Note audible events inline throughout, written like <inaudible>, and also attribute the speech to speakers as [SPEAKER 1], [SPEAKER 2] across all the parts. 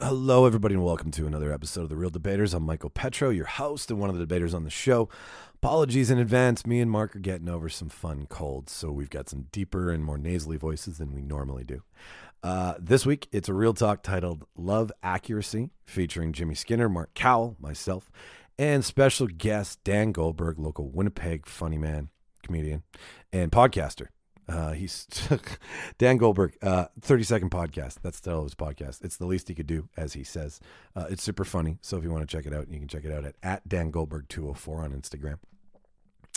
[SPEAKER 1] Hello, everybody, and welcome to another episode of The Real Debaters. I'm Michael Petro, your host and one of the debaters on the show. Apologies in advance. Me and Mark are getting over some fun colds, so we've got some deeper and more nasally voices than we normally do. Uh, this week, it's a real talk titled Love Accuracy, featuring Jimmy Skinner, Mark Cowell, myself, and special guest Dan Goldberg, local Winnipeg funny man, comedian, and podcaster. Uh, he's <laughs> Dan Goldberg, uh, 30 second podcast. That's still his podcast. It's the least he could do, as he says. Uh, it's super funny. So if you want to check it out, you can check it out at, at Dan Goldberg 204 on Instagram.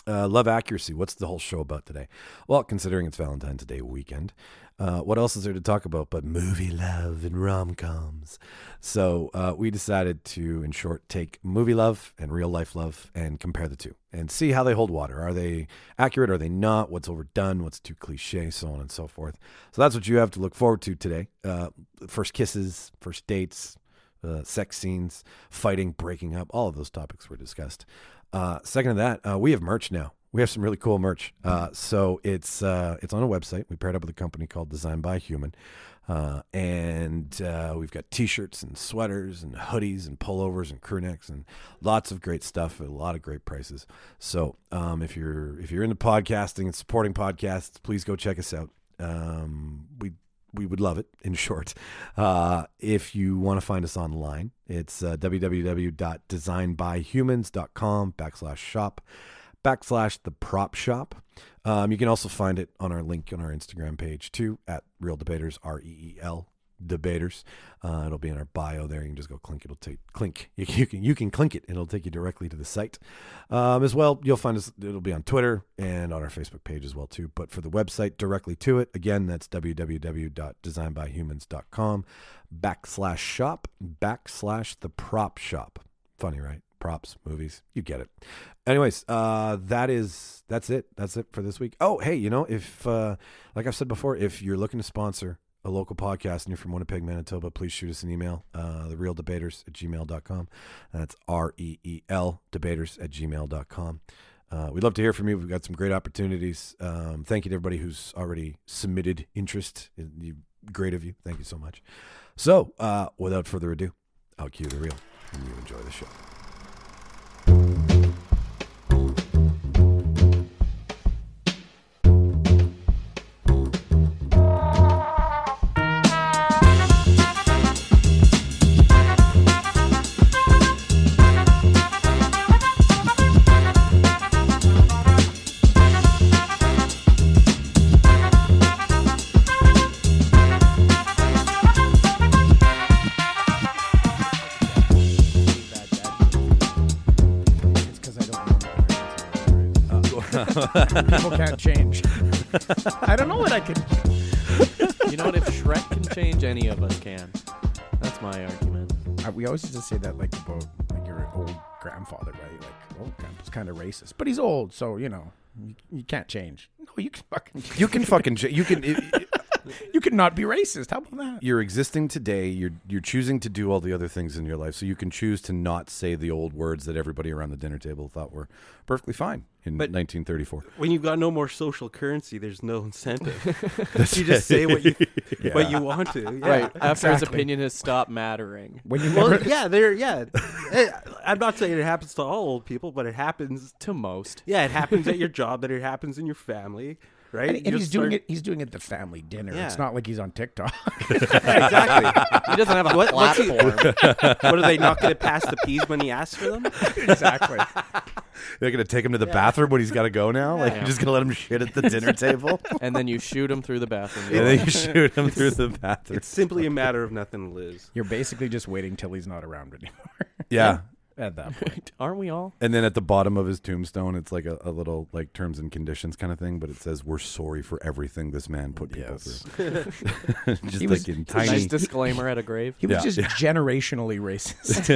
[SPEAKER 1] Uh, love accuracy. What's the whole show about today? Well, considering it's Valentine's Day weekend, uh, what else is there to talk about but movie love and rom coms? So uh, we decided to, in short, take movie love and real life love and compare the two and see how they hold water. Are they accurate? Are they not? What's overdone? What's too cliche? So on and so forth. So that's what you have to look forward to today. Uh, first kisses, first dates, uh, sex scenes, fighting, breaking up, all of those topics were discussed. Uh, second to that, uh, we have merch now. We have some really cool merch. Uh, so it's uh, it's on a website. We paired up with a company called Design by Human, uh, and uh, we've got T-shirts and sweaters and hoodies and pullovers and crew necks and lots of great stuff at a lot of great prices. So um, if you're if you're into podcasting and supporting podcasts, please go check us out. Um, we we would love it in <laughs> short uh, if you want to find us online it's uh, www.designbyhumans.com backslash shop backslash the prop shop um, you can also find it on our link on our instagram page too at real debaters r-e-e-l debaters uh, it'll be in our bio there you can just go clink it'll take clink <laughs> you, you can you can clink it and it'll take you directly to the site um, as well you'll find us it'll be on twitter and on our facebook page as well too but for the website directly to it again that's www.designbyhumans.com backslash shop backslash the prop shop funny right props movies you get it anyways uh that is that's it that's it for this week oh hey you know if uh like i've said before if you're looking to sponsor a local podcast and you're from Winnipeg, Manitoba, please shoot us an email, uh, therealdebaters at gmail.com. That's R E E L debaters at gmail.com. Uh, we'd love to hear from you. We've got some great opportunities. Um, thank you to everybody who's already submitted interest. You, great of you. Thank you so much. So, uh, without further ado, I'll cue the reel and you enjoy the show.
[SPEAKER 2] It's because I don't remember. the words. People can't change. I don't know what I could.
[SPEAKER 3] You know what? If Shrek can change, any of us can. That's my argument.
[SPEAKER 2] Uh, We always used to say that, like about like your old grandfather, right? Like, old grandpa's kind of racist, but he's old, so you know, you, you can't change. No, you can fucking.
[SPEAKER 1] You can fucking, j- you can, i-
[SPEAKER 2] You can not be racist. How about that?
[SPEAKER 1] you're existing today. You're, you're choosing to do all the other things in your life. So you can choose to not say the old words that everybody around the dinner table thought were perfectly fine in
[SPEAKER 3] <laughs>
[SPEAKER 1] 1934.
[SPEAKER 3] When you've got Uh, no more social currency, there's no <laughs> incentive. you just say
[SPEAKER 1] <laughs>
[SPEAKER 3] what <laughs> you what you want to. yeah.
[SPEAKER 4] Right. After his
[SPEAKER 2] exactly.
[SPEAKER 4] opinion has stopped mattering.
[SPEAKER 2] When you <laughs>
[SPEAKER 3] Well,
[SPEAKER 2] never-
[SPEAKER 3] yeah, there. Yeah, Eh, I'm not saying it happens to all old people, but it happens.
[SPEAKER 4] To most.
[SPEAKER 3] Yeah, it happens at your job. That it happens in your family, right?
[SPEAKER 2] and,
[SPEAKER 3] You
[SPEAKER 2] and he's
[SPEAKER 3] just
[SPEAKER 2] doing
[SPEAKER 3] start-
[SPEAKER 2] it. He's doing it at the family dinner. It's
[SPEAKER 3] Yeah.
[SPEAKER 2] not like he's on TikTok. <laughs>
[SPEAKER 3] exactly.
[SPEAKER 4] He doesn't have a
[SPEAKER 3] What- what's he-
[SPEAKER 4] platform.
[SPEAKER 3] <laughs> what are they not going to pass the peas when he asks for them?
[SPEAKER 2] exactly.
[SPEAKER 1] <laughs> They're gonna take him to the bathroom when he's got to go now. Like you're just gonna let him shit at the dinner <laughs> table,
[SPEAKER 4] and then you shoot him through the bathroom.
[SPEAKER 1] and
[SPEAKER 4] door.
[SPEAKER 1] then you shoot him through the bathroom.
[SPEAKER 3] It's simply a matter of nothing to lose.
[SPEAKER 2] You're basically just waiting till he's not around anymore.
[SPEAKER 1] Yeah,
[SPEAKER 2] <laughs> at that point.
[SPEAKER 4] Aren't we all?
[SPEAKER 1] and then at the bottom of his tombstone, it's like a, a little like terms and conditions kind of thing, but it says we're sorry for everything this man put people
[SPEAKER 2] Yes.
[SPEAKER 1] through. <laughs> just
[SPEAKER 2] He
[SPEAKER 1] like
[SPEAKER 2] was-
[SPEAKER 1] in
[SPEAKER 2] he was
[SPEAKER 1] tiny.
[SPEAKER 4] Nice disclaimer at a
[SPEAKER 1] <laughs>
[SPEAKER 4] grave.
[SPEAKER 2] He was
[SPEAKER 1] Yeah.
[SPEAKER 2] just generationally racist.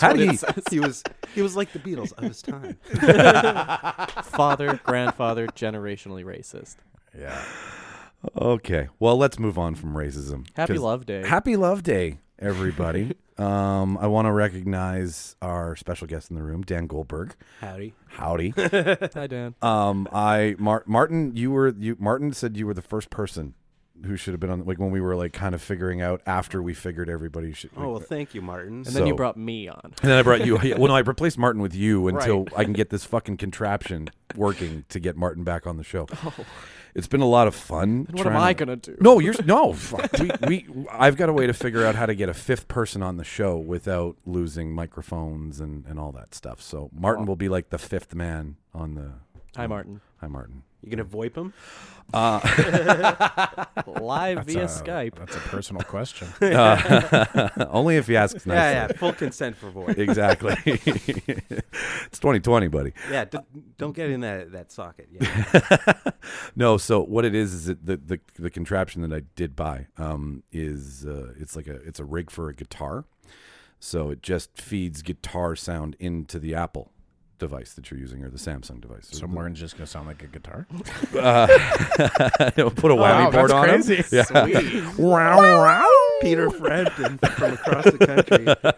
[SPEAKER 1] how do you?
[SPEAKER 3] He was he was like the Beatles of his time.
[SPEAKER 4] Father, grandfather, generationally racist.
[SPEAKER 2] Yeah.
[SPEAKER 1] Okay, well let's move on from racism.
[SPEAKER 4] Happy
[SPEAKER 1] 'Cause-
[SPEAKER 4] Love Day.
[SPEAKER 1] Happy Love Day,
[SPEAKER 4] <laughs>
[SPEAKER 1] everybody. um, I want to recognize our special guest in the room, Dan Goldberg.
[SPEAKER 3] Howdy.
[SPEAKER 1] Howdy.
[SPEAKER 4] Hi, Dan.
[SPEAKER 1] Um, I Mar- Martin, you were you Martin said you were the first person who should have been on like when we were like kind of figuring out after we figured everybody should.
[SPEAKER 3] Oh well, thank you, Martin.
[SPEAKER 4] And then you
[SPEAKER 1] So-
[SPEAKER 4] brought me on.
[SPEAKER 1] and then I brought you. yeah, Well, no, I replaced Martin with you until I can get this fucking contraption working to get Martin back on the show.
[SPEAKER 4] <laughs>
[SPEAKER 1] It's been a lot of fun.
[SPEAKER 4] Oh. And what am
[SPEAKER 1] trying
[SPEAKER 4] I
[SPEAKER 1] to-
[SPEAKER 4] gonna do?
[SPEAKER 1] No, you're no. fuck. We, we I've got a way to figure out how to get a fifth person on the show without losing microphones and, and all that stuff. So Martin will be like the fifth man on the.
[SPEAKER 4] Hi, Martin.
[SPEAKER 1] Hi,
[SPEAKER 3] <laughs>
[SPEAKER 1] Martin.
[SPEAKER 3] You gonna VoIP him?
[SPEAKER 4] Live via
[SPEAKER 2] That's a-
[SPEAKER 4] Skype.
[SPEAKER 2] That's a personal question.
[SPEAKER 1] Uh, <laughs> Only if he asks nicely.
[SPEAKER 3] Yeah, yeah. Full consent for <laughs> VoIP.
[SPEAKER 1] Exactly. <laughs> it's 2020, buddy.
[SPEAKER 3] yeah, d- don't get in that that socket. Yeah.
[SPEAKER 1] <laughs> No, so what it is is it the, the the contraption that I did buy um, is uh, it's like a it's a rig for a guitar, so it just feeds guitar sound into the Apple device that you're using or the Samsung device.
[SPEAKER 2] so
[SPEAKER 1] <laughs>
[SPEAKER 2] Martin's just gonna sound like a guitar.
[SPEAKER 1] It'll put a whammy
[SPEAKER 2] wow,
[SPEAKER 1] board
[SPEAKER 2] Oh, that's
[SPEAKER 1] on him.
[SPEAKER 2] crazy.
[SPEAKER 1] Yeah. Wow, wow.
[SPEAKER 3] <laughs> Peter Frampton from across the country.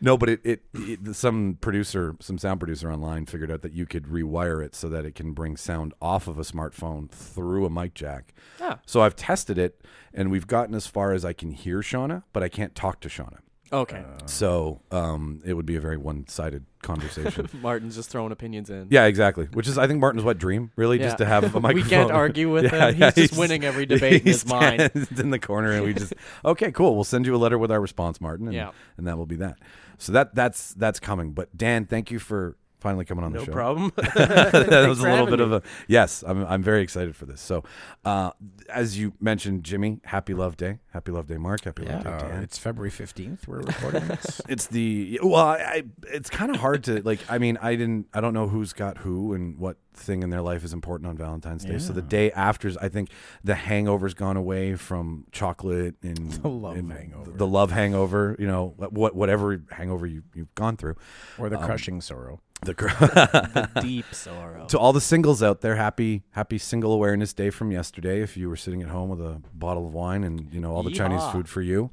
[SPEAKER 1] No, but it, it, it some producer, some sound producer online figured out that you could rewire it so that it can bring sound off of a smartphone through a mic jack.
[SPEAKER 4] Ah.
[SPEAKER 1] So I've tested it, and we've gotten as far as I can hear Shauna, but I can't talk to Shauna.
[SPEAKER 4] Okay.
[SPEAKER 1] Uh, So um, it would be a very one-sided
[SPEAKER 4] <laughs>
[SPEAKER 1] conversation.
[SPEAKER 4] Martin's just throwing opinions in.
[SPEAKER 1] yeah, exactly. Which is, I think, Martin's wet dream, really, just
[SPEAKER 4] Yeah.
[SPEAKER 1] to have a microphone. <laughs>
[SPEAKER 4] <laughs> We can't argue with
[SPEAKER 1] Yeah,
[SPEAKER 4] him. He's
[SPEAKER 1] yeah,
[SPEAKER 4] just
[SPEAKER 1] <laughs>
[SPEAKER 4] winning every debate in
[SPEAKER 1] he
[SPEAKER 4] his mind.
[SPEAKER 1] stands in the corner, and we <laughs>
[SPEAKER 4] <laughs>
[SPEAKER 1] just okay, cool. We'll send you a letter with our response, Martin. And,
[SPEAKER 4] Yeah.
[SPEAKER 1] and that will be that. So that that's that's coming. But Dan, thank you for finally coming on
[SPEAKER 3] <laughs> No
[SPEAKER 1] the show.
[SPEAKER 3] problem.
[SPEAKER 1] <laughs>
[SPEAKER 4] <laughs>
[SPEAKER 1] that was
[SPEAKER 3] for
[SPEAKER 1] a little
[SPEAKER 3] having
[SPEAKER 1] bit
[SPEAKER 3] me.
[SPEAKER 1] of a yes. I'm I'm very excited for this. So, uh, as you mentioned, Jimmy, happy Love Day, happy Love Day, Mark, happy Love Day,
[SPEAKER 2] Uh,
[SPEAKER 1] Dan.
[SPEAKER 2] it's February fifteenth. We're recording this.
[SPEAKER 1] It's the well, I, I it's kind of hard to like. I mean, I didn't. I don't know who's got who and what thing in their life is important on Valentine's Day. So the day after, is- I think the hangover's gone away from chocolate
[SPEAKER 2] <laughs>
[SPEAKER 1] and the
[SPEAKER 2] love hangover.
[SPEAKER 1] The love hangover, you know, what whatever hangover you you've gone through.
[SPEAKER 2] Or the crushing sorrow.
[SPEAKER 1] The cr- <laughs>
[SPEAKER 4] The deep sorrow.
[SPEAKER 1] to all the singles out there, happy happy Single Awareness Day from yesterday. If you were sitting at home with a bottle of wine and you know all the Chinese
[SPEAKER 4] Yeehaw.
[SPEAKER 1] food for you,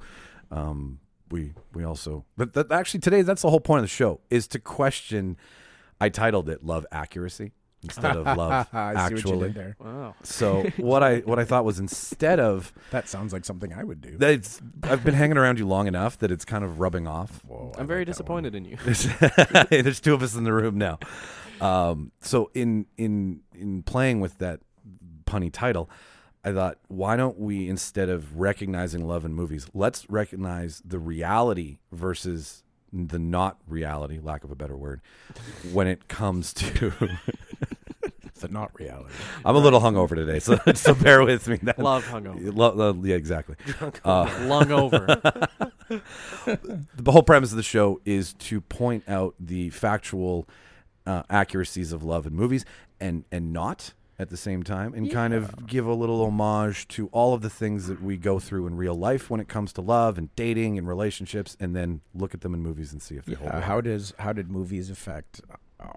[SPEAKER 1] um, we we also but that, actually today that's the whole point of the show is to question. I titled it "Love Accuracy" instead of "Love
[SPEAKER 2] <laughs> Ah, I see what you
[SPEAKER 1] uh, Actually."
[SPEAKER 2] did there.
[SPEAKER 4] Wow.
[SPEAKER 1] So what I what I thought was instead of
[SPEAKER 2] That sounds like something I would do.
[SPEAKER 1] that it's, I've been hanging around you long enough that it's kind of rubbing off.
[SPEAKER 2] Whoa, I
[SPEAKER 4] I'm very
[SPEAKER 2] like that one.
[SPEAKER 4] disappointed in <laughs> you.
[SPEAKER 1] There's, <laughs> Hey, there's two of us in the room now. Um, so in in in playing with that punny title, I thought, why don't we instead of recognizing love in movies, let's recognize the reality versus the not reality, lack of a better word, when it comes to. <laughs>
[SPEAKER 2] The not reality.
[SPEAKER 1] I'm a little hungover today, so so bear with me. That,
[SPEAKER 4] Love hungover.
[SPEAKER 1] Lo- lo- yeah,
[SPEAKER 4] <laughs>
[SPEAKER 1] exactly. Uh,
[SPEAKER 4] Lung <laughs> over.
[SPEAKER 1] the whole premise of the show is to point out the factual uh, accuracies of love in movies and and not at the same time and kind of give a little homage to all of the things that we go through in real life when it comes to love and dating and relationships and then look at them in movies and see if they hold
[SPEAKER 2] Uh,
[SPEAKER 1] up.
[SPEAKER 2] how does how did movies affect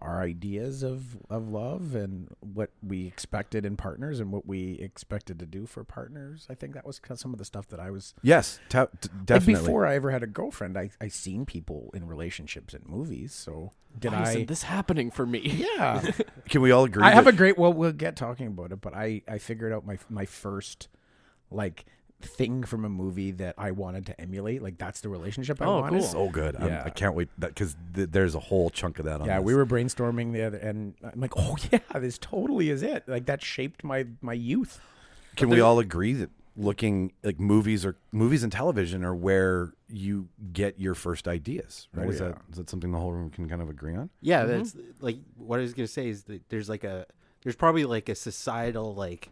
[SPEAKER 2] our ideas of of love and what we expected in partners and what we expected to do for partners? I think that was kind of some of the stuff that I was
[SPEAKER 1] yes ta- t-
[SPEAKER 2] like,
[SPEAKER 1] definitely
[SPEAKER 2] before I ever had a girlfriend. I I seen people in relationships in movies. So did
[SPEAKER 4] Why
[SPEAKER 2] I?
[SPEAKER 4] isn't this happening for me?
[SPEAKER 2] <laughs> yeah,
[SPEAKER 1] can we all agree
[SPEAKER 2] I have a
[SPEAKER 1] that-
[SPEAKER 2] great. Well, we'll get talking about it, but I I figured out my my first like thing from a movie that I wanted to emulate. Like that's the relationship I
[SPEAKER 4] Oh,
[SPEAKER 2] wanted.
[SPEAKER 4] cool.
[SPEAKER 1] so good I'm-
[SPEAKER 2] Yeah.
[SPEAKER 1] i can't wait because th- there's a whole chunk of that on
[SPEAKER 2] Yeah,
[SPEAKER 1] this.
[SPEAKER 2] we were brainstorming the other, and I'm like, oh <laughs> yeah, this totally is it. Like that shaped my my youth.
[SPEAKER 1] Can we all agree that looking like movies or movies and television are where you get your first ideas? Right?
[SPEAKER 2] Oh,
[SPEAKER 1] is
[SPEAKER 2] yeah.
[SPEAKER 1] that is that something the whole room can kind of agree on?
[SPEAKER 3] <laughs> Yeah, that's like what I was gonna say is that there's like a there's probably like a societal like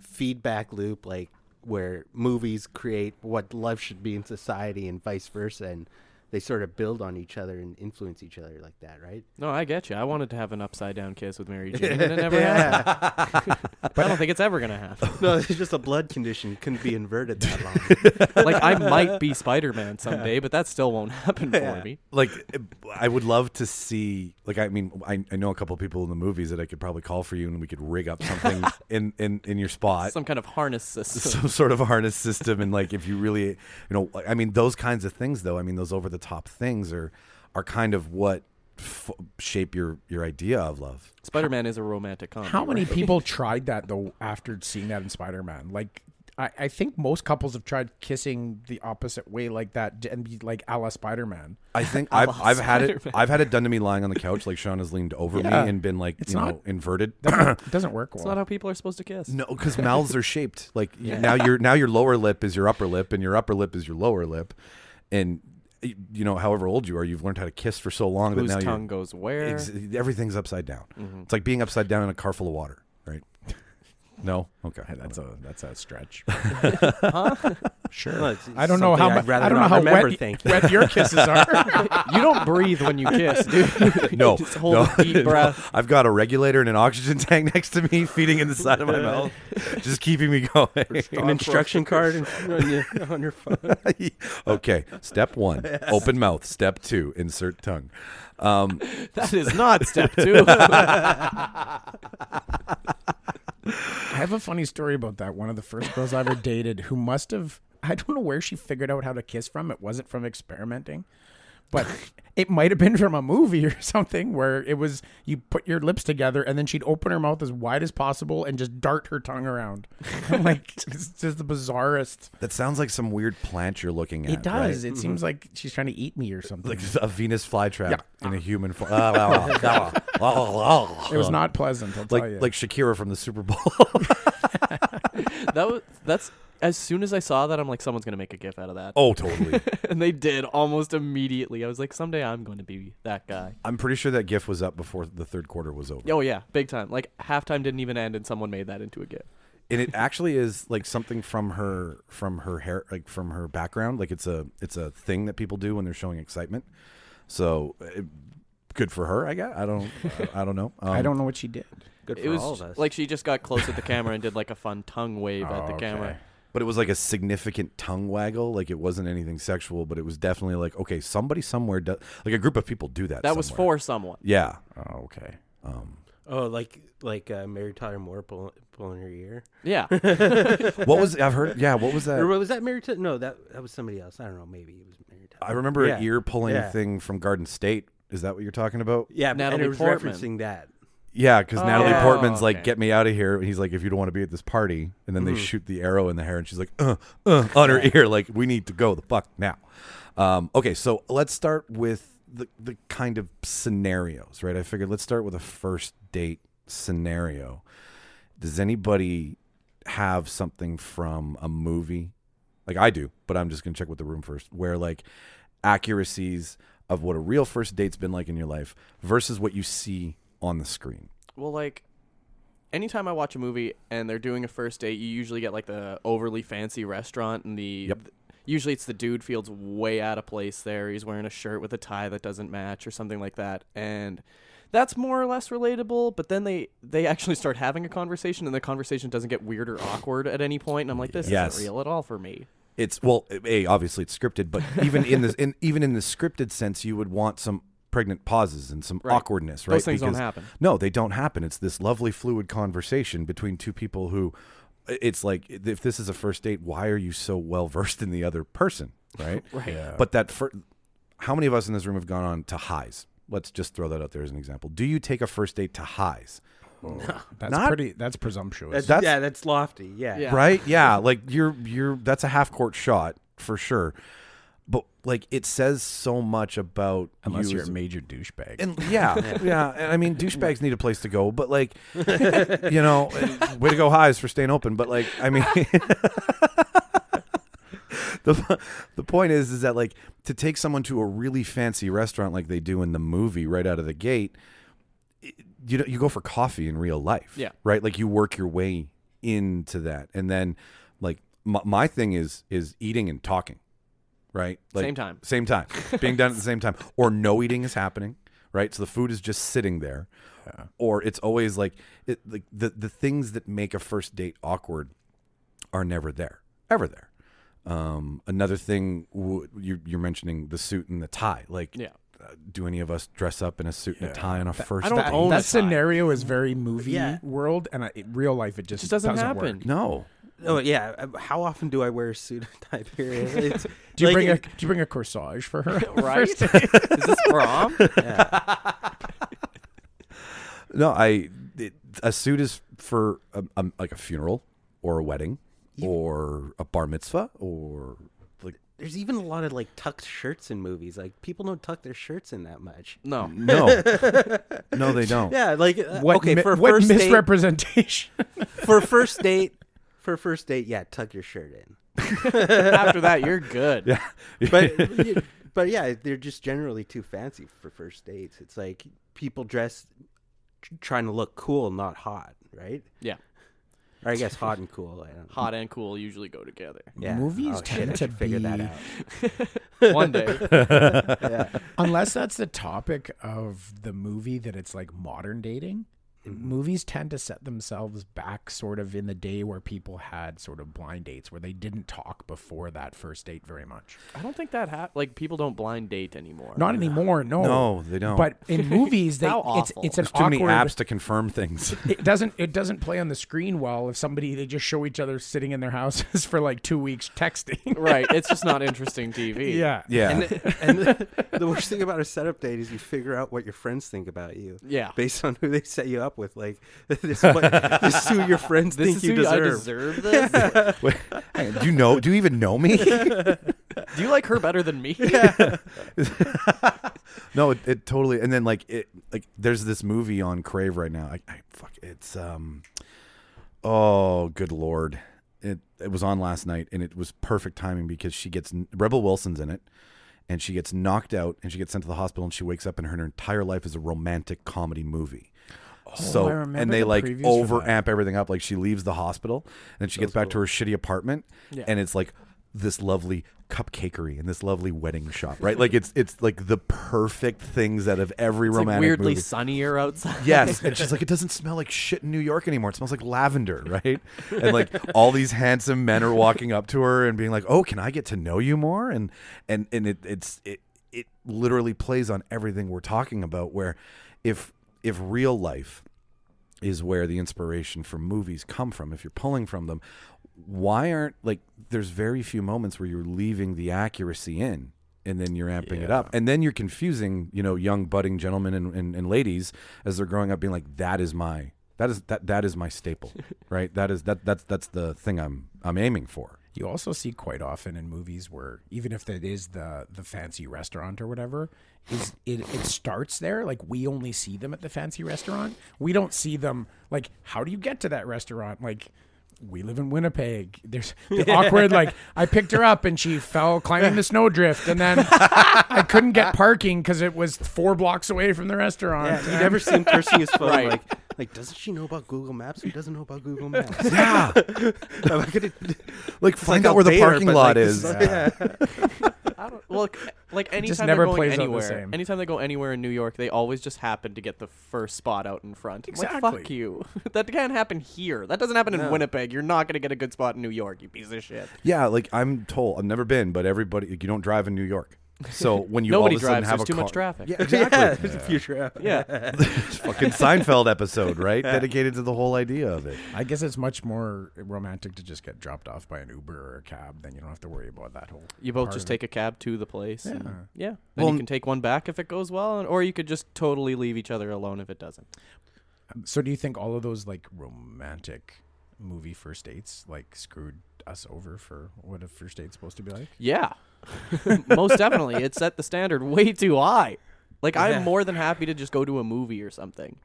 [SPEAKER 3] feedback loop like where movies create what love should be in society and vice versa and they sort of build on each other and influence each other like that, right?
[SPEAKER 4] No, I get you. I wanted to have an upside down kiss with Mary Jane, and it never happened. <laughs> I don't think it's ever gonna happen.
[SPEAKER 3] <laughs> No, it's just a blood condition couldn't be inverted that <laughs> long.
[SPEAKER 4] Like I might be Spider Man someday, but that still won't happen for me.
[SPEAKER 1] Like, eh, I would love to see. Like, I mean, I, I know a couple people in the movies that I could probably call for you, and we could rig up <laughs> something in in in your spot.
[SPEAKER 4] Some kind of harness
[SPEAKER 1] <laughs>
[SPEAKER 4] system.
[SPEAKER 1] some sort of harness system and like if you really you know like, i mean those kinds of things though i mean those over the top things are are kind of what f- shape your your idea of love
[SPEAKER 4] Spider Man is a romantic comedy.
[SPEAKER 3] <laughs>
[SPEAKER 2] How many
[SPEAKER 4] right?
[SPEAKER 2] people tried that though after seeing that in Spider Man? Like I, I think most couples have tried kissing the opposite way like that j- and be like a la Spider Man.
[SPEAKER 1] I
[SPEAKER 4] <laughs>
[SPEAKER 1] think I've
[SPEAKER 4] love
[SPEAKER 1] I've had it
[SPEAKER 4] Spider-Man.
[SPEAKER 1] I've had it done to me lying on the couch like Sean has leaned over
[SPEAKER 2] Yeah.
[SPEAKER 1] me and been like
[SPEAKER 2] It's
[SPEAKER 1] you
[SPEAKER 2] not-
[SPEAKER 1] know inverted. <clears throat>
[SPEAKER 3] <coughs>
[SPEAKER 2] It doesn't work
[SPEAKER 4] It's
[SPEAKER 2] well.
[SPEAKER 4] not how people are supposed to kiss.
[SPEAKER 1] No, because mouths are shaped like y- now your now your lower lip is your upper lip and your upper lip is your lower lip, and y- you know however old you are, you've learned how to kiss for so long
[SPEAKER 4] Whose
[SPEAKER 1] that now you're-
[SPEAKER 4] tongue Mm-hmm. goes where?
[SPEAKER 1] ex- everything's upside down. It's like being upside down in a car full of water,
[SPEAKER 4] <laughs>
[SPEAKER 1] right? No, okay,
[SPEAKER 2] that's a that's a <laughs> stretch.
[SPEAKER 3] Well,
[SPEAKER 2] sure.
[SPEAKER 3] it's-
[SPEAKER 2] I don't know
[SPEAKER 3] something
[SPEAKER 2] how
[SPEAKER 3] I'd
[SPEAKER 2] much.
[SPEAKER 3] rather
[SPEAKER 2] I don't know
[SPEAKER 3] not
[SPEAKER 2] how
[SPEAKER 3] remember,
[SPEAKER 2] wet,
[SPEAKER 3] thank you.
[SPEAKER 2] wet your kisses
[SPEAKER 3] <laughs>
[SPEAKER 2] are.
[SPEAKER 4] you don't breathe when
[SPEAKER 1] <laughs>
[SPEAKER 4] you kiss, dude. <laughs> You
[SPEAKER 1] no,
[SPEAKER 4] just hold
[SPEAKER 1] no,
[SPEAKER 4] a
[SPEAKER 1] <laughs>
[SPEAKER 4] deep
[SPEAKER 1] no.
[SPEAKER 4] breath.
[SPEAKER 1] I've got a regulator and an oxygen <laughs> tank next to me, feeding in the side
[SPEAKER 4] <laughs>
[SPEAKER 1] of my mouth, just keeping me <laughs> going.
[SPEAKER 3] an instruction card in- <laughs> on your, on your phone.
[SPEAKER 1] <laughs> okay, step one, open mouth. Step two, insert tongue. Um,
[SPEAKER 4] That is not step
[SPEAKER 1] <laughs>
[SPEAKER 4] two. <laughs>
[SPEAKER 2] I have a funny story about that. One of the first girls I ever <laughs> dated who must have, I don't know where she figured out how to kiss from. It wasn't from experimenting, <laughs> but it might have been from a movie or <laughs> something where it was you put your lips together and then she'd open her mouth as wide as possible and just dart her tongue around. I'm <laughs> like, it's just the bizarrest. Mm-hmm.
[SPEAKER 1] that sounds like some weird plant you're looking at.
[SPEAKER 2] It does.
[SPEAKER 1] right?
[SPEAKER 2] It seems like she's trying to eat me or something. <laughs>
[SPEAKER 1] Like a Venus flytrap
[SPEAKER 2] Yeah.
[SPEAKER 1] in a human form. Ah, it
[SPEAKER 2] it was not pleasant. I'll tell you.
[SPEAKER 1] ah, like like Shakira from the Super Bowl. <laughs>
[SPEAKER 4] that was that's as soon as I saw that, I'm like, someone's gonna make a gif out of that,
[SPEAKER 1] oh, totally.
[SPEAKER 4] and they did almost immediately. I was like, someday I'm going to be that guy.
[SPEAKER 1] I'm pretty sure that GIF was up before the third quarter was over.
[SPEAKER 4] Oh yeah, big time. Like halftime didn't even end, and someone made that into a gif.
[SPEAKER 1] and it actually is like something from her from her hair like from her background like it's a it's a thing that people do when they're showing excitement so it, good for her i guess i don't i, I don't know um,
[SPEAKER 2] <laughs> I don't know what she did.
[SPEAKER 3] Good for
[SPEAKER 4] It was
[SPEAKER 3] all of us.
[SPEAKER 4] like she just got close at the camera and did like a fun tongue wave at the
[SPEAKER 2] Oh,
[SPEAKER 4] camera.
[SPEAKER 2] okay.
[SPEAKER 1] but it was like a significant tongue waggle like it wasn't anything sexual but it was definitely like okay somebody somewhere does like a group of people do that
[SPEAKER 4] That was
[SPEAKER 1] somewhere.
[SPEAKER 4] for someone.
[SPEAKER 1] yeah
[SPEAKER 2] Oh, okay.
[SPEAKER 1] um
[SPEAKER 3] oh, like like uh, Mary Tyler Moore pulling, pulling her ear.
[SPEAKER 4] Yeah,
[SPEAKER 1] what was i've heard yeah what
[SPEAKER 3] <laughs>
[SPEAKER 1] was
[SPEAKER 3] or
[SPEAKER 1] that
[SPEAKER 3] was that Mary Tyler? No, that that was somebody else. I don't know. Maybe it was Mary Tyler.
[SPEAKER 1] i remember
[SPEAKER 3] Yeah.
[SPEAKER 1] an ear pulling
[SPEAKER 3] Yeah,
[SPEAKER 1] thing from garden state is that what you're talking about
[SPEAKER 3] Yeah, but- and
[SPEAKER 4] Natalie
[SPEAKER 3] it was
[SPEAKER 4] Portman.
[SPEAKER 3] referencing that.
[SPEAKER 1] Yeah, because Natalie
[SPEAKER 4] Yeah.
[SPEAKER 1] Portman's like,
[SPEAKER 4] Okay.
[SPEAKER 1] "Get me out of here." And he's like, "If you don't want to be at this party," and then they shoot the arrow in the hair, and she's like, "Uh, uh," <laughs> on her ear, like, "We need to go the fuck now." Um, okay, so let's start with the the kind of scenarios, right? I figured let's start with a first date scenario. Does anybody have something from a movie? Like I do, but I'm just gonna check with the room first. Where like accuracies of what a real first date's been like in your life versus what you see on the screen.
[SPEAKER 4] Well, like anytime I watch a movie and they're doing a first date, you usually get like the overly fancy restaurant and the.
[SPEAKER 1] Yep.
[SPEAKER 4] th- usually it's the dude feels way out of place there. He's wearing a shirt with a tie that doesn't match or something like that, and that's more or less relatable. But then they they actually start having a conversation, and the conversation doesn't get weird or awkward at any point. And I'm like, this
[SPEAKER 1] Yes.
[SPEAKER 4] isn't real at all for me.
[SPEAKER 1] It's well, a obviously it's scripted,
[SPEAKER 4] <laughs>
[SPEAKER 1] but even in the in, even in the scripted sense, you would want some pregnant pauses and some
[SPEAKER 4] Right.
[SPEAKER 1] awkwardness, right?
[SPEAKER 4] Those things don't happen.
[SPEAKER 1] No, they don't happen. It's this lovely fluid conversation between two people who it's like if this is a first date, why are you so well versed in the other person, right?
[SPEAKER 4] Right.
[SPEAKER 2] Yeah.
[SPEAKER 1] But that first, how many of us in this room have gone on to highs? Let's just throw that out there as an example. Do you take a first date to highs?
[SPEAKER 2] <laughs> that's
[SPEAKER 1] Not-
[SPEAKER 2] pretty. That's presumptuous.
[SPEAKER 3] That's,
[SPEAKER 1] That's-
[SPEAKER 3] yeah, that's lofty. Yeah.
[SPEAKER 4] Yeah.
[SPEAKER 1] right? Yeah, like you're you're that's a half court shot for sure. But like it says so much about
[SPEAKER 2] Unless
[SPEAKER 1] you
[SPEAKER 2] you're
[SPEAKER 1] as-
[SPEAKER 2] a major douchebag.
[SPEAKER 1] and yeah, yeah, And I mean, douchebags need a place to go, but like, you know, way to go highs for staying open. But like, I mean, <laughs> the the point is, is that like to take someone to a really fancy restaurant like they do in the movie right out of the gate, it- you know, you go for coffee in real life,
[SPEAKER 4] Yeah.
[SPEAKER 1] right? Like you work your way into that, and then like my, my thing is is eating and talking, right? Like,
[SPEAKER 4] Same time.
[SPEAKER 1] same
[SPEAKER 4] <laughs>
[SPEAKER 1] time being done at the same time or no eating is happening right so the food is just sitting there or it's always like it, like the the things that make a first date awkward are never there ever there um another thing w- you you're mentioning the suit and the tie like
[SPEAKER 4] Yeah.
[SPEAKER 1] uh, do any of us dress up in a suit and a tie on a first
[SPEAKER 4] I don't
[SPEAKER 1] date
[SPEAKER 4] own a
[SPEAKER 2] that
[SPEAKER 4] tie.
[SPEAKER 2] scenario is very movie
[SPEAKER 3] Yeah.
[SPEAKER 2] world, and I, in real life it just,
[SPEAKER 4] Just doesn't
[SPEAKER 2] doesn't
[SPEAKER 4] happen.
[SPEAKER 2] work.
[SPEAKER 1] no
[SPEAKER 3] Oh yeah. Uh, How often do I wear a suit and tie? Period. <laughs> It's,
[SPEAKER 2] Do you
[SPEAKER 3] like,
[SPEAKER 2] bring a
[SPEAKER 3] it-
[SPEAKER 2] Do you bring a corsage for
[SPEAKER 3] <laughs>
[SPEAKER 2] her?
[SPEAKER 4] <laughs>
[SPEAKER 2] <laughs>
[SPEAKER 4] Right?
[SPEAKER 2] First-
[SPEAKER 4] <laughs> is this
[SPEAKER 1] <laughs>
[SPEAKER 4] prom?
[SPEAKER 1] um, No, I it, a suit is for a, a, like a funeral or a wedding or a bar mitzvah or like
[SPEAKER 3] There's even a lot of like tucked shirts in movies. Like people don't tuck their shirts in that much.
[SPEAKER 4] No.
[SPEAKER 1] no, no, they don't. <laughs>
[SPEAKER 3] Yeah, like uh,
[SPEAKER 2] What,
[SPEAKER 3] okay
[SPEAKER 2] mi-
[SPEAKER 3] for a
[SPEAKER 2] what
[SPEAKER 3] first date.
[SPEAKER 2] misrepresentation?
[SPEAKER 3] for a first date, for a first date, yeah, tuck your shirt <laughs> in.
[SPEAKER 4] After that, you're good.
[SPEAKER 1] Yeah,
[SPEAKER 3] But you- but yeah, they're just generally too fancy for first dates. It's like people dress tr- trying to look cool, not hot, right?
[SPEAKER 4] Yeah.
[SPEAKER 3] Or I guess hot and cool. I don't know.
[SPEAKER 4] Hot and cool usually go together.
[SPEAKER 3] <laughs>
[SPEAKER 1] <laughs>
[SPEAKER 3] Yeah.
[SPEAKER 2] Movies
[SPEAKER 3] Oh, shit,
[SPEAKER 2] tend
[SPEAKER 3] I
[SPEAKER 2] to
[SPEAKER 3] should figure that
[SPEAKER 2] be- <laughs>
[SPEAKER 3] out.
[SPEAKER 4] One day.
[SPEAKER 2] Unless that's the topic of the movie that it's like modern dating.
[SPEAKER 3] Mm-hmm.
[SPEAKER 2] Movies tend to set themselves back sort of in the day where people had sort of blind dates where they didn't talk before that first date very much.
[SPEAKER 4] I don't think that hap Like people don't blind date
[SPEAKER 3] Oh,
[SPEAKER 4] anymore.
[SPEAKER 2] Not anymore, no.
[SPEAKER 1] No, they don't.
[SPEAKER 2] But
[SPEAKER 3] <laughs>
[SPEAKER 2] in movies they
[SPEAKER 4] How
[SPEAKER 2] it's
[SPEAKER 4] awful.
[SPEAKER 2] it's an
[SPEAKER 1] There's too many
[SPEAKER 2] awkward
[SPEAKER 1] apps to confirm things. <laughs>
[SPEAKER 2] it doesn't it doesn't play on the screen well if somebody they just show each other sitting in their houses <laughs> for like 2 weeks texting.
[SPEAKER 4] <laughs> right. It's just not interesting
[SPEAKER 2] <laughs>
[SPEAKER 4] TV.
[SPEAKER 2] yeah.
[SPEAKER 1] Yeah,
[SPEAKER 3] and the, the worst thing about a setup date is you figure out what your friends think about you.
[SPEAKER 4] Yeah.
[SPEAKER 3] Based on who they set you up with. Like, <laughs> this is, what, this is who your friends
[SPEAKER 4] This
[SPEAKER 3] think
[SPEAKER 4] is
[SPEAKER 3] you
[SPEAKER 4] who I
[SPEAKER 3] deserve.
[SPEAKER 4] deserve this.
[SPEAKER 1] Wait, hang on, do you know? Do you even know me?
[SPEAKER 4] Do you like her better than me?
[SPEAKER 1] <laughs> no, it, it totally. And then like it, like there's this movie on Crave right now. I, I fuck. It's um, oh good lord, it it was on last night and it was perfect timing because she gets Rebel Wilson's in it. And she gets knocked out, and she gets sent to the hospital, and she wakes up, and her, her entire life is a romantic comedy movie. so
[SPEAKER 2] I remember
[SPEAKER 1] and they
[SPEAKER 2] the
[SPEAKER 1] like
[SPEAKER 2] previews for
[SPEAKER 1] over
[SPEAKER 4] Uh-huh.
[SPEAKER 2] that.
[SPEAKER 1] amp everything up. Like she leaves the hospital and then she gets back to her shitty apartment, and it's like this lovely cupcakery and this lovely wedding shop, right? like it's it's like the perfect things out of every
[SPEAKER 4] It's like
[SPEAKER 1] romantic
[SPEAKER 4] weirdly <laughs>
[SPEAKER 1] movie.
[SPEAKER 4] sunnier outside.
[SPEAKER 1] Yes, and she's like, it doesn't smell like shit in New York anymore. It smells like lavender, <laughs> right? And like all these handsome men are walking up to her and being like, "Oh, can I get to know you more?" And and and it it's it it literally plays on everything we're talking about. Where if if real life is where the inspiration for movies come from if you're pulling from them why aren't like there's very few moments where you're leaving the accuracy in and then you're amping it up and then you're confusing you know young budding gentlemen and, and, and ladies as they're growing up being like that is my that is that that is my <laughs> staple right that is that that's that's the thing i'm i'm aiming for
[SPEAKER 2] You also see quite often in movies where even if it is the the fancy restaurant or whatever, is it, it starts there. Like we only see them at the fancy restaurant. We don't see them like how do you get to that restaurant? Like we live in Winnipeg. <laughs> There's the awkward like I picked her up and she fell climbing the snowdrift and <laughs> then I couldn't get parking because it was four blocks away from the restaurant.
[SPEAKER 3] Yeah, you
[SPEAKER 2] And-
[SPEAKER 3] never see him cursing his phone.
[SPEAKER 4] Right.
[SPEAKER 3] Like, like, doesn't she know about Google Maps? Who doesn't know about Google Maps? <laughs>
[SPEAKER 1] yeah
[SPEAKER 3] Am I gonna- <laughs>
[SPEAKER 1] like find
[SPEAKER 3] like
[SPEAKER 1] out where the
[SPEAKER 3] Al Bader,
[SPEAKER 1] parking
[SPEAKER 3] but,
[SPEAKER 1] lot
[SPEAKER 3] like,
[SPEAKER 1] is
[SPEAKER 3] this-
[SPEAKER 2] Yeah.
[SPEAKER 4] I don't, well, like- like anytime
[SPEAKER 2] never
[SPEAKER 4] they're going
[SPEAKER 2] plays out the
[SPEAKER 4] anywhere,
[SPEAKER 2] same.
[SPEAKER 4] anytime they go anywhere in New York, they always just happen to get the first spot out in front. I'm Like, fuck
[SPEAKER 2] Exactly.
[SPEAKER 4] you. <laughs> that can't happen here. That doesn't happen in Winnipeg. You're not gonna get a good spot in New York. You piece of shit.
[SPEAKER 1] yeah like i'm told i've never been but everybody like, you don't drive in new york so when you
[SPEAKER 4] <laughs> Nobody
[SPEAKER 1] all of a sudden
[SPEAKER 4] drives,
[SPEAKER 1] have
[SPEAKER 4] there's
[SPEAKER 1] a
[SPEAKER 4] too much
[SPEAKER 1] car- <laughs>
[SPEAKER 4] traffic.
[SPEAKER 1] yeah exactly
[SPEAKER 3] <laughs> Yeah, there's a future app.
[SPEAKER 4] Yeah.
[SPEAKER 1] fucking Seinfeld episode, right? Dedicated to the whole idea of it.
[SPEAKER 2] I guess it's much more romantic to just get dropped off by an Uber or a cab. Then you don't have to worry about that whole.
[SPEAKER 4] You both
[SPEAKER 2] part
[SPEAKER 4] just
[SPEAKER 2] of it.
[SPEAKER 4] take a cab to the place. and- Yeah. Then
[SPEAKER 1] Well,
[SPEAKER 4] you can take one back if it goes well, and, or you could just totally leave each other alone if it doesn't.
[SPEAKER 2] So do you think all of those like romantic movie first dates like screwed us over for what a first date's supposed to be like?
[SPEAKER 4] Yeah. <laughs> Most definitely. It set the standard way too high. Like, I'm more than happy to just go to a movie or something.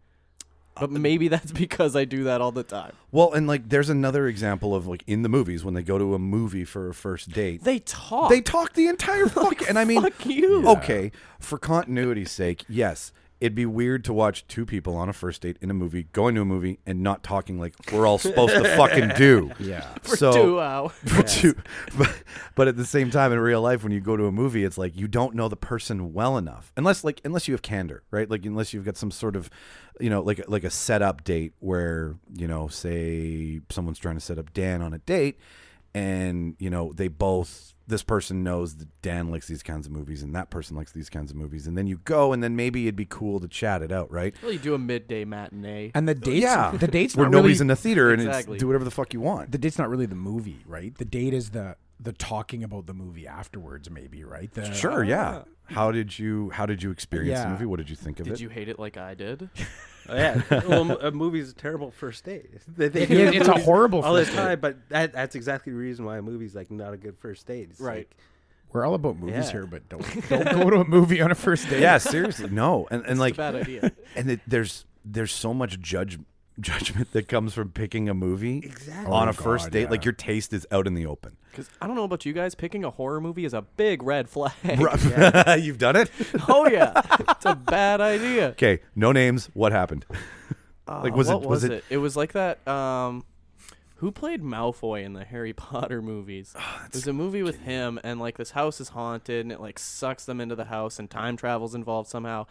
[SPEAKER 1] Uh,
[SPEAKER 4] But maybe that's because I do that all the time.
[SPEAKER 1] Well, and like there's another example of like in the movies when they go to a movie for a first date.
[SPEAKER 4] They talk.
[SPEAKER 1] They talk the entire fuck and I mean
[SPEAKER 4] fuck you.
[SPEAKER 1] Okay, for continuity's sake, yes. It'd be weird to watch two people on a first date in a movie, going to a movie and not talking like we're all supposed to fucking
[SPEAKER 4] <laughs>
[SPEAKER 1] do.
[SPEAKER 2] Yeah.
[SPEAKER 4] for
[SPEAKER 1] so
[SPEAKER 4] two hours.
[SPEAKER 1] for two. <laughs> But, but at the same time, in real life, when you go to a movie, it's like you don't know the person well enough, unless like unless you have candor, right? Like unless you've got some sort of, you know, like like a setup date where you know, say someone's trying to set up Dan on a date, and you know they both this person knows that Dan likes these kinds of movies and that person likes these kinds of movies, and then you go, and then maybe it'd be cool to chat it out, right?
[SPEAKER 4] Well, you do a midday matinee.
[SPEAKER 2] And the dates
[SPEAKER 1] Oh, yeah,
[SPEAKER 2] the dates
[SPEAKER 1] where
[SPEAKER 2] not
[SPEAKER 1] nobody's
[SPEAKER 2] really,
[SPEAKER 1] in the theater and
[SPEAKER 4] Exactly.
[SPEAKER 1] it's, do whatever the fuck you want.
[SPEAKER 2] the date's not really the movie, right? The date is the the talking about the movie afterwards maybe, right? The, <laughs>
[SPEAKER 1] Sure, yeah. How did you how did you experience the
[SPEAKER 2] Yeah.
[SPEAKER 1] movie? What did you think of
[SPEAKER 4] Did
[SPEAKER 1] it?
[SPEAKER 4] you hate it like I did?
[SPEAKER 3] <laughs> yeah, well, a movie's a terrible first date. They, they
[SPEAKER 2] It is- it's a
[SPEAKER 3] <laughs> movies
[SPEAKER 2] horrible
[SPEAKER 3] all
[SPEAKER 2] first
[SPEAKER 3] the
[SPEAKER 2] date.
[SPEAKER 3] time, but that, that's exactly the reason why a movie's like not a good first date. It's
[SPEAKER 4] Right.
[SPEAKER 3] like,
[SPEAKER 2] We're all about movies
[SPEAKER 3] Yeah.
[SPEAKER 2] here, but don't don't go to a movie on a first date.
[SPEAKER 1] <laughs> yeah, seriously, no, and and like
[SPEAKER 4] It's a bad idea.
[SPEAKER 1] and it, there's there's so much judge judgment that comes from picking a movie
[SPEAKER 3] Exactly.
[SPEAKER 1] on
[SPEAKER 2] Oh,
[SPEAKER 1] a first
[SPEAKER 2] God,
[SPEAKER 1] date.
[SPEAKER 2] yeah.
[SPEAKER 1] Like your taste is out in the open.
[SPEAKER 4] Because I don't know about you guys, picking a horror movie is a big red flag.
[SPEAKER 1] <laughs> You've done it.
[SPEAKER 4] <laughs> oh yeah, it's a bad idea.
[SPEAKER 1] Okay, no names. What happened?
[SPEAKER 4] Uh,
[SPEAKER 1] was it-
[SPEAKER 4] what
[SPEAKER 1] was
[SPEAKER 4] was
[SPEAKER 1] it-
[SPEAKER 4] it? was like that. Um, who played Malfoy in the Harry <laughs> Potter movies?
[SPEAKER 1] Ah,
[SPEAKER 4] There's a movie with him, and like this house is haunted, and it like sucks them into the house, and time travel's involved somehow.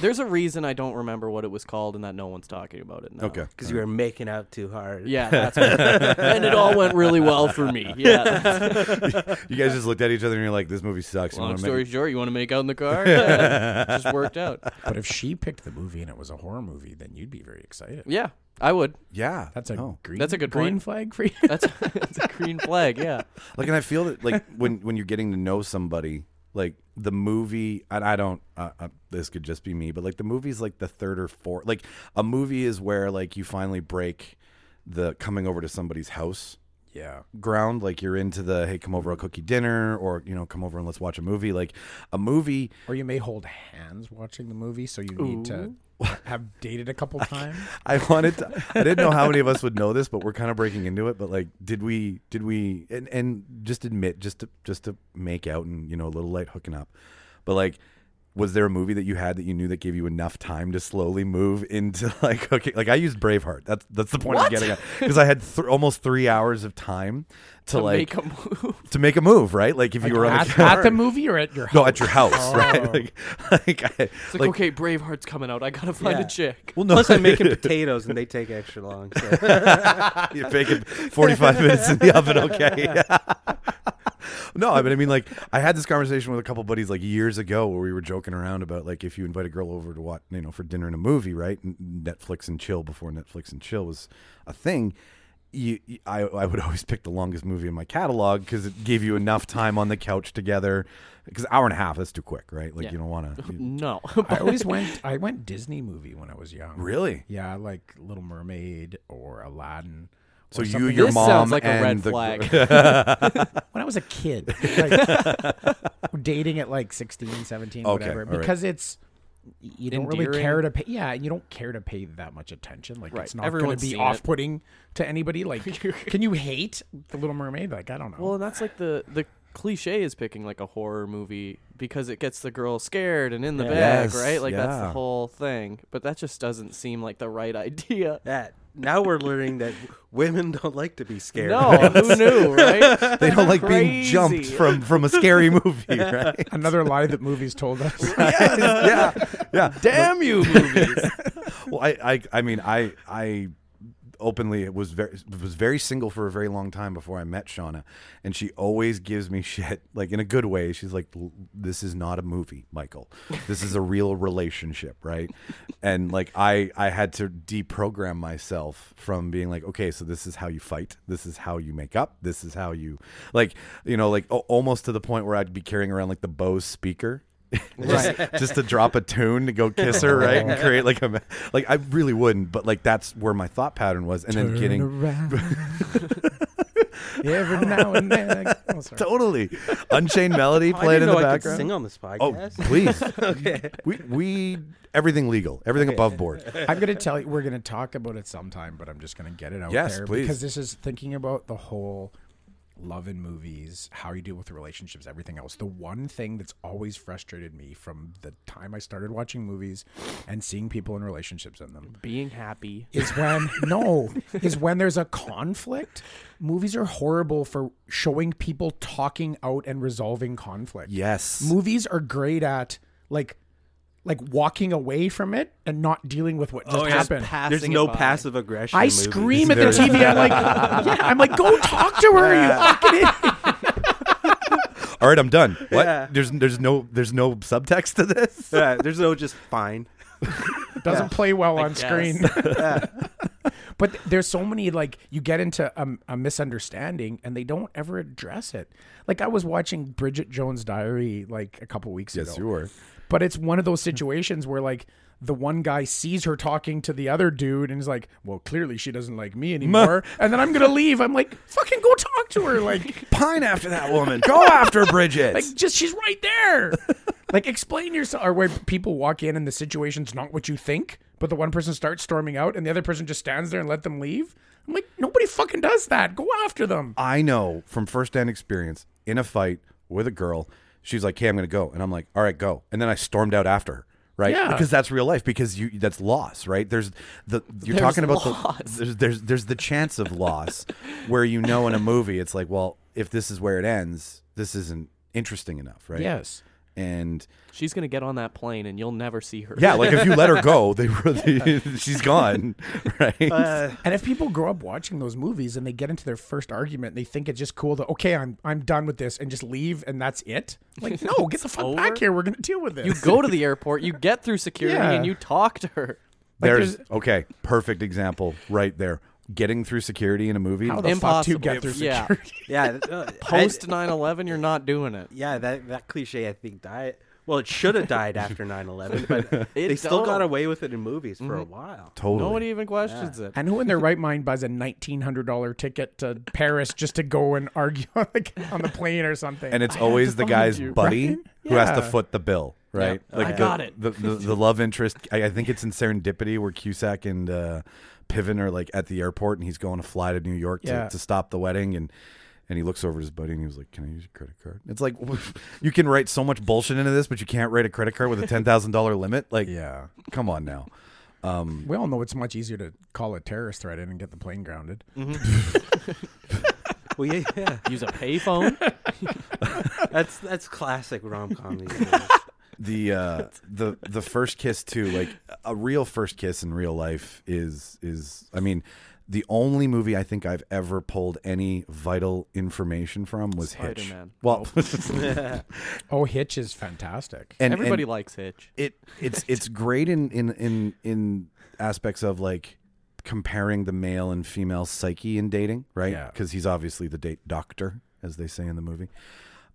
[SPEAKER 4] There's a reason I don't remember what it was called, and that no one's talking about it now. <laughs>
[SPEAKER 1] Okay,
[SPEAKER 3] because you were making out too hard. <laughs>
[SPEAKER 4] Yeah,
[SPEAKER 1] <laughs>
[SPEAKER 4] that's what- and it all went really well for me. <laughs> Yeah.
[SPEAKER 1] you guys just looked at each other and you're like, "This movie sucks." You
[SPEAKER 4] Long
[SPEAKER 1] wanna
[SPEAKER 4] story
[SPEAKER 1] make-
[SPEAKER 4] short, you want to make out in
[SPEAKER 1] <laughs>
[SPEAKER 4] the car? Yeah, it just worked out.
[SPEAKER 2] But if she picked the movie and it was a horror movie, then you'd be very excited.
[SPEAKER 4] Yeah, I would.
[SPEAKER 1] yeah,
[SPEAKER 2] That's a
[SPEAKER 1] no.
[SPEAKER 2] green.
[SPEAKER 4] That's a good
[SPEAKER 2] green
[SPEAKER 4] point.
[SPEAKER 2] flag for you.
[SPEAKER 4] That's <laughs> that's a green flag. Yeah.
[SPEAKER 1] like, and I feel that like <laughs> when when you're getting to know somebody, like the movie, and I don't. Uh, uh, this could just be me, but like the movie's like the third or fourth. Like a movie is where like you finally break the coming over to somebody's house
[SPEAKER 2] <laughs> yeah.
[SPEAKER 1] ground like you're into the hey come over i'll cook you dinner or you know come over and let's watch a movie like a movie
[SPEAKER 2] Or you may hold hands watching the movie, so you need to
[SPEAKER 1] <laughs>
[SPEAKER 2] have dated a couple times.
[SPEAKER 1] i wanted to i didn't know how many of us would know this but we're kind of breaking into it but like did we did we and and just admit just to just to make out and you know a little light hooking up but like was there a movie that you had that you knew that gave you enough time to slowly move into <laughs> like okay like i used braveheart that's that's the point i'm getting at because i had th- almost three hours of time to, like
[SPEAKER 4] Make a move.
[SPEAKER 1] to make a move right like if you were on
[SPEAKER 2] at,
[SPEAKER 1] the <laughs>
[SPEAKER 2] at the movie or at your
[SPEAKER 1] No,
[SPEAKER 2] house? Oh.
[SPEAKER 1] at your house, right? <laughs> Like, like, I,
[SPEAKER 4] It's
[SPEAKER 1] like,
[SPEAKER 4] like, okay, Braveheart's coming out. I gotta find
[SPEAKER 3] Yeah.
[SPEAKER 4] a chick.
[SPEAKER 1] well, no,
[SPEAKER 3] Plus, I'm <laughs>
[SPEAKER 1] <laughs>
[SPEAKER 3] making potatoes and they take extra long. So. <laughs>
[SPEAKER 1] you're baking 45 <laughs> minutes in the oven, okay? <laughs> no, I mean, I mean, like, I had this conversation with a couple buddies like years ago where we were joking around about like if you invite a girl over to watch, you know, for dinner and a movie, right? N- Netflix and chill before Netflix and chill was a thing. You, you- I, I would always pick the longest movie in my catalog because it gave you enough time on the couch together. Because hour and a half, that's too quick, right? Like
[SPEAKER 4] Yeah.
[SPEAKER 1] you don't
[SPEAKER 4] <laughs>
[SPEAKER 1] want to.
[SPEAKER 4] No.
[SPEAKER 2] I always went. I went Disney movie when I was young.
[SPEAKER 1] Really?
[SPEAKER 2] Yeah, I like Little Mermaid or Aladdin.
[SPEAKER 1] So
[SPEAKER 2] or
[SPEAKER 1] you,
[SPEAKER 2] something
[SPEAKER 1] your
[SPEAKER 4] this
[SPEAKER 1] mom,
[SPEAKER 4] sounds like a
[SPEAKER 1] and
[SPEAKER 4] red
[SPEAKER 1] the-
[SPEAKER 4] flag.
[SPEAKER 2] when I was
[SPEAKER 1] <laughs>
[SPEAKER 2] a kid, like, dating at like 16, 17,
[SPEAKER 1] Okay,
[SPEAKER 2] whatever,
[SPEAKER 1] all right.
[SPEAKER 2] because it's you don't really
[SPEAKER 4] Endearing.
[SPEAKER 2] care to pay. Yeah, and you don't care to pay that much attention. Like
[SPEAKER 4] Right,
[SPEAKER 2] it's not going
[SPEAKER 4] everyone's
[SPEAKER 2] to be
[SPEAKER 4] seen it.
[SPEAKER 2] off-putting to anybody.
[SPEAKER 4] <laughs>
[SPEAKER 2] Like, can you hate the Little Mermaid? Like, I don't know.
[SPEAKER 4] well, and that's like the the cliche is picking like a horror movie because it gets the girl scared and in the bag,
[SPEAKER 1] Yes,
[SPEAKER 4] right? Like that's
[SPEAKER 1] yeah.
[SPEAKER 4] the whole thing. But that just doesn't seem like the right <laughs> idea.
[SPEAKER 3] That now we're learning that women don't like to be scared.
[SPEAKER 4] No, who
[SPEAKER 1] <laughs>
[SPEAKER 4] knew, right?
[SPEAKER 1] <laughs> They don't like being jumped
[SPEAKER 4] <laughs> Crazy.
[SPEAKER 1] from from a scary movie, <laughs> right?
[SPEAKER 2] Another lie
[SPEAKER 4] <laughs>
[SPEAKER 2] that movies told us.
[SPEAKER 1] yeah, <laughs> yeah.
[SPEAKER 4] Damn you, movies.
[SPEAKER 1] Well, I, I, I mean, I, I openly was very was very single for a very long time before I met Shauna, and she always gives me <laughs> shit, like in a good way. She's like, "L- "This is not a movie, Michael. This is a real relationship, right?" And like, I, I had to deprogram myself from being like, "Okay, so this is how you fight. This is how you make up. This is how you, like, you know, like al- almost to the point where I'd be carrying around like the Bose speaker." just, just to drop a tune to go kiss her, right? And create like a like I really wouldn't, but like that's where my thought pattern was, and then
[SPEAKER 2] <laughs>
[SPEAKER 1] getting
[SPEAKER 2] around. Every now and then.
[SPEAKER 1] <laughs>
[SPEAKER 2] Like, oh, sorry.
[SPEAKER 1] totally Unchained
[SPEAKER 3] <laughs>
[SPEAKER 1] Melody
[SPEAKER 3] I didn't
[SPEAKER 1] played in the
[SPEAKER 3] know I could
[SPEAKER 1] background.
[SPEAKER 3] sing on this
[SPEAKER 1] oh,
[SPEAKER 3] podcast.
[SPEAKER 1] please,
[SPEAKER 3] <laughs>
[SPEAKER 1] we we everything legal, everything above board.
[SPEAKER 2] I'm going to tell you, we're going to talk about it sometime, but I'm just going to get it out
[SPEAKER 1] Yes,
[SPEAKER 2] there
[SPEAKER 1] please.
[SPEAKER 2] because this is thinking about the whole love in movies, how you deal with relationships, everything else. The one thing that's always frustrated me from the time I started watching movies and seeing people in relationships in them
[SPEAKER 4] Being happy.
[SPEAKER 2] is
[SPEAKER 1] <laughs>
[SPEAKER 2] when no is when there's a conflict. Movies are horrible for showing people talking out and resolving conflict
[SPEAKER 1] Yes,
[SPEAKER 2] movies are great at like like walking away from it and not dealing with what just
[SPEAKER 4] Oh,
[SPEAKER 2] happened.
[SPEAKER 3] There's
[SPEAKER 4] Passing
[SPEAKER 3] no
[SPEAKER 4] it by.
[SPEAKER 3] passive aggression.
[SPEAKER 2] I
[SPEAKER 3] in movies.
[SPEAKER 2] scream
[SPEAKER 3] <laughs>
[SPEAKER 2] at the TV. I'm
[SPEAKER 1] <laughs>
[SPEAKER 2] like, <laughs> yeah, I'm like, go talk to her. You fucking <laughs> idiot.
[SPEAKER 1] all right, I'm done. What?
[SPEAKER 3] Yeah.
[SPEAKER 1] There's there's no there's no subtext to this.
[SPEAKER 3] Yeah, there's no just fine.
[SPEAKER 1] <laughs>
[SPEAKER 2] Doesn't play well on
[SPEAKER 4] guess.
[SPEAKER 2] screen. <laughs> But th- there's so many like you get into a, a misunderstanding and they don't ever address it. Like I was watching Bridget Jones' Diary like a couple weeks ago.
[SPEAKER 1] Yes, you were.
[SPEAKER 2] But it's one of those situations where like the one guy sees her talking to the other dude and is like, "Well, clearly she doesn't
[SPEAKER 1] <laughs>
[SPEAKER 2] like me anymore." and then I'm gonna leave. I'm like, "Fucking go talk to her!" Like,
[SPEAKER 1] Pine after that woman. Go after
[SPEAKER 3] <laughs>
[SPEAKER 1] Bridget.
[SPEAKER 2] like just she's right there. <laughs> like, explain yourself. Or where people walk in and the situation's not what you think, but the one person starts storming out and the other person just stands there and let them leave. I'm like, nobody fucking does that. Go after them.
[SPEAKER 1] I know from firsthand experience in a fight with a girl, she's like, "Hey, I'm gonna go," and I'm like, "All right, go," and then I stormed out after her, right?
[SPEAKER 2] Yeah.
[SPEAKER 1] Because that's real life. Because you that's loss, right? There's the you're
[SPEAKER 4] There's
[SPEAKER 1] talking about
[SPEAKER 4] loss.
[SPEAKER 1] the there's there's there's the chance of loss, where you know in a movie it's like, well, if this is where it ends, this isn't interesting enough, right?
[SPEAKER 2] Yes.
[SPEAKER 1] And
[SPEAKER 4] She's gonna get on that plane, and you'll never see her.
[SPEAKER 1] yeah, like if you let her go, they <laughs> really she's gone, <laughs> right?
[SPEAKER 2] And if people grow up watching those movies and they get into their first argument, and they think it's just cool to okay, I'm I'm done with this and just leave and that's it.
[SPEAKER 4] <laughs>
[SPEAKER 2] Like, no, get the fuck
[SPEAKER 4] over.
[SPEAKER 2] back here. We're gonna deal with this.
[SPEAKER 4] You go to the airport, you get through security,
[SPEAKER 2] Yeah.
[SPEAKER 4] and you talk to her.
[SPEAKER 1] there's okay, perfect example right there. Getting through security in a movie.
[SPEAKER 2] How the fuck to
[SPEAKER 4] Impossible.
[SPEAKER 2] get through
[SPEAKER 4] Yeah.
[SPEAKER 2] security?
[SPEAKER 3] Yeah, <laughs> th- uh, I-
[SPEAKER 4] Post 9/11, you're not doing it.
[SPEAKER 3] yeah, that that cliche I think died. Well, it should have died after 9/11, <laughs> but
[SPEAKER 4] It
[SPEAKER 3] they still got
[SPEAKER 4] don't.
[SPEAKER 3] away with it in movies for a while.
[SPEAKER 1] totally.
[SPEAKER 4] Nobody even questions it.
[SPEAKER 2] And who in their right mind buys a nineteen hundred dollar ticket to Paris just to go and argue <laughs> on the, on the plane or something?
[SPEAKER 1] and it's always the guy's
[SPEAKER 4] you,
[SPEAKER 1] buddy who has to
[SPEAKER 2] Yeah.
[SPEAKER 1] foot the bill, right?
[SPEAKER 4] Yeah. I
[SPEAKER 1] the,
[SPEAKER 4] got it.
[SPEAKER 1] The, the, the love interest. I, I think it's in Serendipity where Cusack and uh, Piven are like at the airport, and he's going to fly to New York to,
[SPEAKER 2] Yeah.
[SPEAKER 1] to stop the wedding, and and he looks over at his buddy and he was like, "Can I use your credit card?" It's like <laughs> you can write so much bullshit into this, but you can't write a credit card with a ten thousand dollar limit. Like,
[SPEAKER 2] yeah,
[SPEAKER 1] come on now.
[SPEAKER 2] we all know it's much easier to call a terrorist threat in and get the plane grounded.
[SPEAKER 3] Well, yeah, yeah.
[SPEAKER 4] Use a payphone.
[SPEAKER 3] that's that's classic rom com.
[SPEAKER 2] <laughs>
[SPEAKER 1] the uh the the first kiss too like a real first kiss in real life is is i mean the only movie i think i've ever pulled any vital information from was hitch
[SPEAKER 4] Spider-Man.
[SPEAKER 1] well
[SPEAKER 2] Oh, Hitch is fantastic.
[SPEAKER 1] <laughs> and
[SPEAKER 4] Everybody
[SPEAKER 1] and
[SPEAKER 4] likes Hitch.
[SPEAKER 1] it it's it's great in in in in aspects of like comparing the male and female psyche in dating right
[SPEAKER 2] Yeah.
[SPEAKER 1] because he's obviously the date doctor as they say in the movie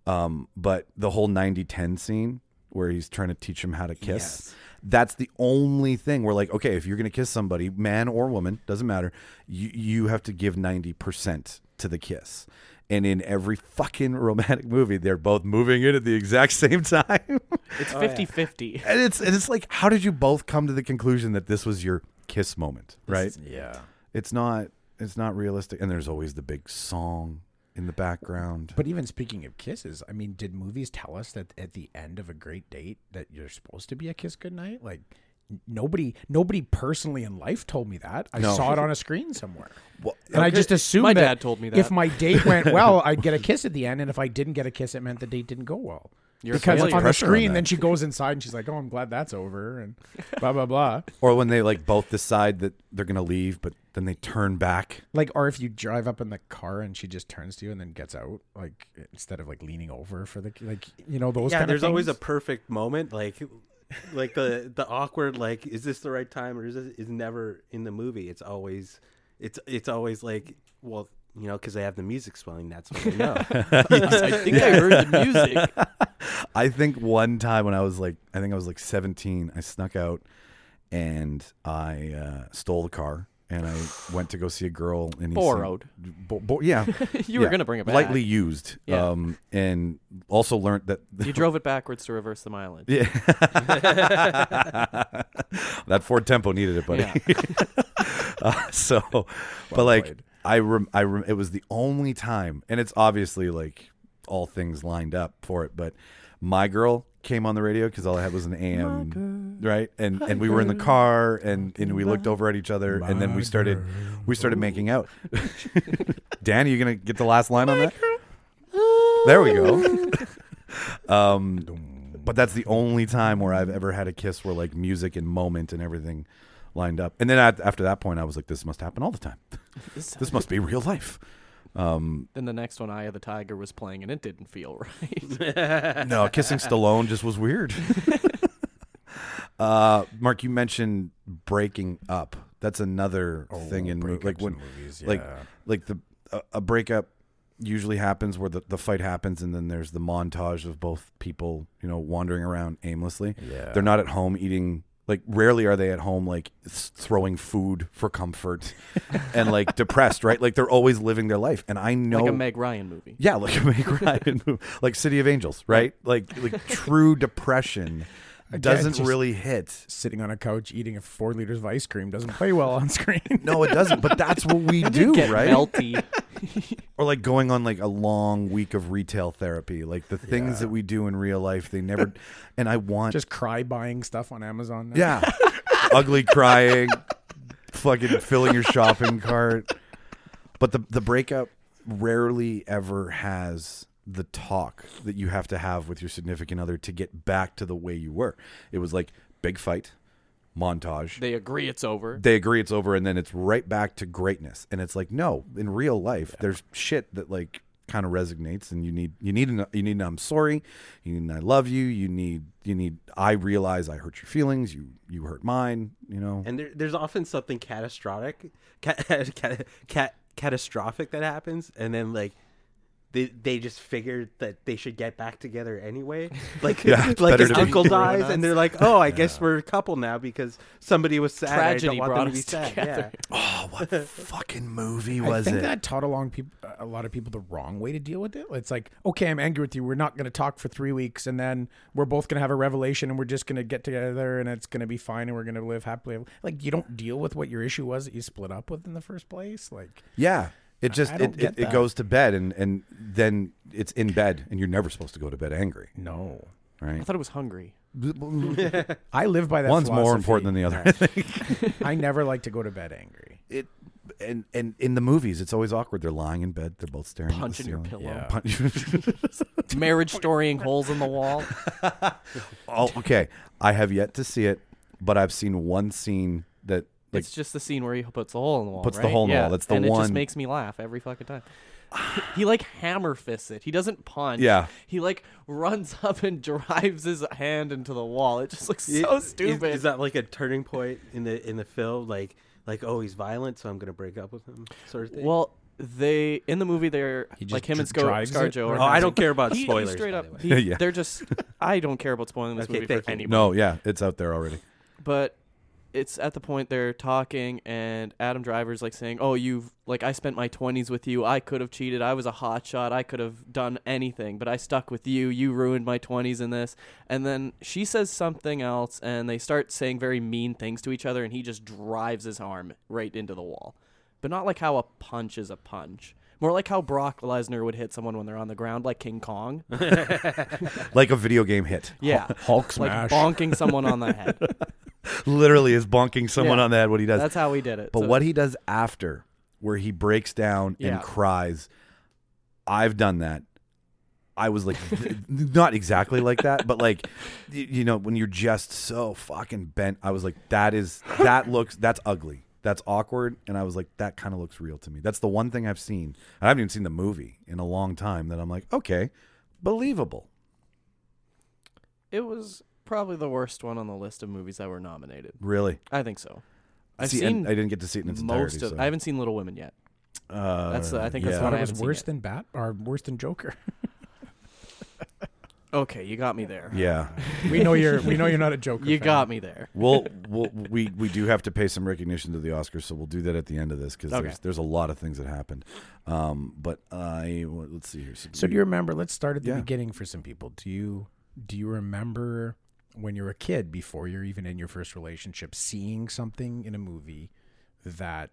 [SPEAKER 1] um but the whole 90 10 scene where he's trying to teach him how to kiss that's the only thing we're like okay if you're going to kiss somebody man or woman doesn't matter you you have to give 90% to the kiss and in every fucking romantic movie they're both moving in at the exact <laughs> same time Oh,
[SPEAKER 4] It's 50-50.
[SPEAKER 1] and it's and it's like how did you both come to the conclusion that this was your kiss moment right
[SPEAKER 2] yeah,
[SPEAKER 1] it's not it's not realistic and there's always the big song in the background
[SPEAKER 2] but even speaking of kisses, I mean, did movies tell us that at the end of a great date that you're supposed to be a kiss goodnight? Like n- nobody, nobody personally in life told me that. I
[SPEAKER 1] No.
[SPEAKER 2] saw it on a screen somewhere.
[SPEAKER 1] Well,
[SPEAKER 2] And I just assumed
[SPEAKER 4] My
[SPEAKER 2] that
[SPEAKER 4] dad told me that.
[SPEAKER 2] if my date
[SPEAKER 4] <laughs>
[SPEAKER 2] went well, I'd get a kiss at the end, and if I didn't get a kiss, it meant the date didn't go well.
[SPEAKER 4] You're a
[SPEAKER 2] because
[SPEAKER 4] failure.
[SPEAKER 2] on the
[SPEAKER 1] Pressure on
[SPEAKER 2] screen,
[SPEAKER 1] that.
[SPEAKER 2] then she goes inside and she's like, "Oh, I'm glad that's over," and blah blah blah.
[SPEAKER 1] or when they like both decide that they're gonna leave but then they turn back
[SPEAKER 2] Like, or if you drive up in the car and she just turns to you and then gets out, like instead of like leaning over for the like, you know, those.
[SPEAKER 3] yeah,
[SPEAKER 2] kind
[SPEAKER 3] there's
[SPEAKER 2] of
[SPEAKER 3] always a
[SPEAKER 2] things.
[SPEAKER 3] perfect moment, like like the the awkward, like is this the right time or is this is never in the movie. It's always it's it's always like well. You know, because they have the music swelling. That's what they know.
[SPEAKER 4] <laughs> I think I
[SPEAKER 1] <laughs>
[SPEAKER 4] heard the music.
[SPEAKER 1] I think one time when I was like, I think I was like 17, I snuck out and I uh, stole the car and I went to go see a girl in East- <laughs>
[SPEAKER 4] Borrowed.
[SPEAKER 1] Bo- bo- yeah,
[SPEAKER 4] You were
[SPEAKER 1] Yeah.
[SPEAKER 4] gonna bring it back.
[SPEAKER 1] lightly used.
[SPEAKER 4] Yeah.
[SPEAKER 1] Um, and also learned that
[SPEAKER 4] You drove it backwards to reverse the mileage.
[SPEAKER 1] <laughs> Yeah. <laughs> that Ford Tempo needed it, buddy. Uh, <laughs> so, but like
[SPEAKER 2] played.
[SPEAKER 1] I rem- I rem- it was the only time, and it's obviously like all things lined up for it. But my girl came on the radio because all I had was an AM, right? And and we were in the car, and and we looked over at each other, and then we
[SPEAKER 2] My
[SPEAKER 1] started we started making out. <laughs> Dan, are you gonna get the last line on that? There we
[SPEAKER 4] <laughs>
[SPEAKER 1] go. um, but that's the only time where I've ever had a kiss where like music and moment and everything lined up. And then at, after that point, I was like, this must happen all the time. <laughs> This must be real life. Um,
[SPEAKER 4] Then the next one, Eye of the Tiger, was playing, and it didn't feel right.
[SPEAKER 1] no, kissing Stallone just was <laughs> weird. uh, Mark, you mentioned breaking up. That's another thing in mo- like
[SPEAKER 2] Oh, breakups
[SPEAKER 1] when
[SPEAKER 2] in movies,
[SPEAKER 1] like
[SPEAKER 2] yeah.
[SPEAKER 1] like the a, a breakup usually happens where the, the fight happens and then there's the montage of both people you know wandering around aimlessly.
[SPEAKER 2] Yeah.
[SPEAKER 1] They're not at home eating like rarely are they at home like s- throwing food for
[SPEAKER 4] <laughs>
[SPEAKER 1] comfort and like depressed right like they're always living their life and i know
[SPEAKER 4] like a Meg Ryan movie.
[SPEAKER 1] <laughs> yeah, like a Meg Ryan movie, like City of Angels, right? Like like true depression doesn't
[SPEAKER 2] just-
[SPEAKER 1] really hit.
[SPEAKER 2] Sitting on a couch eating a four liters of ice cream doesn't play well on screen.
[SPEAKER 1] <laughs> No, it doesn't. But that's what
[SPEAKER 4] <laughs>
[SPEAKER 1] we do,
[SPEAKER 4] Get
[SPEAKER 1] right?
[SPEAKER 4] melty.
[SPEAKER 1] Or like going on like a long week of retail therapy, like the things that we do in real life, they never. And I want
[SPEAKER 2] Just cry buying stuff on Amazon. now.
[SPEAKER 1] yeah, <laughs> ugly crying, fucking filling your shopping cart. But the the breakup rarely ever has the talk that you have to have with your significant other to get back to the way you were. It was like big fight, montage. They,
[SPEAKER 4] they agree it's over.
[SPEAKER 1] <laughs> agree it's over and then it's right back to greatness. And it's like, no, in real life there's shit that like kind of resonates and you need you need an you need an I'm sorry, you need an I love you, you need you need I realize I hurt your feelings, you you hurt mine, you know.
[SPEAKER 3] and there, there's often something catastrophic, <laughs> cat, cat, cat, catastrophic that happens, and then like they they just figured that they should get back together anyway.
[SPEAKER 4] <laughs>
[SPEAKER 3] Like
[SPEAKER 1] Yeah, it's
[SPEAKER 3] like
[SPEAKER 1] better
[SPEAKER 3] his
[SPEAKER 1] to be-
[SPEAKER 3] uncle dies, and they're like, oh, I guess we're a couple now because somebody was sad.
[SPEAKER 4] Tragedy
[SPEAKER 3] I don't want
[SPEAKER 4] brought
[SPEAKER 3] them to be
[SPEAKER 4] us
[SPEAKER 3] sad.
[SPEAKER 4] together.
[SPEAKER 3] Yeah.
[SPEAKER 1] Oh, what fucking movie
[SPEAKER 2] I
[SPEAKER 1] was
[SPEAKER 2] think
[SPEAKER 1] it?
[SPEAKER 2] that taught along peop a lot of people the wrong way to deal with it. It's like, okay, I'm angry with you. We're not going to talk for three weeks, and then we're both going to have a revelation, and we're just going to get together, and it's going to be fine, and we're going to live happily. ever- Like, you don't deal with what your issue was that you split up with in the first place. Like,
[SPEAKER 1] Yeah. It just
[SPEAKER 2] I
[SPEAKER 1] it,
[SPEAKER 2] don't
[SPEAKER 1] it,
[SPEAKER 2] get
[SPEAKER 1] it
[SPEAKER 2] that.
[SPEAKER 1] goes to bed and and then it's in bed and you're never supposed to go to bed angry,
[SPEAKER 2] no,
[SPEAKER 1] right?
[SPEAKER 4] <laughs> I thought it was hungry.
[SPEAKER 2] I live by that.
[SPEAKER 1] One's more important than the other. I think.
[SPEAKER 2] the. <laughs> I never like to go to bed angry.
[SPEAKER 1] It and and in the movies it's always awkward. They're lying in bed, they're both staring at the
[SPEAKER 4] Punching your
[SPEAKER 1] ceiling.
[SPEAKER 4] pillow.
[SPEAKER 2] Yeah.
[SPEAKER 1] <laughs> Punch-
[SPEAKER 4] Marriage storying holes in
[SPEAKER 1] <laughs>
[SPEAKER 4] the wall.
[SPEAKER 1] oh, okay. I have yet to see it, but I've seen one scene that like
[SPEAKER 4] it's just the scene where he puts the hole in the wall.
[SPEAKER 1] Puts the
[SPEAKER 4] right?
[SPEAKER 1] hole in the
[SPEAKER 4] yeah.
[SPEAKER 1] wall. That's the
[SPEAKER 4] and it just
[SPEAKER 1] one.
[SPEAKER 4] makes me laugh every fucking time. he like hammer fists it. He doesn't punch.
[SPEAKER 1] Yeah.
[SPEAKER 4] He like runs <laughs> up and drives his hand into the wall. It just looks <laughs> so
[SPEAKER 3] Is-
[SPEAKER 4] stupid.
[SPEAKER 3] Is, that like a turning point in the in the film? Like like oh, he's violent, so I'm gonna break up with him, sort of thing.
[SPEAKER 4] well, they in the movie they're
[SPEAKER 2] just
[SPEAKER 4] like him and
[SPEAKER 2] dr-
[SPEAKER 4] Sco-
[SPEAKER 2] drives it?
[SPEAKER 4] ScarJo. are
[SPEAKER 2] Oh,
[SPEAKER 3] oh, I
[SPEAKER 4] dancing.
[SPEAKER 3] don't care about
[SPEAKER 4] He- he
[SPEAKER 3] spoilers.
[SPEAKER 4] straight
[SPEAKER 3] by
[SPEAKER 4] up.
[SPEAKER 3] the way.
[SPEAKER 4] he-
[SPEAKER 1] Yeah.
[SPEAKER 4] They're just. I don't care about spoiling this
[SPEAKER 3] Okay,
[SPEAKER 4] movie for
[SPEAKER 3] thank you.
[SPEAKER 4] anybody.
[SPEAKER 1] no, yeah, it's out there already.
[SPEAKER 4] but it's at the point they're talking and Adam Driver's like saying, "Oh, you've like I spent my 20s with you. I could have cheated. I was a hot shot. I could have done anything, but I stuck with you. You ruined my 20s in this." And then she says something else and they start saying very mean things to each other and he just drives his arm right into the wall. But not like how a punch is a punch. More like how Brock Lesnar would hit someone when they're on the ground like
[SPEAKER 1] <laughs>
[SPEAKER 4] King Kong.
[SPEAKER 1] Like a video game hit.
[SPEAKER 4] Yeah.
[SPEAKER 2] Hulk
[SPEAKER 4] like
[SPEAKER 2] smash.
[SPEAKER 4] bonking someone on the
[SPEAKER 1] <laughs>
[SPEAKER 4] head.
[SPEAKER 1] Literally is bonking someone
[SPEAKER 4] Yeah.
[SPEAKER 1] on the head what he does.
[SPEAKER 4] That's how he did it.
[SPEAKER 1] But
[SPEAKER 4] So-
[SPEAKER 1] what he does after, where he breaks down
[SPEAKER 4] Yeah.
[SPEAKER 1] and cries, I've done that. I was like, th- not exactly like that, but like, y- you know, when you're just so fucking bent, I was like, that is, that looks, that's ugly. That's awkward. And I was like, that kind of looks real to me. That's the one thing I've seen. And I haven't even seen the movie in a long time that I'm like, okay, believable.
[SPEAKER 4] It was probably the worst one on the list of movies that were nominated.
[SPEAKER 1] Really.
[SPEAKER 4] I think so. I've
[SPEAKER 1] See, and
[SPEAKER 4] seen
[SPEAKER 1] I didn't get to see it in its
[SPEAKER 4] most
[SPEAKER 1] entirety.
[SPEAKER 4] of.
[SPEAKER 1] so-
[SPEAKER 4] I haven't seen Little Women yet.
[SPEAKER 1] Uh,
[SPEAKER 4] that's the- I think that's
[SPEAKER 1] yeah.
[SPEAKER 4] the one
[SPEAKER 2] Thought
[SPEAKER 4] I
[SPEAKER 2] it was
[SPEAKER 4] haven't seen
[SPEAKER 2] worse
[SPEAKER 4] yet.
[SPEAKER 2] than Bat or worse than Joker. <laughs>
[SPEAKER 4] Okay, you got me there.
[SPEAKER 1] Yeah.
[SPEAKER 2] we know you're. We know you're not a Joker.
[SPEAKER 4] You
[SPEAKER 2] fan.
[SPEAKER 4] got me there.
[SPEAKER 1] we'll, we'll we we do have to pay some recognition to the Oscars, so we'll do that at the end of this because
[SPEAKER 4] Okay.
[SPEAKER 1] there's there's a lot of things that happened. Um, but I well, let's see here.
[SPEAKER 2] So do you remember? Let's start at the
[SPEAKER 1] Yeah.
[SPEAKER 2] beginning for some people. Do you do you remember when you were a kid, before you're even in your first relationship, seeing something in a movie that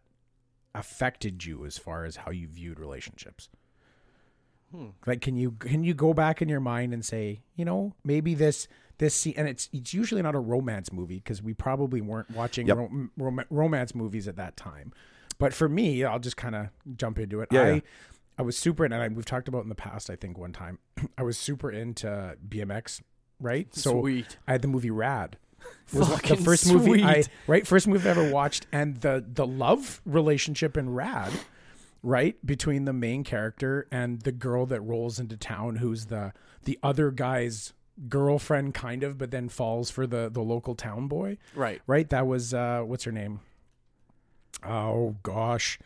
[SPEAKER 2] affected you as far as how you viewed relationships?
[SPEAKER 1] Hmm.
[SPEAKER 2] Like, can you can you go back in your mind and say, you know, maybe this this scene, and it's it's usually not a romance movie because we probably weren't watching
[SPEAKER 1] Yep.
[SPEAKER 2] rom- rom- romance movies at that time. But for me, I'll just kind of jump into it.
[SPEAKER 1] Yeah,
[SPEAKER 2] I
[SPEAKER 1] yeah.
[SPEAKER 2] I was super into, and I, we've talked about in the past, I think one time, <clears throat> I was super into BMX, right? So
[SPEAKER 4] Sweet.
[SPEAKER 2] I had the movie Rad. Was the
[SPEAKER 4] Fucking
[SPEAKER 2] first movie I
[SPEAKER 4] sweet.
[SPEAKER 2] right first movie I ever watched, and the the love relationship in Rad, right between the main character and the girl that rolls into town, who's the the other guy's girlfriend, kind of, but then falls for the the local town boy,
[SPEAKER 4] Right.
[SPEAKER 2] right? That was uh, what's her name? Oh gosh,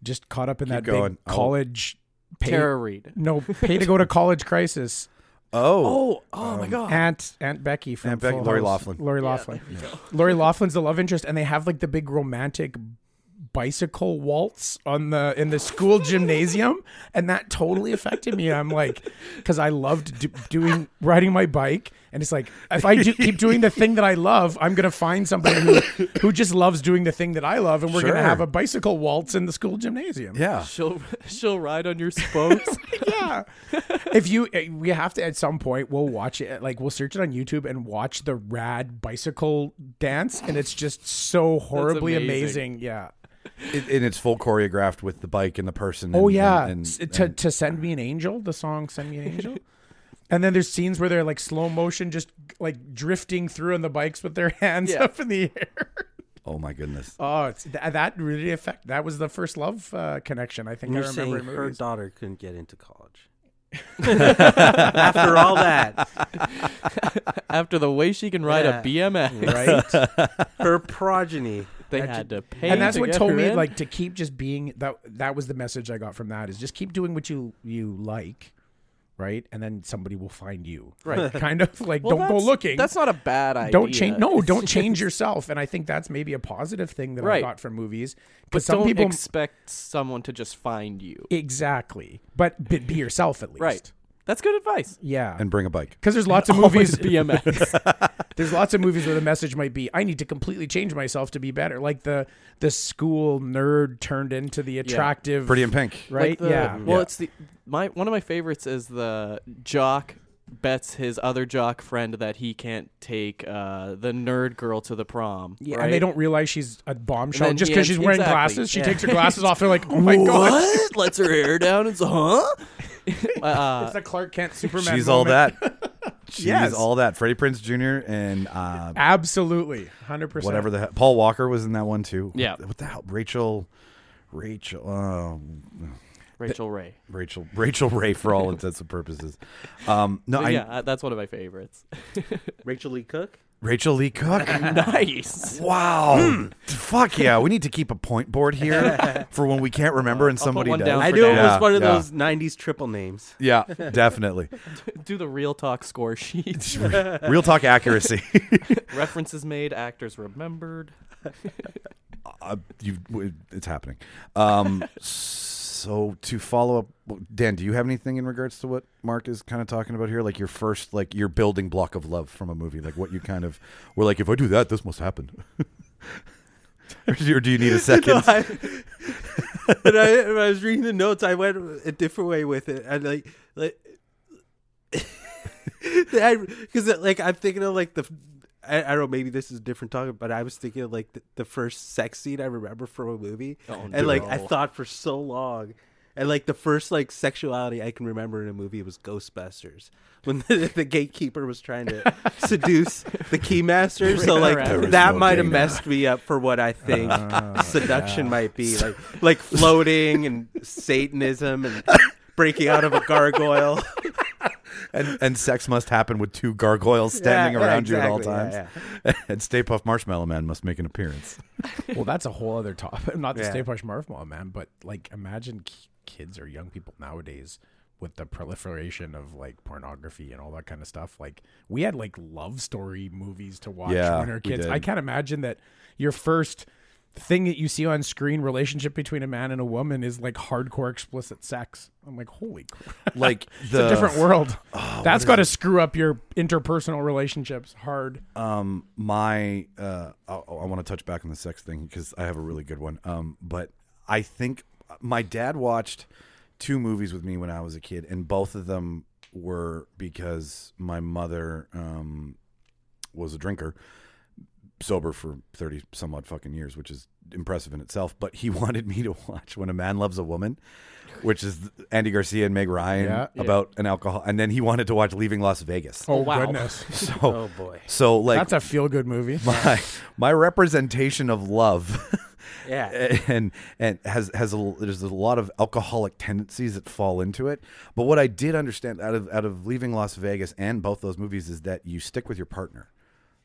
[SPEAKER 2] just caught up in that
[SPEAKER 1] going.
[SPEAKER 2] big
[SPEAKER 1] I'll-
[SPEAKER 2] college pay.
[SPEAKER 4] Tara Reid.
[SPEAKER 2] No, pay to go to college crisis.
[SPEAKER 1] Oh,
[SPEAKER 4] Oh, oh my God.
[SPEAKER 2] Aunt Aunt Becky from
[SPEAKER 1] Aunt Becky-
[SPEAKER 2] Full
[SPEAKER 1] Lori
[SPEAKER 2] House.
[SPEAKER 1] Loughlin.
[SPEAKER 2] Lori Laughlin. Lori Laughlin's the love interest, and they have like the big romantic bicycle waltz on the in the school gymnasium, and that totally affected me. I'm like, because I loved do, doing riding my bike, and it's like if I do, keep doing the thing that I love, I'm gonna find somebody who who just loves doing the thing that I love, and we're
[SPEAKER 1] Sure.
[SPEAKER 2] gonna have a bicycle waltz in the school gymnasium.
[SPEAKER 1] yeah.
[SPEAKER 4] She'll she'll ride on
[SPEAKER 2] <laughs>
[SPEAKER 4] your spokes.
[SPEAKER 2] yeah. If you, eh, we have to at some point, we'll watch it. Like, we'll search it on YouTube and watch the rad bicycle dance. And it's just so horribly amazing.
[SPEAKER 4] amazing.
[SPEAKER 2] Yeah.
[SPEAKER 1] It, and it's full choreographed with the bike and the person.
[SPEAKER 2] Oh,
[SPEAKER 1] and-
[SPEAKER 2] yeah.
[SPEAKER 1] and-
[SPEAKER 2] S-
[SPEAKER 1] and-
[SPEAKER 2] to, to Send Me an Angel, the song Send Me an Angel. and then there's scenes where they're like slow motion, just like drifting through on the bikes with their <laughs> hands
[SPEAKER 4] Yeah.
[SPEAKER 2] up in the air.
[SPEAKER 1] oh my goodness.
[SPEAKER 2] Oh, it's, th- that really affect. That was the first love uh, connection I think I
[SPEAKER 3] You're
[SPEAKER 2] remember.
[SPEAKER 3] saying
[SPEAKER 2] in
[SPEAKER 3] her
[SPEAKER 2] movies.
[SPEAKER 3] daughter couldn't get into <laughs> college. After all that,
[SPEAKER 4] After the way she can ride
[SPEAKER 3] Yeah.
[SPEAKER 2] <laughs>
[SPEAKER 4] a BMX,
[SPEAKER 2] right?
[SPEAKER 3] her progeny.
[SPEAKER 4] they had to pay.
[SPEAKER 2] and that's
[SPEAKER 4] to
[SPEAKER 2] what
[SPEAKER 4] get
[SPEAKER 2] told
[SPEAKER 4] her
[SPEAKER 2] me
[SPEAKER 4] in.
[SPEAKER 2] like to keep just being that that was the message i got from that is just keep doing what you you like right and then somebody will find you right <laughs> kind of like
[SPEAKER 4] Well,
[SPEAKER 2] don't go
[SPEAKER 4] that's-
[SPEAKER 2] looking
[SPEAKER 4] That's not a bad idea.
[SPEAKER 2] don't change
[SPEAKER 4] <laughs>
[SPEAKER 2] no don't change yourself and i think that's maybe a positive thing that i
[SPEAKER 4] Right.
[SPEAKER 2] got from movies
[SPEAKER 4] But
[SPEAKER 2] because some
[SPEAKER 4] don't
[SPEAKER 2] people
[SPEAKER 4] expect someone to just find you.
[SPEAKER 2] exactly but be, be yourself at least
[SPEAKER 4] Right. That's good
[SPEAKER 2] <laughs>
[SPEAKER 4] advice.
[SPEAKER 2] yeah
[SPEAKER 1] And bring a bike.
[SPEAKER 2] because there's lots of movies
[SPEAKER 4] BMX.
[SPEAKER 2] <laughs> there's lots of movies where the message might be i need to completely change myself to be better like the the school nerd turned into the attractive
[SPEAKER 1] Pretty in pink.
[SPEAKER 2] right
[SPEAKER 4] Like the-
[SPEAKER 2] yeah
[SPEAKER 4] Well, it's the my one of my favorites is the jock bets his other jock friend that he can't take uh, the nerd girl to the prom.
[SPEAKER 2] Yeah,
[SPEAKER 4] right?
[SPEAKER 2] and they don't realize she's a bombshell
[SPEAKER 4] then
[SPEAKER 2] just
[SPEAKER 4] he
[SPEAKER 2] because
[SPEAKER 4] ends-
[SPEAKER 2] she's wearing
[SPEAKER 4] exactly.
[SPEAKER 2] glasses. She
[SPEAKER 4] Yeah.
[SPEAKER 2] takes her glasses off. They're
[SPEAKER 4] <laughs>
[SPEAKER 2] like, "Oh <laughs> my god,
[SPEAKER 4] What? Lets her hair down. It's huh? uh,
[SPEAKER 2] it's the Clark Kent Superman."
[SPEAKER 1] She's all
[SPEAKER 2] <laughs> moment.
[SPEAKER 1] that. She's
[SPEAKER 2] Yes.
[SPEAKER 1] all that. Freddie Prince Jr. and uh,
[SPEAKER 2] Absolutely, hundred percent.
[SPEAKER 1] whatever the hell. Paul Walker was in that one too.
[SPEAKER 4] Yeah.
[SPEAKER 1] What the hell? Rachel. Rachel, uh,
[SPEAKER 4] Rachel Ray.
[SPEAKER 1] Rachel, <laughs> Rachel Ray, for all intents and purposes. Um, no, I,
[SPEAKER 4] yeah, uh, that's one of my favorites. <laughs>
[SPEAKER 3] Rachel Lee Cook.
[SPEAKER 1] Rachel Lee Cook.
[SPEAKER 4] nice. Hmm.
[SPEAKER 1] Wow. Fuck yeah. We need to keep a point board
[SPEAKER 4] <laughs>
[SPEAKER 1] here for when we can't remember and
[SPEAKER 4] I'll put
[SPEAKER 1] somebody
[SPEAKER 4] one
[SPEAKER 1] does.
[SPEAKER 4] down
[SPEAKER 3] I
[SPEAKER 4] for
[SPEAKER 3] knew it
[SPEAKER 4] Dan.
[SPEAKER 1] Yeah,
[SPEAKER 3] was one of
[SPEAKER 1] yeah.
[SPEAKER 3] those '90s triple <laughs> names.
[SPEAKER 1] Yeah,
[SPEAKER 4] <laughs>
[SPEAKER 1] definitely.
[SPEAKER 4] Do the real talk
[SPEAKER 1] <laughs>
[SPEAKER 4] score sheet.
[SPEAKER 1] Real talk accuracy.
[SPEAKER 4] References made, actors remembered.
[SPEAKER 1] uh, you, w- it's happening. Um, so to follow up, Dan, do you have anything in regards to what Mark is kind of talking about here? Like your first, like your building block of love from a movie, like what you kind of were like, if I do that, this must happen. <laughs> or do or do
[SPEAKER 3] <laughs>
[SPEAKER 1] you need a second?
[SPEAKER 3] I, when, I, when I was reading the notes, I went a different way with it, and like, like <laughs> because like I'm thinking of like the. I, I don't know. Maybe this is a different topic, but I was thinking of like the, the first sex scene I remember from a movie,
[SPEAKER 4] Oh,
[SPEAKER 3] and like I
[SPEAKER 4] no.
[SPEAKER 3] thought for so long, and like the first like sexuality I can remember in a movie was Ghostbusters when the, <laughs> the gatekeeper was trying to seduce the keymaster. So like
[SPEAKER 4] There
[SPEAKER 1] is
[SPEAKER 3] that
[SPEAKER 1] no
[SPEAKER 3] might have
[SPEAKER 1] data.
[SPEAKER 3] messed me up for what I think seduction might be like, like floating and Satanism and breaking out of a gargoyle.
[SPEAKER 1] and, and sex must happen with two gargoyles standing
[SPEAKER 3] Yeah, yeah,
[SPEAKER 1] around you at all times.
[SPEAKER 3] exactly. Yeah,
[SPEAKER 1] <laughs> and Stay Puff Marshmallow Man must make an appearance.
[SPEAKER 2] <laughs> well, that's a whole other topic. <laughs> Not the
[SPEAKER 3] Yeah.
[SPEAKER 2] Stay Push Marshmallow Man, but like, imagine ki- kids or young people nowadays with the proliferation of like pornography and all that kind of stuff. Like, we had like love story movies to watch
[SPEAKER 1] Yeah,
[SPEAKER 2] when we were
[SPEAKER 1] we
[SPEAKER 2] kids.
[SPEAKER 1] did.
[SPEAKER 2] I can't imagine that your first thing that you see on screen relationship between a man and a woman is like hardcore explicit sex. I'm like, holy crap.
[SPEAKER 1] Like the
[SPEAKER 2] It's Oh, a different world. That's
[SPEAKER 1] what
[SPEAKER 2] got to screw up your interpersonal relationships hard.
[SPEAKER 1] um my uh I, I want to touch back on the sex thing because I have a really good one. Um, but I think uh, my dad watched two movies with me when I was a kid, and both of them were because my mother um was a drinker sober for 30 some odd fucking years which is impressive in itself but he <laughs> wanted me to watch when a man loves a woman which is andy garcia and meg ryan
[SPEAKER 2] Yeah.
[SPEAKER 4] Yeah.
[SPEAKER 1] about an alcohol and then he wanted to watch leaving las vegas
[SPEAKER 2] Oh,
[SPEAKER 4] wow.
[SPEAKER 2] goodness.
[SPEAKER 1] <laughs> so
[SPEAKER 3] Oh boy.
[SPEAKER 1] so like
[SPEAKER 2] That's a feel good movie.
[SPEAKER 1] my my representation of love
[SPEAKER 3] Yeah.
[SPEAKER 1] <laughs> and and has has a, there's a lot of alcoholic tendencies that fall into it but what i did understand out of out of leaving las vegas and both those movies is that you stick with your partner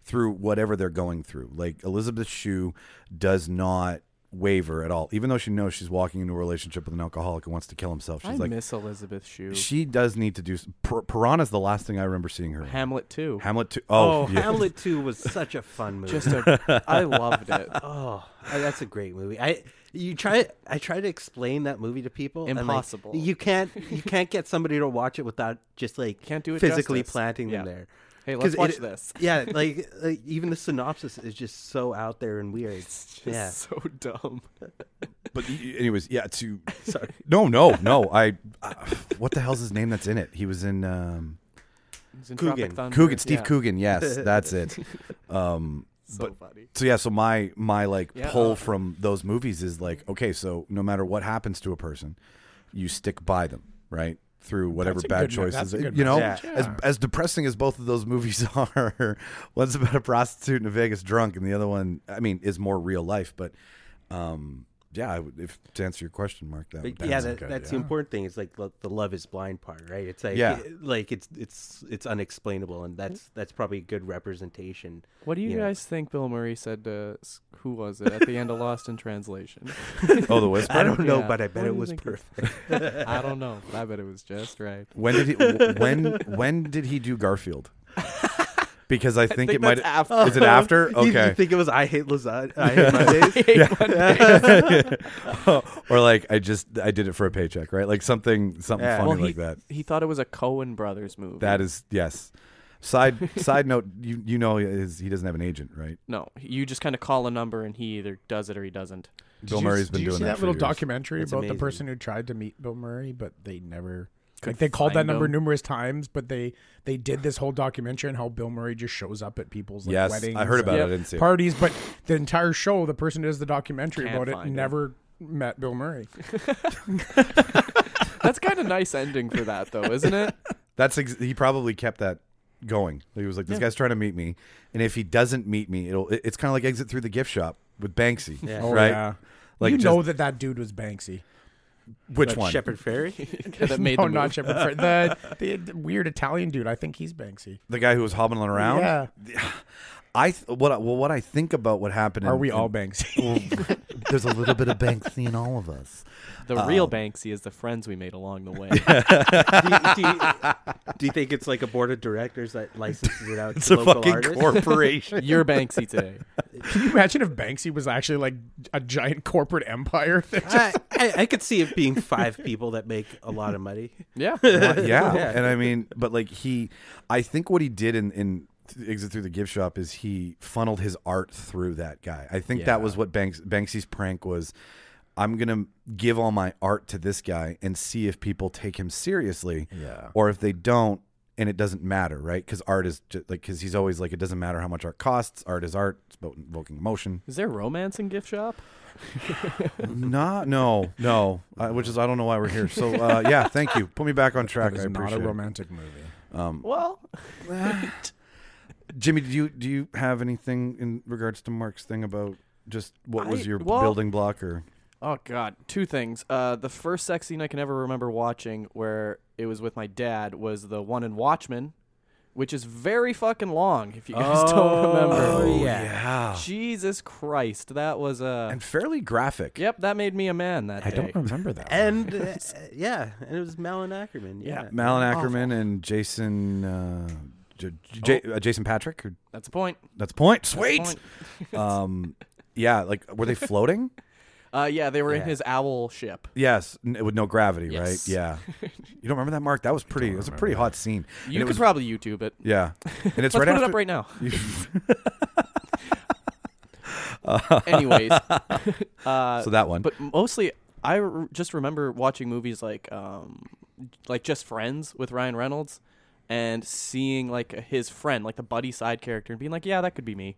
[SPEAKER 1] through whatever they're going through like elizabeth shue does not waver at all, even though she knows she's walking into a relationship with an alcoholic who wants to kill himself. She's
[SPEAKER 4] I
[SPEAKER 1] like,
[SPEAKER 4] miss Elizabeth Shue.
[SPEAKER 1] she does need to do. s- Pir- Piranha's the last thing I remember seeing her. in.
[SPEAKER 4] Hamlet too.
[SPEAKER 1] Hamlet too. Oh,
[SPEAKER 4] Oh,
[SPEAKER 1] yeah.
[SPEAKER 3] Hamlet 2 was such a fun movie.
[SPEAKER 4] Just a, I loved it.
[SPEAKER 3] Oh, I- that's a great movie. I you try I try to explain that movie to people. and, like,
[SPEAKER 4] Impossible.
[SPEAKER 3] you can't you can't get somebody to watch it without just like
[SPEAKER 4] Can't do it
[SPEAKER 3] physically
[SPEAKER 4] justice.
[SPEAKER 3] planting them
[SPEAKER 4] Yeah.
[SPEAKER 3] there.
[SPEAKER 4] Hey, let's
[SPEAKER 3] 'Cause
[SPEAKER 4] watch
[SPEAKER 3] it-
[SPEAKER 4] this.
[SPEAKER 3] <laughs>
[SPEAKER 4] <laughs>
[SPEAKER 3] yeah, like, like even the synopsis is just so out there and weird.
[SPEAKER 4] Just
[SPEAKER 3] yeah.
[SPEAKER 4] so dumb.
[SPEAKER 1] But y- y- anyways, yeah. To
[SPEAKER 3] Sorry.
[SPEAKER 1] no, no, no. I. Uh, what the hell's his name? That's in it. He was in um,
[SPEAKER 4] He's in
[SPEAKER 3] Coogan.
[SPEAKER 4] Tropic Thunder.
[SPEAKER 1] Coogan. Steve
[SPEAKER 4] Yeah.
[SPEAKER 1] Coogan. Yes, that's
[SPEAKER 4] <laughs>
[SPEAKER 1] it. Um,
[SPEAKER 4] So
[SPEAKER 1] but
[SPEAKER 4] funny.
[SPEAKER 1] so yeah. So my my like
[SPEAKER 4] Yeah.
[SPEAKER 1] pull from those movies is like okay. So no matter what happens to a person, you stick by them, right? Through whatever
[SPEAKER 2] That's a
[SPEAKER 1] bad
[SPEAKER 2] good me- that's
[SPEAKER 1] choices,
[SPEAKER 2] a good
[SPEAKER 1] you know,
[SPEAKER 2] message,
[SPEAKER 1] as
[SPEAKER 2] yeah.
[SPEAKER 1] as depressing as both of those movies <laughs> are, one's about a prostitute in a Vegas drunk, and the other one, I mean, is more real life. But um, yeah, I would, if to answer your question, Mark, that,
[SPEAKER 3] But
[SPEAKER 1] that
[SPEAKER 3] yeah,
[SPEAKER 1] was
[SPEAKER 3] that,
[SPEAKER 1] good,
[SPEAKER 3] that's
[SPEAKER 1] yeah.
[SPEAKER 3] the important thing. Is like lo- the love is blind part, right? It's like
[SPEAKER 1] Yeah.
[SPEAKER 3] like it's it's it's unexplainable, and that's that's probably a good representation.
[SPEAKER 4] What do you
[SPEAKER 3] you know.
[SPEAKER 4] guys think Bill Murray said to s- who was it at the end of Lost in Translation?
[SPEAKER 1] Oh, the whisper.
[SPEAKER 3] <laughs> I don't know,
[SPEAKER 4] Yeah.
[SPEAKER 3] but I
[SPEAKER 4] What
[SPEAKER 3] bet
[SPEAKER 4] do
[SPEAKER 3] it
[SPEAKER 4] you
[SPEAKER 3] was
[SPEAKER 4] think of-
[SPEAKER 3] perfect.
[SPEAKER 4] I
[SPEAKER 1] <laughs>
[SPEAKER 4] don't know. I bet it was just right.
[SPEAKER 1] When
[SPEAKER 2] <laughs>
[SPEAKER 1] did he? w- when when did he do Garfield? Because I think, it might.
[SPEAKER 4] that's after.
[SPEAKER 3] <laughs>
[SPEAKER 1] Is it after?
[SPEAKER 3] Um, You- You,
[SPEAKER 1] Okay.
[SPEAKER 3] think it was I hate lasagna? I
[SPEAKER 1] <laughs>
[SPEAKER 3] hate Mondays.
[SPEAKER 1] or like I just I did it for a paycheck, right? Like something something
[SPEAKER 3] Yeah.
[SPEAKER 1] funny
[SPEAKER 4] well, he,
[SPEAKER 1] like that.
[SPEAKER 4] <laughs> he thought it was a Cohen Brothers movie.
[SPEAKER 1] That is yes. Side side note, you you know his, he doesn't have an agent, right?
[SPEAKER 4] no, you just kind of call a number and he either does it or he doesn't.
[SPEAKER 1] Bill Murray's been
[SPEAKER 2] did you
[SPEAKER 1] doing
[SPEAKER 2] see
[SPEAKER 1] that
[SPEAKER 2] that
[SPEAKER 1] for
[SPEAKER 2] little
[SPEAKER 1] years.
[SPEAKER 2] documentary
[SPEAKER 3] That's
[SPEAKER 2] about
[SPEAKER 3] amazing.
[SPEAKER 2] the person who tried to meet Bill Murray, but they never.
[SPEAKER 4] Couldn't
[SPEAKER 2] like they called that
[SPEAKER 4] find
[SPEAKER 2] number
[SPEAKER 4] him.
[SPEAKER 2] numerous times, but they they did this whole documentary on how Bill Murray just shows up at people's like
[SPEAKER 1] Yes, I
[SPEAKER 2] weddings.
[SPEAKER 1] heard about
[SPEAKER 2] and
[SPEAKER 1] it. I didn't see it.
[SPEAKER 2] parties, but the entire show, the person who does the documentary
[SPEAKER 4] Can't
[SPEAKER 2] about it
[SPEAKER 4] find him.
[SPEAKER 2] never met Bill Murray.
[SPEAKER 4] That's kind of nice ending for that though,
[SPEAKER 1] <laughs>
[SPEAKER 4] isn't it?
[SPEAKER 1] That's ex- he probably kept that going. He was like, this guy's trying to meet me, and if he doesn't meet me, it'll it- it's kind of like exit through the gift shop with Banksy,
[SPEAKER 3] Yeah.
[SPEAKER 2] Oh
[SPEAKER 1] right?
[SPEAKER 2] yeah,
[SPEAKER 1] Like
[SPEAKER 2] you
[SPEAKER 1] just-
[SPEAKER 2] know that that dude was Banksy.
[SPEAKER 1] which one?
[SPEAKER 3] Shepherd <laughs> Ferry.
[SPEAKER 4] that
[SPEAKER 2] <laughs>
[SPEAKER 4] made
[SPEAKER 2] no,
[SPEAKER 4] the
[SPEAKER 2] not
[SPEAKER 4] movie.
[SPEAKER 2] Shepard. Fair. The, the the weird Italian dude. I think he's Banksy.
[SPEAKER 1] The guy who was hobbling around.
[SPEAKER 2] Yeah.
[SPEAKER 1] I th- what I- well what I think about what happened.
[SPEAKER 2] Are
[SPEAKER 1] in-
[SPEAKER 2] we
[SPEAKER 1] in- <laughs>
[SPEAKER 2] all Banksy?
[SPEAKER 1] there's a little bit of Banksy in all of us.
[SPEAKER 4] The
[SPEAKER 1] Um,
[SPEAKER 4] real Banksy is the friends we made along
[SPEAKER 1] <laughs>
[SPEAKER 4] the way.
[SPEAKER 3] do, you, do, you, do you think it's like a board of directors that licenses it out
[SPEAKER 1] It's a
[SPEAKER 3] to local
[SPEAKER 1] fucking
[SPEAKER 3] <laughs> artists?
[SPEAKER 1] corporation.
[SPEAKER 4] You're Banksy today.
[SPEAKER 2] Can you imagine if Banksy was actually like a giant corporate empire? <laughs>
[SPEAKER 3] I, I, I could see it being five people that make a lot of money.
[SPEAKER 1] <laughs>
[SPEAKER 4] Yeah.
[SPEAKER 1] Well, yeah.
[SPEAKER 3] Yeah.
[SPEAKER 1] And I mean, but like he, I think what he did in, in Exit Through the Gift Shop is he funneled his art through that guy. I think that was what Banks, Banksy's prank was. I'm going to give all my art to this guy and see if people take him seriously.
[SPEAKER 2] Yeah.
[SPEAKER 1] Or if they don't, and it doesn't matter, right? Because art is just like, because he's always like, it doesn't matter how much art costs. Art is art. It's about invoking
[SPEAKER 2] <laughs>
[SPEAKER 1] emotion.
[SPEAKER 4] Is there romance in gift shop?
[SPEAKER 1] Not, no, no. Uh, which is, I don't know why we're here. So, uh, yeah, thank you. Put me back on track.
[SPEAKER 2] That
[SPEAKER 1] I
[SPEAKER 2] is
[SPEAKER 1] appreciate
[SPEAKER 2] not a
[SPEAKER 1] it.
[SPEAKER 2] romantic movie.
[SPEAKER 4] Well,
[SPEAKER 1] Um, <laughs> Jimmy, do you do you have anything in regards to Mark's thing about just what was
[SPEAKER 4] I-
[SPEAKER 1] your
[SPEAKER 4] well-
[SPEAKER 1] building block or
[SPEAKER 4] Oh God, two things. Uh, the first sex scene I can ever remember watching, where it was with my dad, was the one in Watchmen, which is very fucking long. If you guys <laughs> don't remember,
[SPEAKER 3] Oh, yeah.
[SPEAKER 4] Jesus Christ, that was a.
[SPEAKER 1] and fairly graphic.
[SPEAKER 4] yep, that made me a man that
[SPEAKER 2] I
[SPEAKER 4] day.
[SPEAKER 2] don't remember that.
[SPEAKER 3] And uh, yeah, and it was Malin Ackerman. Yeah.
[SPEAKER 4] Yeah.
[SPEAKER 1] Malin Ackerman and Jason uh, J- J-
[SPEAKER 4] Oh.
[SPEAKER 1] uh, Jason Patrick. Or,
[SPEAKER 4] That's a point.
[SPEAKER 1] that's a point. Sweet.
[SPEAKER 4] Point. <laughs>
[SPEAKER 1] um, yeah, like were they floating?
[SPEAKER 4] Uh, yeah, they were in
[SPEAKER 3] Yeah.
[SPEAKER 4] his owl ship.
[SPEAKER 1] yes, n- with no gravity,
[SPEAKER 4] Yes.
[SPEAKER 1] right?
[SPEAKER 4] <laughs>
[SPEAKER 1] Yeah. You don't remember that, Mark? That was pretty. It was a pretty hot scene. And
[SPEAKER 4] You
[SPEAKER 1] it
[SPEAKER 4] could
[SPEAKER 1] was,
[SPEAKER 4] probably YouTube it.
[SPEAKER 1] yeah, and it's right
[SPEAKER 4] Let's put
[SPEAKER 1] after.
[SPEAKER 4] it up
[SPEAKER 1] <laughs>
[SPEAKER 4] right now.
[SPEAKER 1] you- <laughs>
[SPEAKER 4] Anyways, <laughs> uh,
[SPEAKER 1] so that one.
[SPEAKER 4] but mostly I r- just remember watching movies like um like just Friends with Ryan Reynolds and seeing like his friend like the buddy side character and being like yeah that could be me.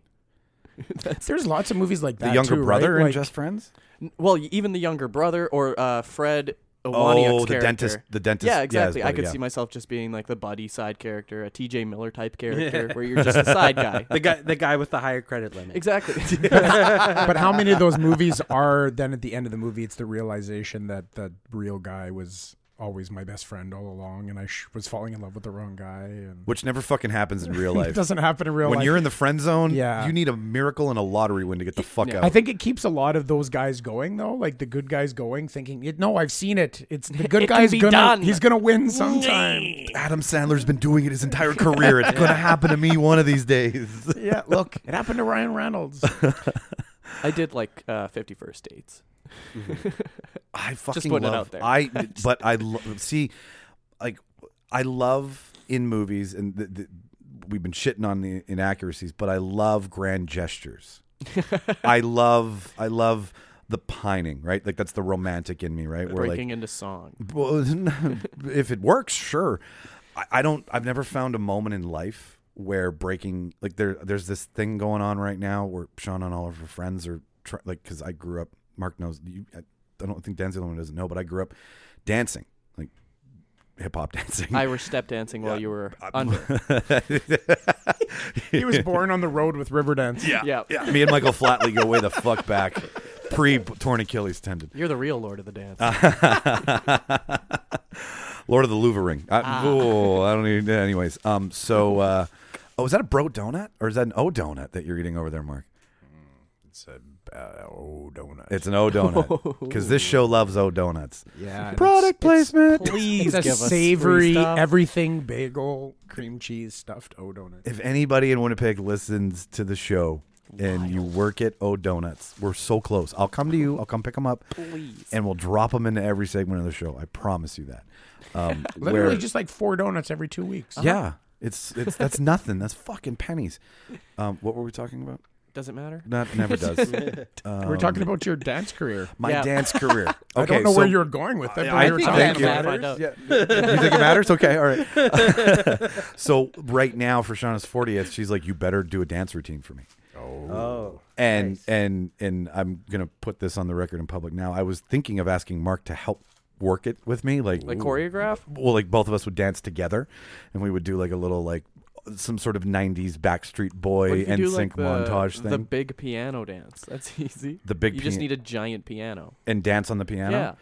[SPEAKER 2] There's lots of movies like that.
[SPEAKER 1] the younger
[SPEAKER 2] too,
[SPEAKER 1] brother
[SPEAKER 2] right?
[SPEAKER 1] and
[SPEAKER 2] Like,
[SPEAKER 1] Just Friends.
[SPEAKER 4] N- Well, y- even the younger brother or uh Fred Owaniak's
[SPEAKER 1] oh, the
[SPEAKER 4] character.
[SPEAKER 1] dentist. The dentist.
[SPEAKER 4] yeah,
[SPEAKER 1] his
[SPEAKER 4] exactly. I
[SPEAKER 1] buddy,
[SPEAKER 4] could
[SPEAKER 1] yeah.
[SPEAKER 4] see myself just being like the buddy side character, a TJ
[SPEAKER 1] <laughs>
[SPEAKER 4] Miller type character where you're just a side guy.
[SPEAKER 3] The guy, the guy with the higher credit limit.
[SPEAKER 4] Exactly.
[SPEAKER 2] but how many of those movies are then at the end of the movie? It's the realization that the real guy was always my best friend all along, and I sh- was falling in love with the wrong guy. And
[SPEAKER 1] which never fucking happens <laughs> in real
[SPEAKER 2] it
[SPEAKER 1] life.
[SPEAKER 2] doesn't happen in real
[SPEAKER 1] when
[SPEAKER 2] life.
[SPEAKER 1] you're in the friend zone,
[SPEAKER 2] Yeah.
[SPEAKER 1] you need a miracle and a lottery win to get the fuck out.
[SPEAKER 2] I think it keeps a lot of those guys going though, like the good guys going, thinking, "It- "No, I've seen <laughs> it. It's the good
[SPEAKER 4] It can
[SPEAKER 2] guy's
[SPEAKER 4] be
[SPEAKER 2] gonna
[SPEAKER 4] done."
[SPEAKER 2] he's gonna win sometime." <laughs>
[SPEAKER 1] Adam Sandler's been doing it his entire career. It's going to happen to me one of these days.
[SPEAKER 2] <laughs> yeah, look, it happened to Ryan <laughs> Reynolds.
[SPEAKER 4] I did like uh, 51st dates.
[SPEAKER 1] I fucking
[SPEAKER 4] putting it
[SPEAKER 1] love,
[SPEAKER 4] out there. <laughs>
[SPEAKER 1] I but I lo- see, like I love in movies, and the, the, we've been shitting on the inaccuracies, but I love grand
[SPEAKER 4] <laughs>
[SPEAKER 1] gestures. I love I love the pining, right? Like that's the romantic in me, right? Where
[SPEAKER 4] Breaking
[SPEAKER 1] like,
[SPEAKER 4] into song.
[SPEAKER 1] <laughs> well, if it works, sure. I, I don't. I've never found a moment in life where breaking like there. There's this thing going on right now where Sean and all of her friends are try, like because I grew up. Mark knows. You, I, I don't think Dan's the only one who doesn't know, but I grew up dancing, like hip hop <laughs> dancing.
[SPEAKER 4] Irish step dancing while
[SPEAKER 1] <laughs>
[SPEAKER 4] you were under.
[SPEAKER 2] he was born on the road with Riverdance.
[SPEAKER 1] yeah,
[SPEAKER 4] Yeah.
[SPEAKER 1] yeah. Me and Michael Flatley go way the fuck back, pre torn Achilles tendon.
[SPEAKER 4] You're the real Lord of the Dance.
[SPEAKER 1] Uh, Lord of the Louvre Ring. I,
[SPEAKER 2] Ah.
[SPEAKER 1] oh, I don't even. Anyways, um,
[SPEAKER 2] <laughs>
[SPEAKER 1] so uh, oh, is that a bro donut or is that an O donut that you're eating over there, Mark?
[SPEAKER 2] It's a uh, oh donut.
[SPEAKER 1] It's an O donut because this show loves O donuts.
[SPEAKER 3] Yeah.
[SPEAKER 1] Product placement.
[SPEAKER 2] It's
[SPEAKER 4] Please
[SPEAKER 2] a
[SPEAKER 4] give us free
[SPEAKER 2] savory
[SPEAKER 4] stuff.
[SPEAKER 2] everything bagel cream cheese stuffed O donut.
[SPEAKER 1] If anybody in Winnipeg listens to the show and you work at O Donuts, we're so close. I'll come to you. I'll come pick them up,
[SPEAKER 4] Please.
[SPEAKER 1] and we'll drop them into every segment of the show. I promise you that.
[SPEAKER 2] <laughs>
[SPEAKER 1] Um,
[SPEAKER 2] Literally
[SPEAKER 1] where-
[SPEAKER 2] just like four donuts every two weeks.
[SPEAKER 1] yeah. It's it's that's nothing. That's fucking pennies. Um, what were we talking about?
[SPEAKER 4] Doesn't matter.
[SPEAKER 1] That never
[SPEAKER 2] <laughs>
[SPEAKER 1] does.
[SPEAKER 2] We're talking about your dance career.
[SPEAKER 1] my
[SPEAKER 4] Yeah.
[SPEAKER 1] dance career. Okay,
[SPEAKER 2] <laughs> I don't know where
[SPEAKER 1] so-
[SPEAKER 2] you're going with that, but
[SPEAKER 1] I
[SPEAKER 2] we were
[SPEAKER 1] think
[SPEAKER 2] talking
[SPEAKER 1] that
[SPEAKER 2] about
[SPEAKER 4] matters.
[SPEAKER 2] it.
[SPEAKER 4] Find out. <laughs>
[SPEAKER 1] Yeah. you think it matters? Okay, all right. so right now for Shauna's 40th, she's like, "You better do a dance routine for me."
[SPEAKER 3] Oh.
[SPEAKER 1] And
[SPEAKER 3] Nice.
[SPEAKER 1] and and I'm gonna put this on the record in public now. I was thinking of asking Mark to help work it with me, like
[SPEAKER 4] Like choreograph?
[SPEAKER 1] well, like both of us would dance together, and we would do like a little like some sort of 90s Backstreet
[SPEAKER 4] What
[SPEAKER 1] Boy
[SPEAKER 4] if you do
[SPEAKER 1] NSYNC
[SPEAKER 4] like the,
[SPEAKER 1] montage
[SPEAKER 4] The
[SPEAKER 1] thing,
[SPEAKER 4] big piano dance. <laughs> That's easy.
[SPEAKER 1] The big
[SPEAKER 4] You just
[SPEAKER 1] pia-
[SPEAKER 4] need a giant piano.
[SPEAKER 1] and dance on the piano.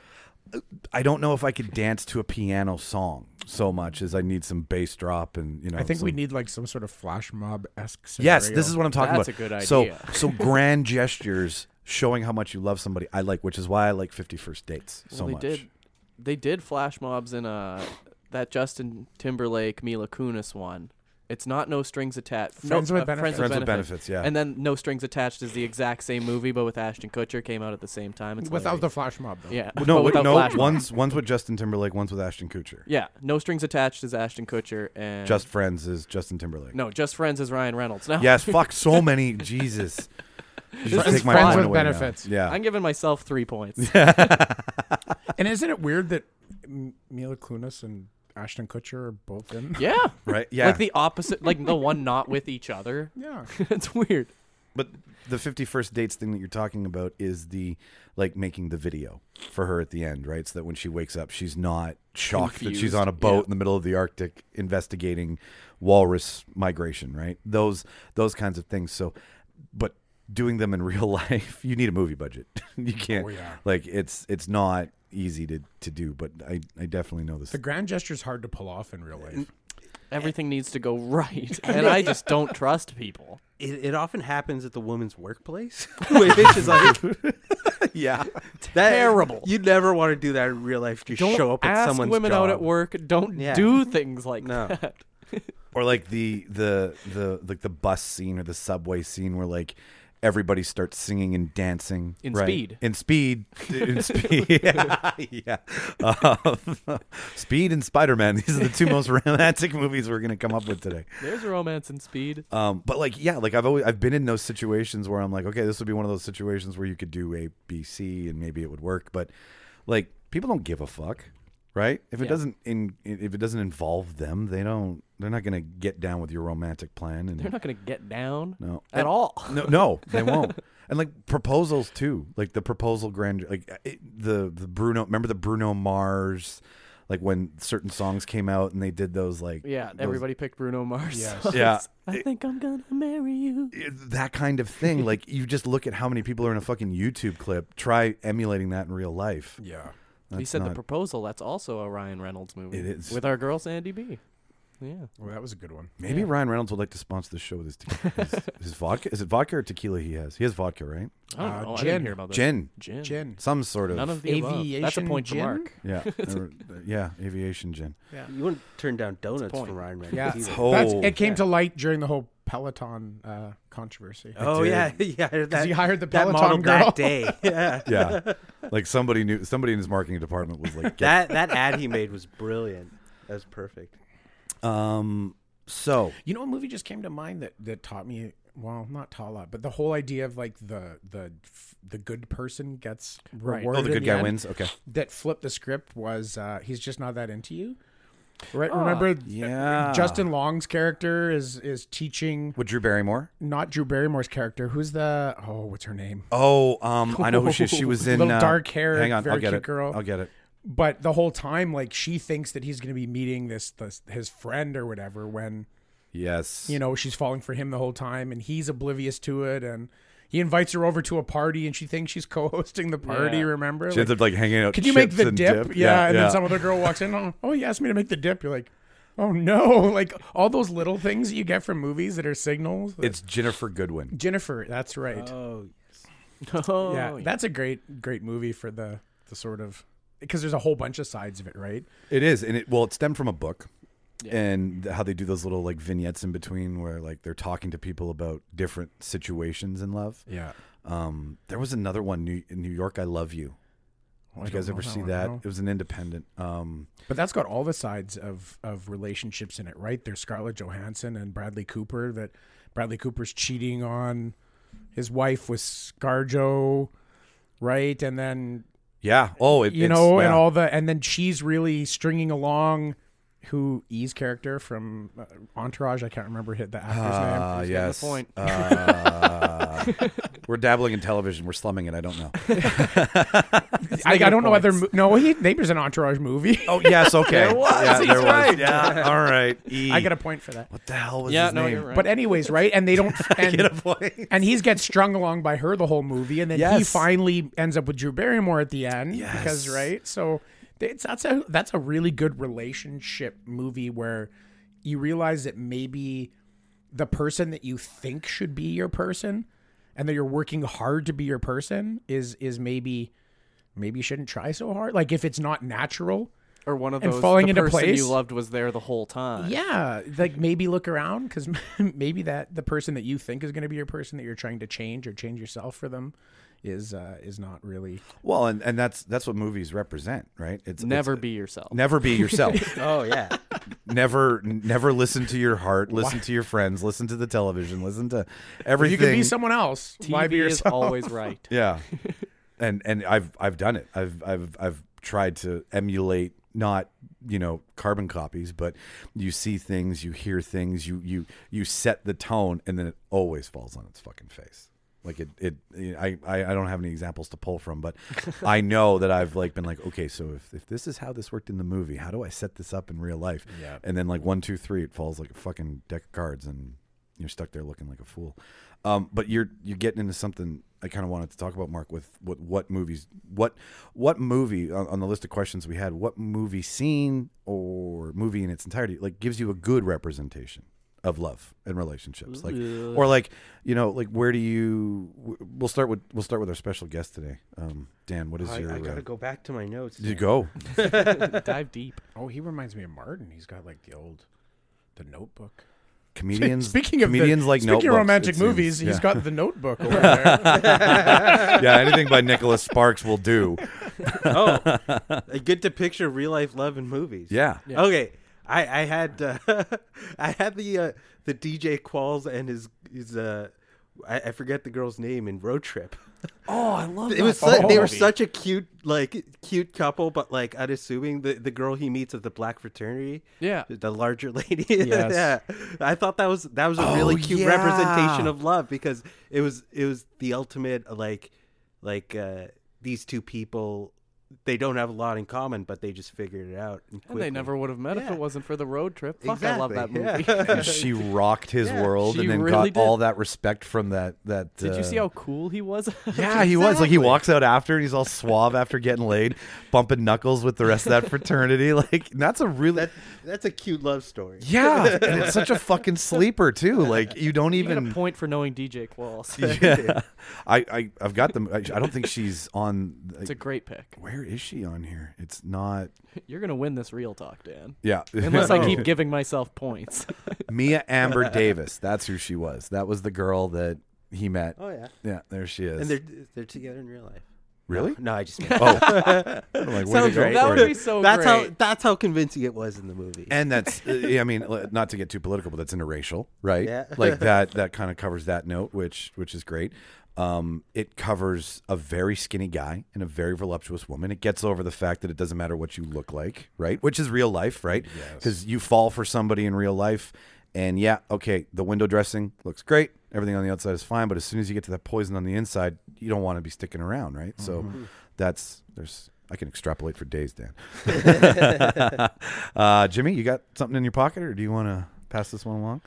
[SPEAKER 4] Yeah.
[SPEAKER 1] I don't know if I could dance to a piano song so much as I need some bass drop and you know.
[SPEAKER 2] I think we
[SPEAKER 1] some-
[SPEAKER 2] need like some sort of flash mob esque.
[SPEAKER 1] Yes, this is what I'm talking
[SPEAKER 4] That's
[SPEAKER 1] about.
[SPEAKER 4] a good idea.
[SPEAKER 1] So, so grand gestures showing how much you love somebody. I like, which is why I like Fifty First Dates so
[SPEAKER 4] well, they
[SPEAKER 1] much.
[SPEAKER 4] did they did flash mobs in uh that Justin Timberlake Mila Kunis one. It's not no strings attached.
[SPEAKER 2] Friends
[SPEAKER 4] no,
[SPEAKER 2] with
[SPEAKER 4] uh, Friends,
[SPEAKER 2] Benefits.
[SPEAKER 1] Friends with
[SPEAKER 4] with benefits.
[SPEAKER 1] benefits, yeah.
[SPEAKER 4] And then no strings attached is the exact same movie, but with Ashton Kutcher came out at the same time. It's
[SPEAKER 2] without the
[SPEAKER 4] hilarious.
[SPEAKER 2] flash mob though.
[SPEAKER 4] yeah.
[SPEAKER 1] no,
[SPEAKER 4] but
[SPEAKER 1] wait,
[SPEAKER 4] without
[SPEAKER 1] no.
[SPEAKER 4] flash mobs.
[SPEAKER 1] One's one's with Justin Timberlake. One's with Ashton Kutcher.
[SPEAKER 4] Yeah, no strings attached is Ashton Kutcher and
[SPEAKER 1] Just Friends is Justin Timberlake.
[SPEAKER 4] no, just friends is Ryan Reynolds. Now,
[SPEAKER 1] Yes, fuck so many. Jesus. You just
[SPEAKER 2] is
[SPEAKER 1] take my
[SPEAKER 2] Friends
[SPEAKER 1] mind
[SPEAKER 2] with
[SPEAKER 1] away now.
[SPEAKER 2] Benefits.
[SPEAKER 1] Yeah.
[SPEAKER 4] I'm giving myself three <laughs> points.
[SPEAKER 2] And isn't it weird that M- Mila Kunis and Ashton Kutcher are both
[SPEAKER 4] <laughs>
[SPEAKER 2] in?
[SPEAKER 4] yeah,
[SPEAKER 1] Right. Yeah.
[SPEAKER 4] like the opposite, like the one not with each other. <laughs>
[SPEAKER 2] Yeah.
[SPEAKER 4] it's weird.
[SPEAKER 1] But the 51st dates thing that you're talking about is the like making the video for her at the end, right? So that when she wakes up, she's not shocked that she's
[SPEAKER 4] Confused,
[SPEAKER 1] on a boat
[SPEAKER 4] yeah.
[SPEAKER 1] in the middle of the Arctic investigating walrus migration, right? Those those kinds of things. So but doing them in <laughs> real life, you need a movie budget. <laughs> you can't
[SPEAKER 2] Oh, yeah.
[SPEAKER 1] like it's it's not easy to to do, but I I definitely know this.
[SPEAKER 2] The grand gesture's hard to pull off in real life.
[SPEAKER 4] Everything needs to go <laughs> right, and I just don't trust people.
[SPEAKER 3] It, it often happens at the woman's workplace, <laughs> which
[SPEAKER 1] <laughs>
[SPEAKER 3] is like
[SPEAKER 1] yeah.
[SPEAKER 3] that,
[SPEAKER 4] Terrible.
[SPEAKER 3] You never want to do that in real life. Just
[SPEAKER 4] Don't
[SPEAKER 3] show up
[SPEAKER 4] ask
[SPEAKER 3] at someone's
[SPEAKER 4] women out at
[SPEAKER 3] job.
[SPEAKER 4] work. Don't
[SPEAKER 3] Yeah.
[SPEAKER 4] do things like
[SPEAKER 3] No.
[SPEAKER 4] that.
[SPEAKER 1] or like the the the like the bus scene or the subway scene where like everybody starts singing and dancing
[SPEAKER 4] In
[SPEAKER 1] right?
[SPEAKER 4] Speed.
[SPEAKER 1] in speed <laughs> in speed yeah, yeah. Um, <laughs> speed and spider-man these are the two most <laughs> romantic movies we're gonna come up with today
[SPEAKER 4] There's romance and speed.
[SPEAKER 1] um, but like yeah like i've always i've been in those situations where i'm like okay this would be one of those situations where you could do a b c and maybe it would work but like people don't give a fuck right if it
[SPEAKER 4] Yeah.
[SPEAKER 1] doesn't in if it doesn't involve them they don't they're not gonna get down with your romantic plan and
[SPEAKER 4] They're not gonna get down
[SPEAKER 1] <laughs> no.
[SPEAKER 4] at all.
[SPEAKER 1] No, no, they won't. And like proposals too, like the proposal grand, like uh, it, the the Bruno. Remember the Bruno Mars, like when certain songs came out and they did those like
[SPEAKER 4] Yeah,
[SPEAKER 1] those-
[SPEAKER 4] everybody picked Bruno Mars. <laughs>
[SPEAKER 2] Yes.
[SPEAKER 4] songs.
[SPEAKER 1] Yeah.
[SPEAKER 4] I think I'm gonna marry you.
[SPEAKER 1] that kind of thing. like you just look at how many people are in a fucking YouTube clip. Try emulating that in real life.
[SPEAKER 2] Yeah.
[SPEAKER 4] he
[SPEAKER 1] That's
[SPEAKER 4] said
[SPEAKER 1] not-
[SPEAKER 4] the proposal. That's also a Ryan Reynolds movie.
[SPEAKER 1] It is.
[SPEAKER 4] with our girl Sandy B. Yeah,
[SPEAKER 2] Well, that was a good one.
[SPEAKER 1] Maybe
[SPEAKER 4] Yeah.
[SPEAKER 1] Ryan Reynolds would like to sponsor the show with his, te- his, his vodka. Is it vodka or tequila he has? He has vodka, right?
[SPEAKER 4] I don't
[SPEAKER 2] Uh,
[SPEAKER 4] know. I
[SPEAKER 2] gin.
[SPEAKER 4] didn't hear about this.
[SPEAKER 1] Gin.
[SPEAKER 4] gin,
[SPEAKER 2] Gin.
[SPEAKER 1] Some sort of.
[SPEAKER 4] None of the above. That's a
[SPEAKER 2] Aviation
[SPEAKER 4] point to
[SPEAKER 2] gin?
[SPEAKER 4] <laughs> mark.
[SPEAKER 1] yeah. or- uh, yeah, aviation gin.
[SPEAKER 3] You wouldn't turn down donuts
[SPEAKER 4] point.
[SPEAKER 3] from Ryan Reynolds.
[SPEAKER 2] Yeah.
[SPEAKER 3] either.
[SPEAKER 1] Oh.
[SPEAKER 2] That's, it came to light during the whole Peloton uh, controversy.
[SPEAKER 3] Oh
[SPEAKER 1] did.
[SPEAKER 3] yeah, <laughs> yeah. That,
[SPEAKER 2] he hired the
[SPEAKER 3] that
[SPEAKER 2] Peloton
[SPEAKER 3] model
[SPEAKER 2] girl.
[SPEAKER 3] that day.
[SPEAKER 2] <laughs>
[SPEAKER 3] <laughs> Yeah.
[SPEAKER 1] Yeah. like somebody knew, somebody in his marketing department was like, get
[SPEAKER 3] that that ad he made was brilliant. That was perfect.
[SPEAKER 1] Um. So
[SPEAKER 2] You know, a movie just came to mind that that taught me. Well, not taught a lot, but the whole idea of like the the the good person gets rewarded.
[SPEAKER 1] oh, the
[SPEAKER 2] in
[SPEAKER 1] good guy
[SPEAKER 2] end,
[SPEAKER 1] wins. Okay.
[SPEAKER 2] That flipped the script was uh, he's just not that into you. Right?
[SPEAKER 4] Ah,
[SPEAKER 2] Remember,
[SPEAKER 1] Yeah.
[SPEAKER 2] Justin Long's character is is teaching
[SPEAKER 1] With Drew Barrymore.
[SPEAKER 2] not Drew Barrymore's character. Who's the oh, what's her name?
[SPEAKER 1] Oh, um, I know who she is. She was in
[SPEAKER 2] Little
[SPEAKER 1] uh,
[SPEAKER 2] dark hair,
[SPEAKER 1] Hang on,
[SPEAKER 2] very
[SPEAKER 1] I'll get it.
[SPEAKER 2] cute girl.
[SPEAKER 1] I'll get it.
[SPEAKER 2] But the whole time, like she thinks that he's going to be meeting this, this his friend or whatever when.
[SPEAKER 1] Yes.
[SPEAKER 2] you know she's falling for him the whole time and he's oblivious to it and he invites her over to a party and she thinks she's <laughs> co-hosting the party
[SPEAKER 4] Yeah.
[SPEAKER 2] remember
[SPEAKER 1] she ends
[SPEAKER 2] Like,
[SPEAKER 1] up like hanging out.
[SPEAKER 2] can you make
[SPEAKER 1] chips
[SPEAKER 2] the
[SPEAKER 1] and
[SPEAKER 2] dip, Yeah,
[SPEAKER 1] yeah.
[SPEAKER 2] and then some other girl walks in oh, oh you asked me to make the dip you're like oh no <laughs> like all those little things that you get from movies that are signals
[SPEAKER 1] It's Jennifer Goodwin.
[SPEAKER 2] jennifer that's right
[SPEAKER 3] Oh,
[SPEAKER 4] Oh,
[SPEAKER 2] yeah that's a great great movie for the the sort of because there's a whole bunch of sides of it right
[SPEAKER 1] It is, and it well, it stemmed from a book, and th- how they do those little like vignettes in between where like they're talking to people about different situations in love.
[SPEAKER 2] yeah
[SPEAKER 1] Um, there was another one New, in New York. I love you.
[SPEAKER 2] Oh,
[SPEAKER 1] Did you guys ever see that? It was an independent. Um,
[SPEAKER 2] But that's got all the sides of of relationships in it, right? There's Scarlett Johansson and Bradley Cooper. That Bradley Cooper's cheating on his wife with ScarJo, right? And then
[SPEAKER 1] yeah. Oh, it,
[SPEAKER 2] you
[SPEAKER 1] it's-
[SPEAKER 2] know, and
[SPEAKER 1] yeah.
[SPEAKER 2] all the and then she's really stringing along who E's character from uh, Entourage. I can't remember hit the actor's
[SPEAKER 1] Ah,
[SPEAKER 4] He's got the
[SPEAKER 1] yes.
[SPEAKER 4] point.
[SPEAKER 1] Uh, <laughs> we're dabbling in television. We're slumming it. I
[SPEAKER 4] <laughs>
[SPEAKER 1] don't know.
[SPEAKER 2] name. I, I don't know whether mo- no, he, Neighbors an Entourage movie.
[SPEAKER 1] Oh yes, okay.
[SPEAKER 4] There was.
[SPEAKER 1] Yeah,
[SPEAKER 4] He's
[SPEAKER 1] there was.
[SPEAKER 4] right.
[SPEAKER 1] Yeah. All right. E.
[SPEAKER 2] I get a point for that.
[SPEAKER 1] What the hell was
[SPEAKER 4] yeah.
[SPEAKER 1] his
[SPEAKER 4] No,
[SPEAKER 1] name?
[SPEAKER 4] you're right.
[SPEAKER 2] But anyways, right? And they don't.
[SPEAKER 1] <laughs>
[SPEAKER 2] And,
[SPEAKER 1] Get a point.
[SPEAKER 2] And he's gets strung along by her the whole movie, and then he
[SPEAKER 1] Yes.
[SPEAKER 2] finally ends up with Drew Barrymore at the end because
[SPEAKER 1] Yes.
[SPEAKER 2] right. So it's, that's a that's a really good relationship movie where you realize that maybe the person that you think should be your person, and that you're working hard to be your person is is maybe maybe you shouldn't try so hard. Like if it's not natural,
[SPEAKER 4] or one of
[SPEAKER 2] and
[SPEAKER 4] those
[SPEAKER 2] falling
[SPEAKER 4] the
[SPEAKER 2] into
[SPEAKER 4] person
[SPEAKER 2] place.
[SPEAKER 4] you loved was there the whole time.
[SPEAKER 2] yeah, like maybe look around because <laughs> maybe that the person that you think is going to be your person that you're trying to change or change yourself for them is uh, is not really.
[SPEAKER 1] Well, and, and that's that's what movies represent, right? It's
[SPEAKER 4] Never
[SPEAKER 1] it's-
[SPEAKER 4] be
[SPEAKER 1] <laughs>
[SPEAKER 4] yourself.
[SPEAKER 1] never be
[SPEAKER 4] <laughs>
[SPEAKER 1] yourself.
[SPEAKER 3] oh yeah.
[SPEAKER 1] never never listen to your heart. Listen to your friends. Listen to the television. Listen to everything.
[SPEAKER 2] You can be someone else.
[SPEAKER 4] TV
[SPEAKER 2] why be
[SPEAKER 4] is
[SPEAKER 2] yourself?
[SPEAKER 4] always right.
[SPEAKER 1] Yeah. and and I've I've done it. I've I've I've tried to emulate not, you know, carbon copies, but you see things, you hear things, you you you set the tone and then it always falls on its fucking face. Like it, it, I, I, I don't have any examples to pull from, but I know that I've like been like, okay, so if, if this is how this worked in the movie, how do I set this up in real life?
[SPEAKER 2] Yeah.
[SPEAKER 1] And then like one, two, three, it falls like a fucking deck of cards, and you're stuck there looking like a fool. Um, but you're you're getting into something I kind of wanted to talk about, Mark, with what what movies, what what movie on, on the list of questions we had, what movie scene or movie in its entirety like gives you a good representation of love and relationships, like or like you know like where do you? w- We'll start with we'll start with our special guest today, um, Dan. What is
[SPEAKER 3] I,
[SPEAKER 1] your?
[SPEAKER 3] I gotta
[SPEAKER 1] uh,
[SPEAKER 3] go back to my notes.
[SPEAKER 1] you
[SPEAKER 3] <laughs>
[SPEAKER 1] go.
[SPEAKER 4] Dive deep.
[SPEAKER 2] Oh, he reminds me of Martin. He's got like the old, the Notebook. <laughs>
[SPEAKER 1] Comedians.
[SPEAKER 2] speaking of the-
[SPEAKER 1] comedians like
[SPEAKER 2] speaking
[SPEAKER 1] notebooks,
[SPEAKER 2] of romantic
[SPEAKER 1] it seems.
[SPEAKER 2] movies, he's
[SPEAKER 1] Yeah. <laughs>
[SPEAKER 2] got the Notebook over there.
[SPEAKER 1] yeah, anything by Nicholas Sparks will
[SPEAKER 3] <laughs>
[SPEAKER 1] do.
[SPEAKER 3] oh, a good to picture real life love in movies.
[SPEAKER 1] Yeah.
[SPEAKER 3] Okay. I, I had uh, <laughs> I had the uh, the DJ Qualls and his his uh, I, I forget the girl's name in Road Trip.
[SPEAKER 4] <laughs> Oh, I love
[SPEAKER 3] It was su- they were such a cute like cute couple, but like unassuming. The the girl he meets at the black fraternity,
[SPEAKER 4] Yeah.
[SPEAKER 3] the larger <laughs> lady.
[SPEAKER 2] Yes.
[SPEAKER 3] yeah, I thought that was that was a
[SPEAKER 1] Oh,
[SPEAKER 3] really cute
[SPEAKER 1] yeah.
[SPEAKER 3] representation of love because it was it was the ultimate like like uh, these two people they don't have a lot in common, but they just figured it out. And,
[SPEAKER 4] And they
[SPEAKER 3] quickly.
[SPEAKER 4] never would have met if
[SPEAKER 3] Yeah.
[SPEAKER 4] it wasn't for the road trip. Fuck, I love that
[SPEAKER 3] Exactly,
[SPEAKER 4] movie.
[SPEAKER 3] yeah.
[SPEAKER 1] And she rocked his
[SPEAKER 3] Yeah,
[SPEAKER 1] world
[SPEAKER 4] she
[SPEAKER 1] and then
[SPEAKER 4] really
[SPEAKER 1] got
[SPEAKER 4] did.
[SPEAKER 1] all that respect from that. that <laughs>
[SPEAKER 4] <laughs> Did
[SPEAKER 1] uh,
[SPEAKER 4] you see how cool he was? <laughs>
[SPEAKER 1] Yeah, he was. Like he
[SPEAKER 3] Exactly.
[SPEAKER 1] walks out after and he's all suave after getting laid, bumping knuckles with the rest of
[SPEAKER 4] <laughs>
[SPEAKER 1] that fraternity. Like and that's a really
[SPEAKER 3] That that's a cute love story.
[SPEAKER 1] <laughs> Yeah. and it's such a fucking sleeper too. Like you don't
[SPEAKER 4] you
[SPEAKER 1] even <laughs>
[SPEAKER 4] get a point for knowing DJ Qualls.
[SPEAKER 1] Yeah. I, I I've got them I, I don't think she's on
[SPEAKER 4] <laughs> it's a great pick. <laughs>
[SPEAKER 1] where is she on here? It's not
[SPEAKER 4] You're gonna win this real talk, Dan.
[SPEAKER 1] Yeah.
[SPEAKER 4] Unless I
[SPEAKER 1] <laughs>
[SPEAKER 4] keep giving myself points.
[SPEAKER 1] Mia Amber Davis. That's who she was. That was the girl that he met.
[SPEAKER 3] <laughs> Oh yeah.
[SPEAKER 1] Yeah, there she is.
[SPEAKER 3] And they're they're together in real life.
[SPEAKER 1] really? <laughs>
[SPEAKER 3] No, I just
[SPEAKER 1] Oh, I'm like, where
[SPEAKER 3] Sounds
[SPEAKER 1] did you go for
[SPEAKER 4] <laughs>
[SPEAKER 3] right.
[SPEAKER 4] that
[SPEAKER 1] it?
[SPEAKER 4] would be so
[SPEAKER 3] that's
[SPEAKER 4] great.
[SPEAKER 3] how that's how convincing it was in the movie.
[SPEAKER 1] Oh, and that's uh, yeah, I mean, l- not to get too political, but that's interracial, right?
[SPEAKER 3] Yeah.
[SPEAKER 1] like that that kind of covers that note, which which is great. Um, it covers a very skinny guy and a very voluptuous woman. It gets over the fact that it doesn't matter what you look like, right? Which is real life, right? Because you fall for somebody in real life, and yeah, okay, the window dressing looks great, everything on the outside is fine, but as soon as you get to that poison on the inside, you don't want to be sticking around, right? So that's there's I can extrapolate for days, Dan. <laughs> uh, Jimmy, you got something in your pocket, or do you want to pass this one along?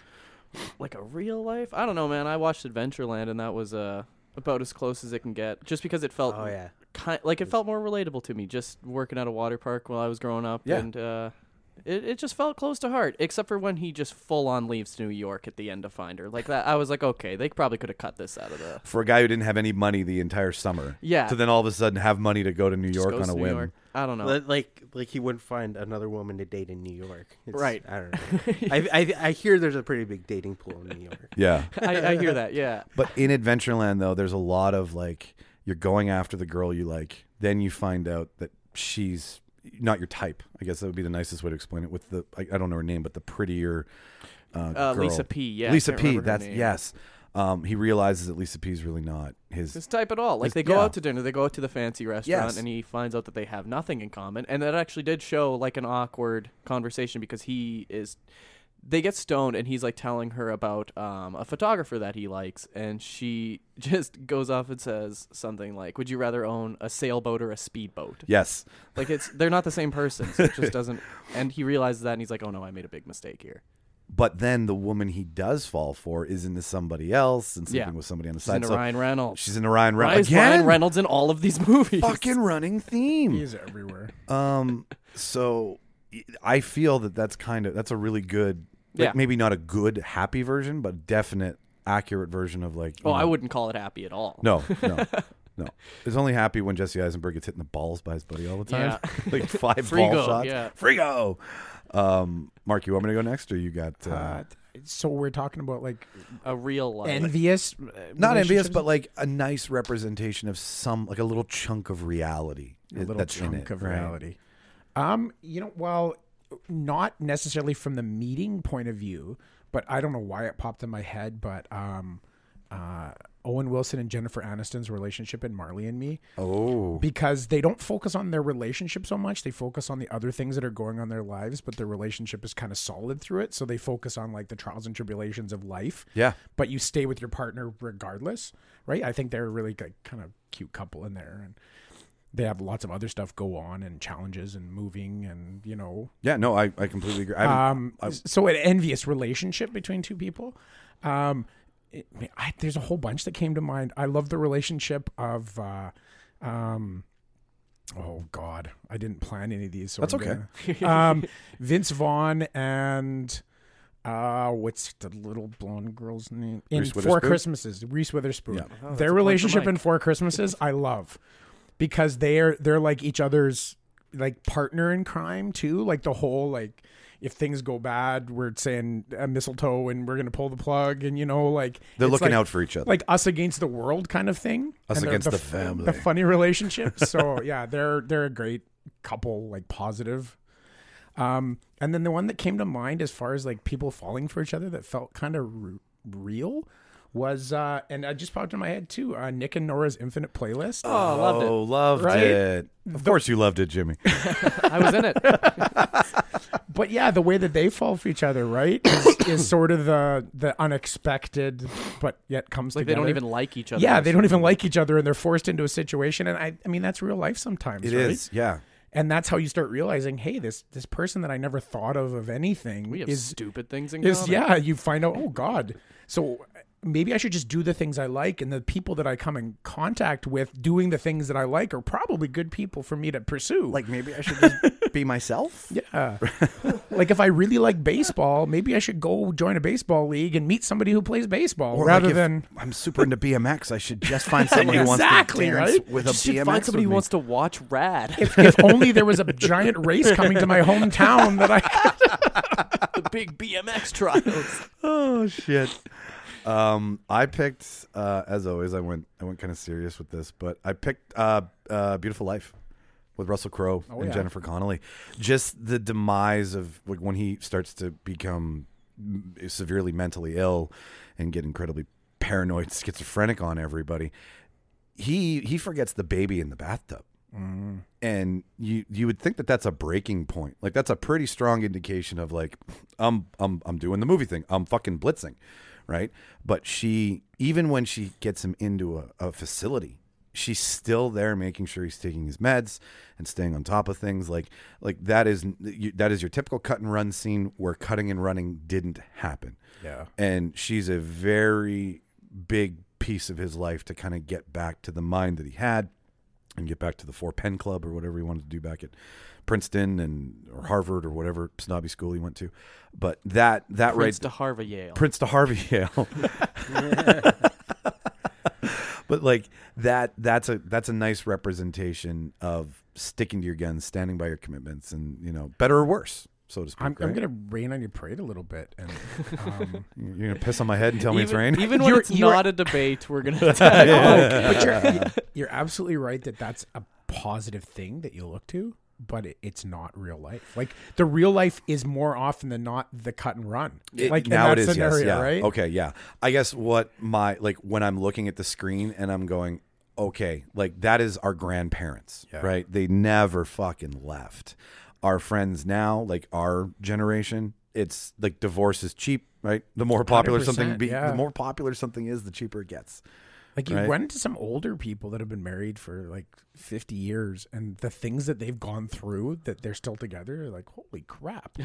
[SPEAKER 4] like a real life. I don't know, man. I watched Adventureland, and that was uh, about as close as it can get, just because it felt
[SPEAKER 3] oh yeah.
[SPEAKER 4] kind like it felt more relatable to me just working at a water park while I was growing up
[SPEAKER 1] Yeah.
[SPEAKER 4] and uh it, it just felt close to heart except for when he just full on leaves New York at the end to find her like that I was like okay they probably could have cut this out of the
[SPEAKER 1] For a guy who didn't have any money the entire summer,
[SPEAKER 4] Yeah.
[SPEAKER 1] to then all of a sudden have money to go to New
[SPEAKER 4] just
[SPEAKER 1] York
[SPEAKER 4] goes
[SPEAKER 1] on
[SPEAKER 4] to
[SPEAKER 1] a
[SPEAKER 4] New
[SPEAKER 1] whim.
[SPEAKER 4] York. I don't know
[SPEAKER 3] Li- Like like he wouldn't find another woman to date in New York. It's-
[SPEAKER 4] Right.
[SPEAKER 1] <laughs>
[SPEAKER 3] I don't know. I, I I hear there's a pretty big dating pool in
[SPEAKER 1] <laughs>
[SPEAKER 3] New York.
[SPEAKER 1] <laughs> Yeah,
[SPEAKER 4] I, I hear
[SPEAKER 1] <laughs>
[SPEAKER 4] that yeah
[SPEAKER 1] but in Adventureland though, there's a lot of like you're going after the girl you like, then you find out that she's not your type. I guess that would be the nicest way to explain it. With the I, I don't know her name, but the prettier uh,
[SPEAKER 4] Uh,
[SPEAKER 1] girl.
[SPEAKER 4] Lisa P, yeah, I
[SPEAKER 1] Lisa
[SPEAKER 4] can't
[SPEAKER 1] P.
[SPEAKER 4] remember her
[SPEAKER 1] That's
[SPEAKER 4] name.
[SPEAKER 1] yes. Um, he realizes that Lisa P. is really not his
[SPEAKER 4] this type at all like
[SPEAKER 1] Just-
[SPEAKER 4] they go
[SPEAKER 1] yeah.
[SPEAKER 4] out to dinner they go out to the fancy restaurant
[SPEAKER 1] Yes.
[SPEAKER 4] and he finds out that they have nothing in common and that actually did show like an awkward conversation because he is they get stoned and he's like telling her about um, a photographer that he likes and she <laughs> just goes off and says something like would you rather own a sailboat or a speedboat
[SPEAKER 1] Yes.
[SPEAKER 4] like it's they're not the same person so it
[SPEAKER 1] <laughs>
[SPEAKER 4] just doesn't and he realizes that and he's like oh no i made a big mistake here
[SPEAKER 1] But then the woman he does fall for is into somebody else and sleeping
[SPEAKER 4] Yeah.
[SPEAKER 1] with somebody on the
[SPEAKER 4] she's
[SPEAKER 1] side.
[SPEAKER 4] into
[SPEAKER 1] so
[SPEAKER 4] ryan reynolds
[SPEAKER 1] she's into Ryan
[SPEAKER 4] why
[SPEAKER 1] Reynolds.
[SPEAKER 4] is
[SPEAKER 1] Again,
[SPEAKER 4] ryan reynolds in all of these movies
[SPEAKER 1] <laughs> fucking running theme.
[SPEAKER 2] He's everywhere.
[SPEAKER 1] Um, so I feel that that's kind of that's a really good, like
[SPEAKER 4] Yeah.
[SPEAKER 1] maybe not a good happy version, but definite accurate version of like. you
[SPEAKER 4] oh i
[SPEAKER 1] know-
[SPEAKER 4] wouldn't call it happy at all
[SPEAKER 1] No,
[SPEAKER 4] <laughs>
[SPEAKER 1] no, no. It's only happy when Jesse Eisenberg gets hit in the balls by his buddy all the time, <laughs> like five
[SPEAKER 4] <laughs> Free
[SPEAKER 1] ball
[SPEAKER 4] go,
[SPEAKER 1] shots.
[SPEAKER 4] yeah.
[SPEAKER 1] Free go. Um, Mark, you want me to go next, or you got? Uh,
[SPEAKER 2] Uh, so we're talking about like
[SPEAKER 4] a real life
[SPEAKER 2] envious. uh,
[SPEAKER 1] not envious,
[SPEAKER 2] relationships?
[SPEAKER 1] but like a nice representation of some, like a little chunk of reality.
[SPEAKER 2] a little
[SPEAKER 1] that's in
[SPEAKER 2] chunk
[SPEAKER 1] it,
[SPEAKER 2] of
[SPEAKER 1] right?
[SPEAKER 2] reality. Um, you know, well, not necessarily from the meeting point of view, but I don't know why it popped in my head, but um, uh, Owen Wilson and Jennifer Aniston's relationship in Marley and Me,
[SPEAKER 1] Oh,
[SPEAKER 2] because they don't focus on their relationship so much. They focus on the other things that are going on in their lives, but their relationship is kind of solid through it. So they focus on like the trials and tribulations of life.
[SPEAKER 1] Yeah.
[SPEAKER 2] But you stay with your partner regardless, right? I think they're a really good, kind of cute couple in there, and they have lots of other stuff go on and challenges and moving and you know
[SPEAKER 1] yeah. No, I, I completely agree. I haven't-
[SPEAKER 2] um, so an envious relationship between two people. Um, it- I, there's a whole bunch that came to mind. I love the relationship of, uh, um, oh God, I didn't plan any of these. So
[SPEAKER 1] That's
[SPEAKER 2] I'm
[SPEAKER 1] okay. <laughs>
[SPEAKER 2] gonna- um, Vince Vaughn and. Uh, what's the little blonde girl's name? In
[SPEAKER 1] Reese
[SPEAKER 2] Four
[SPEAKER 1] Witherspoon?
[SPEAKER 2] Christmases, Reese Witherspoon.
[SPEAKER 1] Yeah. Oh,
[SPEAKER 2] Their relationship in Four Christmases, I love because they're they're like each other's like partner in crime too. Like the whole like if things go bad, we're saying a mistletoe and we're gonna pull the plug, and you know like
[SPEAKER 1] They're
[SPEAKER 2] it's
[SPEAKER 1] looking
[SPEAKER 2] like-
[SPEAKER 1] out for each other.
[SPEAKER 2] like us against the world kind of thing.
[SPEAKER 1] Us
[SPEAKER 2] they're
[SPEAKER 1] against the
[SPEAKER 2] f-
[SPEAKER 1] family.
[SPEAKER 2] The funny relationship. So <laughs> yeah, they're they're a great couple, like positive. Um, and then the one that came to mind as far as like people falling for each other that felt kind of r- real was uh and I just popped in my head too uh Nick and Nora's Infinite Playlist.
[SPEAKER 4] oh i loved it
[SPEAKER 1] oh, loved
[SPEAKER 2] Right?
[SPEAKER 4] <laughs>
[SPEAKER 1] it. Of course, you loved it, Jimmy.
[SPEAKER 4] I was in it.
[SPEAKER 2] But yeah, the way that they fall for each other, right, is,
[SPEAKER 1] <coughs>
[SPEAKER 2] is sort of the the unexpected, but yet comes
[SPEAKER 4] Like they
[SPEAKER 2] together.
[SPEAKER 4] don't even like each other.
[SPEAKER 2] yeah,
[SPEAKER 4] or
[SPEAKER 2] they don't even
[SPEAKER 4] something.
[SPEAKER 2] like each other, and they're forced into a situation. And I, I mean, that's real life sometimes.
[SPEAKER 1] It is,
[SPEAKER 2] right?
[SPEAKER 1] yeah.
[SPEAKER 2] and that's how you start realizing, hey, this this person that I never thought of of anything
[SPEAKER 4] We have
[SPEAKER 2] is
[SPEAKER 4] stupid things in
[SPEAKER 2] is
[SPEAKER 4] common.
[SPEAKER 2] yeah. You find out, oh God, so maybe I should just do the things I like, and the people that I come in contact with doing the things that I like are probably good people for me to pursue.
[SPEAKER 5] Like maybe I should
[SPEAKER 2] <laughs>
[SPEAKER 5] just be myself.
[SPEAKER 2] yeah, like if I really like baseball, maybe I should go join a baseball league and meet somebody who plays baseball
[SPEAKER 5] Or like
[SPEAKER 2] rather
[SPEAKER 5] if
[SPEAKER 2] than
[SPEAKER 5] I'm super into BMX, I should just find somebody who wants to
[SPEAKER 2] Exactly,
[SPEAKER 5] dance
[SPEAKER 2] right?
[SPEAKER 5] with a
[SPEAKER 4] Just should
[SPEAKER 5] BMX.
[SPEAKER 4] find somebody
[SPEAKER 5] with
[SPEAKER 4] who
[SPEAKER 5] me.
[SPEAKER 4] wants to watch
[SPEAKER 1] <laughs>
[SPEAKER 4] Rad,
[SPEAKER 2] if, if only there was a giant race coming to my hometown that I
[SPEAKER 4] the big
[SPEAKER 1] <laughs>
[SPEAKER 4] BMX trials.
[SPEAKER 1] Oh shit. Um, I picked uh, as always. I went. I went kind of serious with this, but I picked uh, uh, "Beautiful Life" with Russell Crowe and
[SPEAKER 2] yeah.
[SPEAKER 1] Jennifer Connelly. Just the demise of like when he starts to become m- severely mentally ill and get incredibly paranoid, <laughs> schizophrenic on everybody. He he forgets the baby in the bathtub and you you would think that that's a breaking point. Like that's a pretty strong indication of like I'm I'm I'm doing the movie thing. I'm fucking blitzing, right? But she even when she gets him into a, a facility, she's still there making sure he's taking his meds and staying on top of things. Like like that is you, that is your typical cut and run scene where cutting and running didn't happen.
[SPEAKER 2] Yeah.
[SPEAKER 1] And she's a very big piece of his life to kind of get back to the mind that he had and get back to the four pen club or whatever he wanted to do back at Princeton and or Harvard or whatever snobby school he went to. But that that
[SPEAKER 4] Prince
[SPEAKER 1] right
[SPEAKER 4] to Harvard Yale.
[SPEAKER 1] Prince to Harvey <laughs> Yale. but like that that's a that's a nice representation of sticking to your guns, standing by your commitments and you know, better or worse, so to speak.
[SPEAKER 2] I'm, I'm
[SPEAKER 1] right?
[SPEAKER 2] gonna rain on your parade a little bit and um,
[SPEAKER 1] You're gonna piss on my head and tell me it's
[SPEAKER 4] even,
[SPEAKER 1] rain.
[SPEAKER 4] even when
[SPEAKER 2] You're-
[SPEAKER 4] it's
[SPEAKER 2] you're-
[SPEAKER 4] not a debate, we're <laughs> gonna.
[SPEAKER 2] <laughs>
[SPEAKER 4] attack.
[SPEAKER 2] Oh, but you're, you're absolutely right that that's a positive thing that you look to, but it, it's not real life. Like the real life is more often than not the cut and run.
[SPEAKER 1] It-
[SPEAKER 2] like in
[SPEAKER 1] now
[SPEAKER 2] that
[SPEAKER 1] it is
[SPEAKER 2] scenario,
[SPEAKER 1] yes, yeah.
[SPEAKER 2] right?
[SPEAKER 1] Okay, yeah. I guess what my like when I'm looking at the screen and I'm going, okay, like that is our grandparents, right? They never fucking left. Our friends now, like our generation, it's like divorce is cheap, right? The more popular something
[SPEAKER 2] 100%,
[SPEAKER 1] be,
[SPEAKER 2] yeah.
[SPEAKER 1] the more popular something is, the cheaper it
[SPEAKER 2] <laughs>
[SPEAKER 1] gets.
[SPEAKER 2] Like you
[SPEAKER 1] Right.
[SPEAKER 2] run into some older people that have been married for like 50 years and the things that they've gone through that they're still together are like, holy
[SPEAKER 1] <laughs>
[SPEAKER 2] crap.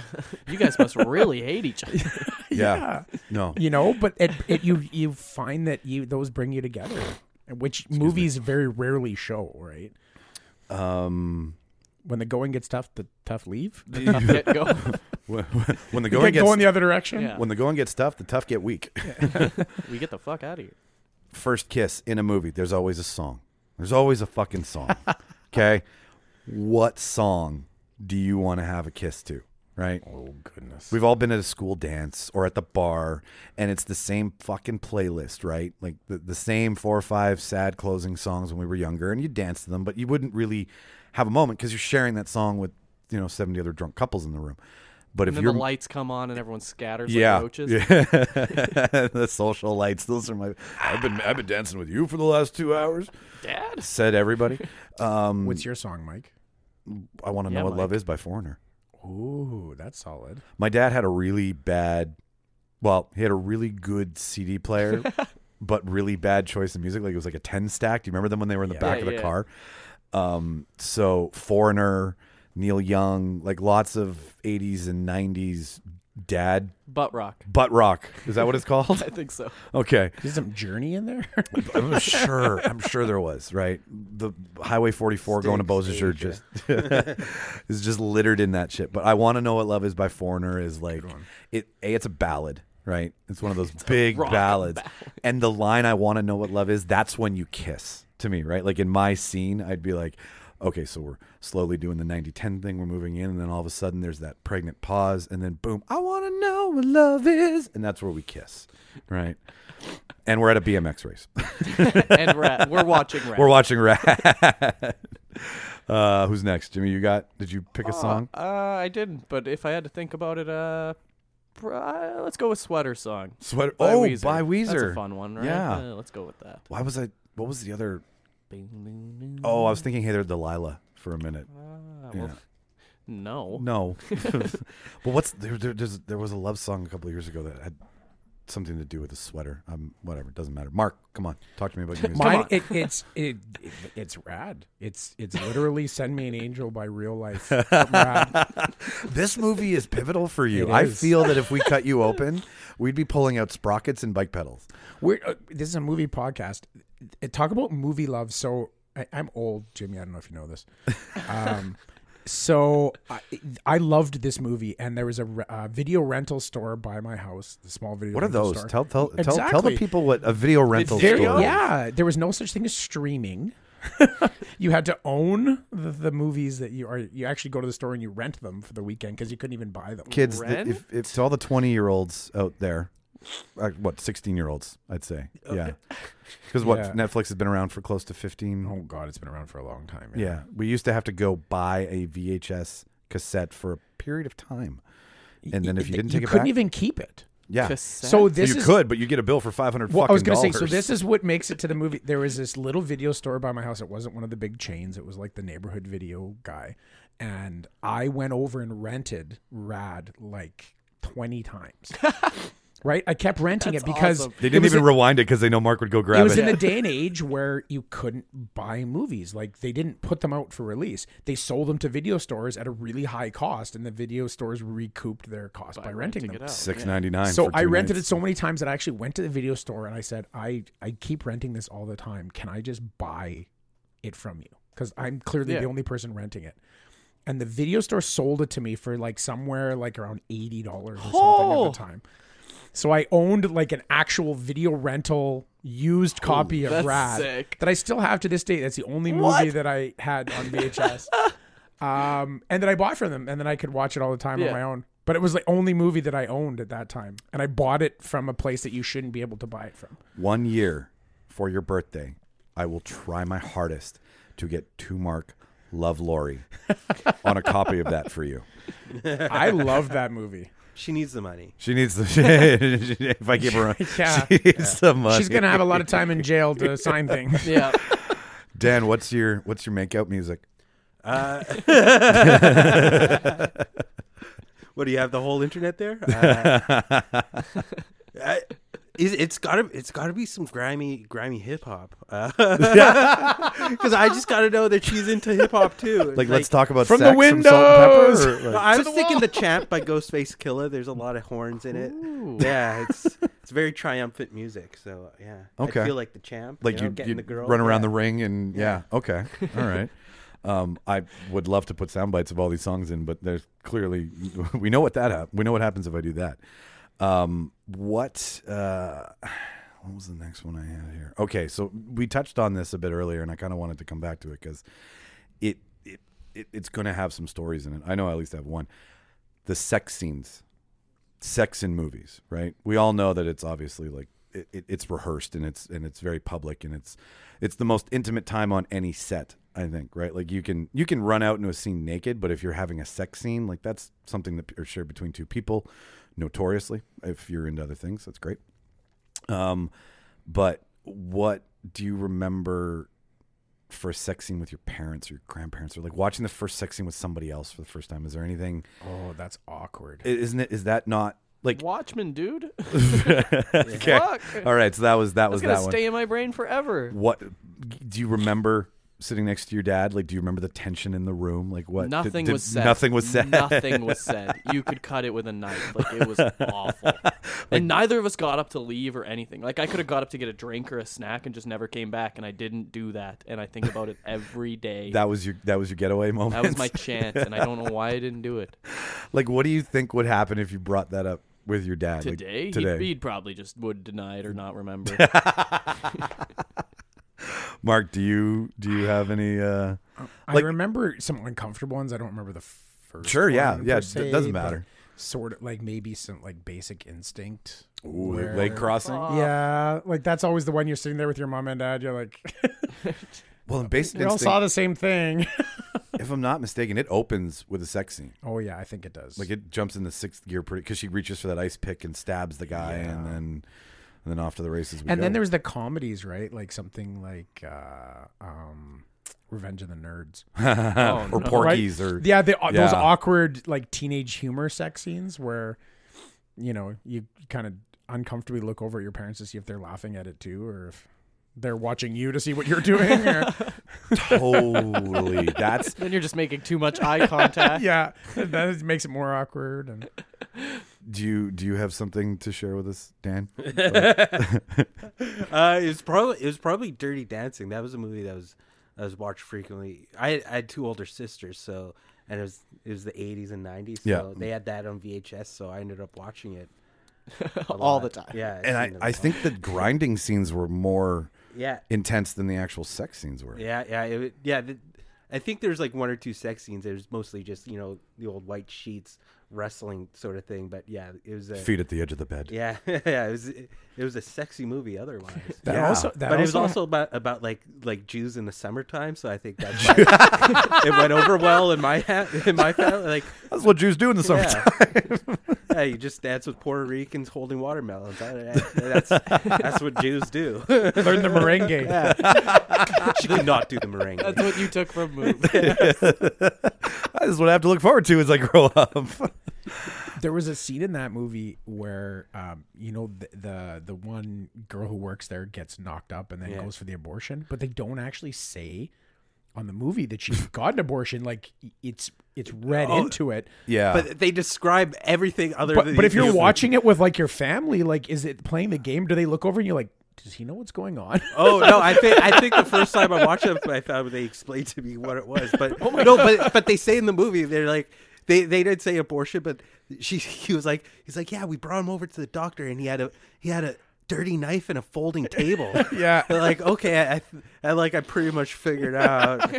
[SPEAKER 4] you guys must really hate each other. <laughs>
[SPEAKER 1] Yeah. No.
[SPEAKER 2] you know, but it, it, you, you find that you, those bring you together, which movies very rarely show, right? <laughs>
[SPEAKER 1] Um <laughs>
[SPEAKER 2] When the going gets tough, the tough leave.
[SPEAKER 4] Get <laughs> go.
[SPEAKER 1] when when the
[SPEAKER 2] Go
[SPEAKER 1] going gets
[SPEAKER 2] going the other direction.
[SPEAKER 4] Yeah.
[SPEAKER 1] when the going gets tough, the tough get weak.
[SPEAKER 4] We get the fuck out of here.
[SPEAKER 1] first kiss in a movie, there's always a song. There's always a fucking
[SPEAKER 4] <laughs>
[SPEAKER 1] song. Okay. what song do you want to have a kiss to? Right?
[SPEAKER 2] Oh goodness.
[SPEAKER 1] We've all been at a school dance or at the bar, and it's the same fucking playlist, right? Like the, the same four or five sad closing songs when we were younger, and you dance to them, but you wouldn't really have a moment because you're sharing that song with, you know, 70 other drunk couples in the room. But
[SPEAKER 4] And
[SPEAKER 1] if
[SPEAKER 4] then
[SPEAKER 1] you're
[SPEAKER 4] the lights come on and everyone scatters
[SPEAKER 1] yeah.
[SPEAKER 4] like roaches.
[SPEAKER 1] Yeah. <laughs> the social lights. Those are my. I've been I've been dancing with you for the last two hours.
[SPEAKER 4] Dad.
[SPEAKER 1] Said
[SPEAKER 4] <laughs>
[SPEAKER 1] everybody. Um,
[SPEAKER 2] What's your song, Mike?
[SPEAKER 1] I want to
[SPEAKER 4] Yeah,
[SPEAKER 1] know what
[SPEAKER 4] Mike.
[SPEAKER 1] love is by Foreigner.
[SPEAKER 2] Ooh, that's solid.
[SPEAKER 1] My dad had a really bad. Well, he had a really good CD
[SPEAKER 4] <laughs>
[SPEAKER 1] player, but really bad choice in music. Like it was like a ten stack. Do you remember them when they were in the back
[SPEAKER 4] Yeah,
[SPEAKER 1] of the
[SPEAKER 4] yeah.
[SPEAKER 1] car? Um, so Foreigner, Neil Young, like lots of '80s and '90s dad
[SPEAKER 4] Butt
[SPEAKER 1] <laughs>
[SPEAKER 4] rock. <laughs>
[SPEAKER 1] butt rock. Is that what it's called?
[SPEAKER 4] I think so.
[SPEAKER 1] Okay.
[SPEAKER 2] Is some Journey
[SPEAKER 1] <laughs>
[SPEAKER 2] in there?
[SPEAKER 1] I'm sure. I'm sure there was right. The Highway 44 going to
[SPEAKER 3] Stinks
[SPEAKER 1] Bossier just <laughs> is just littered in that shit. But I want to know what love is by Foreigner is like. It a it's a ballad, right? It's one of those big
[SPEAKER 4] rock
[SPEAKER 1] ballads. And the line I want to know what love is. That's when you kiss to me, right? Like in my scene, I'd be like. Okay, so we're slowly doing the 90 10 thing. We're moving in, and then all of a sudden there's that pregnant pause, and then boom, I want to know what love is. And that's where we kiss, right? And we're at a BMX race.
[SPEAKER 4] And rat. We're watching rat.
[SPEAKER 1] We're watching Rat. <laughs> uh, who's next, Jimmy? You got? Did you pick a
[SPEAKER 4] Uh,
[SPEAKER 1] song?
[SPEAKER 4] Uh, I didn't, but if I had to think about it, uh, pr- uh, let's go with sweater song.
[SPEAKER 1] Sweater.
[SPEAKER 4] By
[SPEAKER 1] oh,
[SPEAKER 4] Weezer.
[SPEAKER 1] by Weezer.
[SPEAKER 4] That's a fun one, right?
[SPEAKER 1] Yeah.
[SPEAKER 4] Uh, let's go with that.
[SPEAKER 1] Why was I? What was the other? Oh, I was thinking Hey There Delilah for a minute.
[SPEAKER 4] Ah, well,
[SPEAKER 1] Oh, Yeah.
[SPEAKER 4] No.
[SPEAKER 1] No, <laughs> but what's there? there there's, there was a love song a couple of years ago that had something to do with a sweater. Um, whatever, it doesn't matter. Mark, come on, talk to me about your music.
[SPEAKER 2] Mine, it, it's it, it, it's rad. It's it's literally "Send Me an Angel" by
[SPEAKER 1] <laughs>
[SPEAKER 2] Real Life. from Rad.
[SPEAKER 1] this movie is pivotal for you.
[SPEAKER 2] It
[SPEAKER 1] I
[SPEAKER 2] is.
[SPEAKER 1] feel that if we cut you open, we'd be pulling out sprockets and bike pedals.
[SPEAKER 2] We're, uh, this is a movie podcast. Uh, Talk about movie love. So I, I'm old, Jimmy. I don't know if you know this. Um, so I, I loved this movie, and there was a re- uh, video rental store by my house. The small video.
[SPEAKER 1] What are
[SPEAKER 2] rental
[SPEAKER 1] those?
[SPEAKER 2] store.
[SPEAKER 1] Tell tell, tell tell the
[SPEAKER 2] Exactly.
[SPEAKER 1] people what a video rental
[SPEAKER 4] Video?
[SPEAKER 1] store. is.
[SPEAKER 2] Yeah, there was no such thing as
[SPEAKER 1] <laughs>
[SPEAKER 2] streaming. you had to own the, the movies that you are. You actually go to the store and you rent them for the weekend because you couldn't even buy them.
[SPEAKER 1] Kids, th- if,
[SPEAKER 4] Rent?
[SPEAKER 1] if to all the twenty-year-olds out there, uh, what sixteen-year-olds, I'd say, yeah, because what
[SPEAKER 2] Yeah.
[SPEAKER 1] Netflix has been around for close to fifteen.
[SPEAKER 2] Oh God, it's been around for a long time. man.
[SPEAKER 1] Yeah, we used to have to go buy a VHS cassette for a period of time, and then if you didn't take
[SPEAKER 2] you
[SPEAKER 1] it
[SPEAKER 2] couldn't
[SPEAKER 1] back,
[SPEAKER 2] even keep it.
[SPEAKER 1] yeah,
[SPEAKER 4] Cassette.
[SPEAKER 2] So this
[SPEAKER 1] you
[SPEAKER 2] is
[SPEAKER 1] could, but you get a bill for five hundred.
[SPEAKER 2] Well,
[SPEAKER 1] fucking
[SPEAKER 2] I was gonna
[SPEAKER 1] dollars.
[SPEAKER 2] say. So this is what makes it to the movie. There was this little video store by my house. It wasn't one of the big chains. It was like the neighborhood video guy, and I went over and rented Rad like twenty times. right, I kept renting
[SPEAKER 4] That's
[SPEAKER 2] it because
[SPEAKER 4] awesome.
[SPEAKER 1] They
[SPEAKER 2] it
[SPEAKER 1] didn't
[SPEAKER 2] was
[SPEAKER 1] even
[SPEAKER 2] a-
[SPEAKER 1] rewind it because they know Mark would go grab
[SPEAKER 2] it was in a day and age where you couldn't buy movies. Like they didn't put them out for release. They sold them to video stores at a really high cost, and the video stores recouped their cost by, renting
[SPEAKER 4] renting
[SPEAKER 2] them.
[SPEAKER 4] it out.
[SPEAKER 1] Six ninety nine.
[SPEAKER 2] So I rented it so many times that I actually went to the video store and I said, I, I keep renting this all the time. Can I just buy it from you? Because I'm clearly the
[SPEAKER 4] Yeah.
[SPEAKER 2] only person renting it. And the video store sold it to me for like somewhere like around $80 or something
[SPEAKER 4] Oh.
[SPEAKER 2] at the time. So I owned like an actual video rental used copy of
[SPEAKER 4] that's
[SPEAKER 2] Rad
[SPEAKER 4] sick.
[SPEAKER 2] that I still have to this day. That's the only movie
[SPEAKER 4] What?
[SPEAKER 2] that I had on VHS. um, and that I bought from them, and then I could watch it all the time on
[SPEAKER 4] Yeah.
[SPEAKER 2] my own. But it was the only movie that I owned at that time, and I bought it from a place that you shouldn't be able to buy it from.
[SPEAKER 1] one year for your birthday. I will try my hardest to get two Mark Love <laughs> Lori on a copy of that for you. <laughs>
[SPEAKER 2] I love that movie.
[SPEAKER 3] She needs the money.
[SPEAKER 1] She needs the <laughs> if I give her a,
[SPEAKER 2] Yeah.
[SPEAKER 1] she needs the money.
[SPEAKER 2] She's gonna have a lot of time in jail to
[SPEAKER 1] <laughs>
[SPEAKER 2] sign things.
[SPEAKER 4] Yeah.
[SPEAKER 1] Dan, what's your what's your makeout music?
[SPEAKER 3] Uh, what do you have? The whole
[SPEAKER 1] <laughs>
[SPEAKER 3] internet there? Uh, <laughs> I, is- it's gotta it's gotta be some grimy grimy hip hop. <laughs>
[SPEAKER 1] <laughs>
[SPEAKER 3] Because I just gotta know that she's into hip hop too.
[SPEAKER 1] Like, let's talk about
[SPEAKER 2] from the
[SPEAKER 1] sex, from salt and pepper, or,
[SPEAKER 2] windows!
[SPEAKER 1] like-
[SPEAKER 3] I was thinking the champ by Ghostface Killer. There's a lot of horns in it. Yeah,
[SPEAKER 4] <laughs>
[SPEAKER 3] it's it's very triumphant music. So yeah,
[SPEAKER 1] Okay.
[SPEAKER 3] I feel like the champ.
[SPEAKER 1] like
[SPEAKER 3] you, know,
[SPEAKER 1] you,
[SPEAKER 3] getting
[SPEAKER 1] you
[SPEAKER 3] the girl,
[SPEAKER 1] run around the
[SPEAKER 3] yeah.
[SPEAKER 1] ring and yeah, okay, all
[SPEAKER 3] <laughs>
[SPEAKER 1] right. Um, I would love to put sound bites of all these songs in, but there's clearly <laughs> we know what that hap- we know what happens if I do that. Um, what uh, what was the next one I had here? Okay, so we touched on this a bit earlier, and I kind of wanted to come back to it because it, it it it's going to have some stories in it. I know I at least have one. The sex scenes sex in movies, right? We all know that it's obviously like it, it, it's rehearsed and it's and it's very public and it's it's the most intimate time on any set, I think, right? Like you can you can run out into a scene naked, but if you're having a sex scene, like that's something that are shared between two people, notoriously. If you're into other things, that's great. Um, but what do you remember? For a sex scene with your parents or your grandparents, or like watching the first sex scene with somebody else for the first time, is there anything?
[SPEAKER 2] Oh, that's awkward.
[SPEAKER 1] i- Isn't it? Is that not like
[SPEAKER 4] Watchmen, dude.
[SPEAKER 1] <laughs> okay.
[SPEAKER 4] Fuck.
[SPEAKER 1] All right, so that was that was
[SPEAKER 4] That's gonna
[SPEAKER 1] that one.
[SPEAKER 4] stay in my brain forever.
[SPEAKER 1] What do you remember sitting next to your dad? Like, do you remember the tension in the room? Like, what? did-
[SPEAKER 4] Nothing
[SPEAKER 1] did-
[SPEAKER 4] was said.
[SPEAKER 1] Nothing was said.
[SPEAKER 4] Nothing was said. You could cut it with a knife. Like it was awful. and neither of us got up to leave or anything. Like I could have got up to get a drink or a snack and just never came back. And I didn't do that. And I think about it every
[SPEAKER 1] <laughs>
[SPEAKER 4] day.
[SPEAKER 1] That was your that was your getaway moment.
[SPEAKER 4] That was my chance, and I don't know why I didn't do it.
[SPEAKER 1] <laughs> like, what do you think would happen if you brought that up with your dad like,
[SPEAKER 4] Today, he'd-
[SPEAKER 1] today,
[SPEAKER 4] He'd, probably just would deny it or
[SPEAKER 1] <laughs>
[SPEAKER 4] not remember.
[SPEAKER 1] Mark, do you do you have any? uh
[SPEAKER 2] I remember some uncomfortable ones. I don't remember the first.
[SPEAKER 1] Sure, yeah,
[SPEAKER 2] one
[SPEAKER 1] yeah,
[SPEAKER 2] per
[SPEAKER 1] it
[SPEAKER 2] se,
[SPEAKER 1] doesn't
[SPEAKER 2] but
[SPEAKER 1] matter.
[SPEAKER 2] Sort of like maybe some like basic instinct.
[SPEAKER 1] Ooh,
[SPEAKER 2] where-
[SPEAKER 1] leg crossing.
[SPEAKER 2] Yeah, like that's always the one you're sitting there with your mom and dad. You're like, <laughs>
[SPEAKER 1] Well, in Basic
[SPEAKER 2] we all
[SPEAKER 1] Instinct,
[SPEAKER 2] saw the same thing. <laughs>
[SPEAKER 1] if I'm not mistaken, it opens with a sex scene.
[SPEAKER 2] oh yeah, I think it does.
[SPEAKER 1] Like it jumps into sixth gear pretty because she reaches for that ice pick and stabs the guy, and then and then off to the races. We
[SPEAKER 2] and
[SPEAKER 1] go.
[SPEAKER 2] then there was the comedies, right? Like something like uh, um, Revenge of the Nerds.
[SPEAKER 4] Oh,
[SPEAKER 1] <laughs> or
[SPEAKER 4] no.
[SPEAKER 1] Porkies or
[SPEAKER 4] <laughs>
[SPEAKER 2] Yeah, the, uh, those
[SPEAKER 1] Yeah.
[SPEAKER 2] awkward like teenage humor sex scenes where, you know, you kind of uncomfortably look over at your parents to see if they're laughing at it too, or if they're watching you to see what you're doing.
[SPEAKER 3] <laughs>
[SPEAKER 2] Or,
[SPEAKER 1] totally. That's
[SPEAKER 4] Then you're just making too much
[SPEAKER 1] <laughs>
[SPEAKER 4] eye contact.
[SPEAKER 2] yeah, that is- makes it more awkward. And
[SPEAKER 1] do you do you have something to share with us, Dan?
[SPEAKER 3] Uh, it was probably it was probably Dirty Dancing. That was a movie that was I was watched frequently. I, I had two older sisters, so and it was it was the eighties and nineties. So
[SPEAKER 1] Yeah.
[SPEAKER 3] they had that on VHS, so I ended up watching it a
[SPEAKER 4] All the
[SPEAKER 3] lot.
[SPEAKER 4] time.
[SPEAKER 3] Yeah,
[SPEAKER 1] And I,
[SPEAKER 3] seen it a
[SPEAKER 1] I
[SPEAKER 3] lot.
[SPEAKER 1] think the grinding scenes were more
[SPEAKER 3] yeah,
[SPEAKER 1] intense than the actual sex scenes were.
[SPEAKER 3] yeah, yeah, it, would- yeah. The, I think there's like one or two sex scenes. It was mostly just you know the old white sheets wrestling sort of thing. But yeah, it was a
[SPEAKER 1] Feet at the edge of the bed.
[SPEAKER 3] yeah <laughs> yeah it was it was a sexy movie otherwise.
[SPEAKER 2] <laughs> that
[SPEAKER 1] Yeah.
[SPEAKER 2] also, that
[SPEAKER 3] but it was
[SPEAKER 2] also
[SPEAKER 3] also about about like like Jews in the summertime, so I
[SPEAKER 2] <laughs>
[SPEAKER 3] think that's why it went over well in my ha- in my family. Like,
[SPEAKER 1] That's what Jews do in the summertime. <laughs>
[SPEAKER 3] yeah, <laughs> yeah, you just dance with Puerto Ricans holding watermelons. I- I-
[SPEAKER 2] <laughs>
[SPEAKER 3] that's that's what Jews do.
[SPEAKER 2] learned the
[SPEAKER 3] <laughs>
[SPEAKER 2] merengue.
[SPEAKER 3] she could not do the meringue.
[SPEAKER 4] That's what you took from
[SPEAKER 1] <laughs>
[SPEAKER 4] Move.
[SPEAKER 1] That's what I have to look forward to as I grow up. <laughs>
[SPEAKER 2] There was a scene in that movie where, um, you know, the, the the one girl who works there gets knocked up and then
[SPEAKER 3] Yeah.
[SPEAKER 2] goes for the abortion, but they don't actually say on the movie that she <laughs> got an abortion. Like it's it's read into it.
[SPEAKER 1] yeah.
[SPEAKER 3] But they describe everything other
[SPEAKER 2] But
[SPEAKER 3] than
[SPEAKER 2] but if you're
[SPEAKER 3] Jews.
[SPEAKER 2] watching it with like your family, like is it playing the game? Do they look over and you're like, does he know what's going on?
[SPEAKER 3] Oh no! I think I think the first time I watched it, I found they explained to me what it was.
[SPEAKER 2] <laughs>
[SPEAKER 3] But
[SPEAKER 2] Oh
[SPEAKER 3] no, but but they say in the movie they're like they they did say abortion, but she <laughs> he was like he's like yeah we brought him over to the doctor and he had a he had a dirty knife and a
[SPEAKER 2] <laughs>
[SPEAKER 3] folding table.
[SPEAKER 2] Yeah.
[SPEAKER 3] They're like okay, I, I I like I pretty much
[SPEAKER 2] <laughs>
[SPEAKER 3] figured out.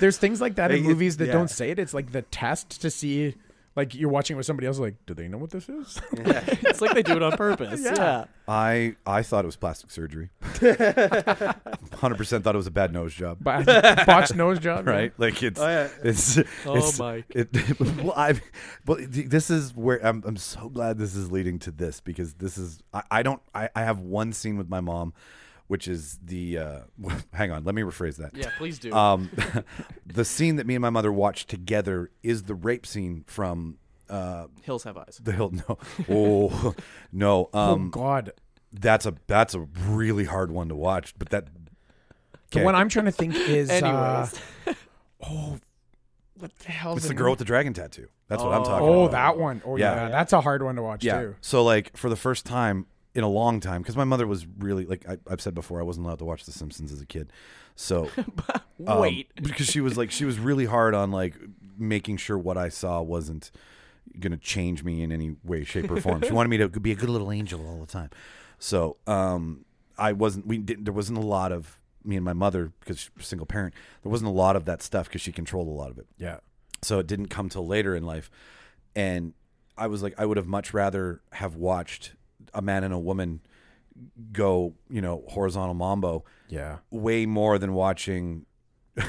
[SPEAKER 2] There's things like that in
[SPEAKER 3] Like, it-
[SPEAKER 2] movies that
[SPEAKER 3] yeah.
[SPEAKER 2] don't say it. It's like the test to see. Like you're watching it with somebody else, like, do they know what this is? <laughs>
[SPEAKER 4] It's like they do it on purpose. Yeah.
[SPEAKER 1] I I thought it was plastic
[SPEAKER 3] <laughs>
[SPEAKER 1] surgery. <laughs> 100% thought it was a bad nose job.
[SPEAKER 2] But botched nose
[SPEAKER 1] <laughs>
[SPEAKER 2] job,
[SPEAKER 1] Right, like it's,
[SPEAKER 3] yeah.
[SPEAKER 1] it's, it's-
[SPEAKER 4] my.
[SPEAKER 1] It, <laughs> well, I, well, this is where I'm. I'm so glad this is leading to this because this is. I, I don't. I, I have one scene with my mom, which is the. Uh, <laughs> hang on, let me rephrase that.
[SPEAKER 4] Yeah, please do.
[SPEAKER 1] Um, <laughs> the scene that me and my mother watched together is the rape scene from uh,
[SPEAKER 4] Hills have eyes.
[SPEAKER 1] the hill. No, oh no.
[SPEAKER 2] Oh
[SPEAKER 1] Um,
[SPEAKER 2] God,
[SPEAKER 1] that's a that's a really hard one to watch. But that
[SPEAKER 2] The
[SPEAKER 1] Okay.
[SPEAKER 2] one I'm trying to think is
[SPEAKER 4] Anyways,
[SPEAKER 2] uh, oh, what the hell?
[SPEAKER 1] it's the girl with the dragon tattoo. That's what I'm talking about.
[SPEAKER 2] Oh, that one. Oh yeah.
[SPEAKER 1] Yeah.
[SPEAKER 2] that's a hard one to watch too.
[SPEAKER 1] So like for the first time in a long time, because my mother was really like I, I've said before, I wasn't allowed to watch The Simpsons as a kid. So um,
[SPEAKER 4] Wait.
[SPEAKER 1] <laughs> because she was like she was really hard on like making sure what I saw wasn't gonna change me in any way, shape, or form. she wanted me to be a good little angel all the time. So um, I wasn't. We didn't. There wasn't a lot of me and my mother because she was a single parent. There wasn't a lot of that stuff because she controlled a lot of it
[SPEAKER 2] Yeah.
[SPEAKER 1] so it didn't come till later in life and i was like i would have much rather have watched a man and a woman go you know horizontal mambo
[SPEAKER 2] Yeah.
[SPEAKER 1] way more than watching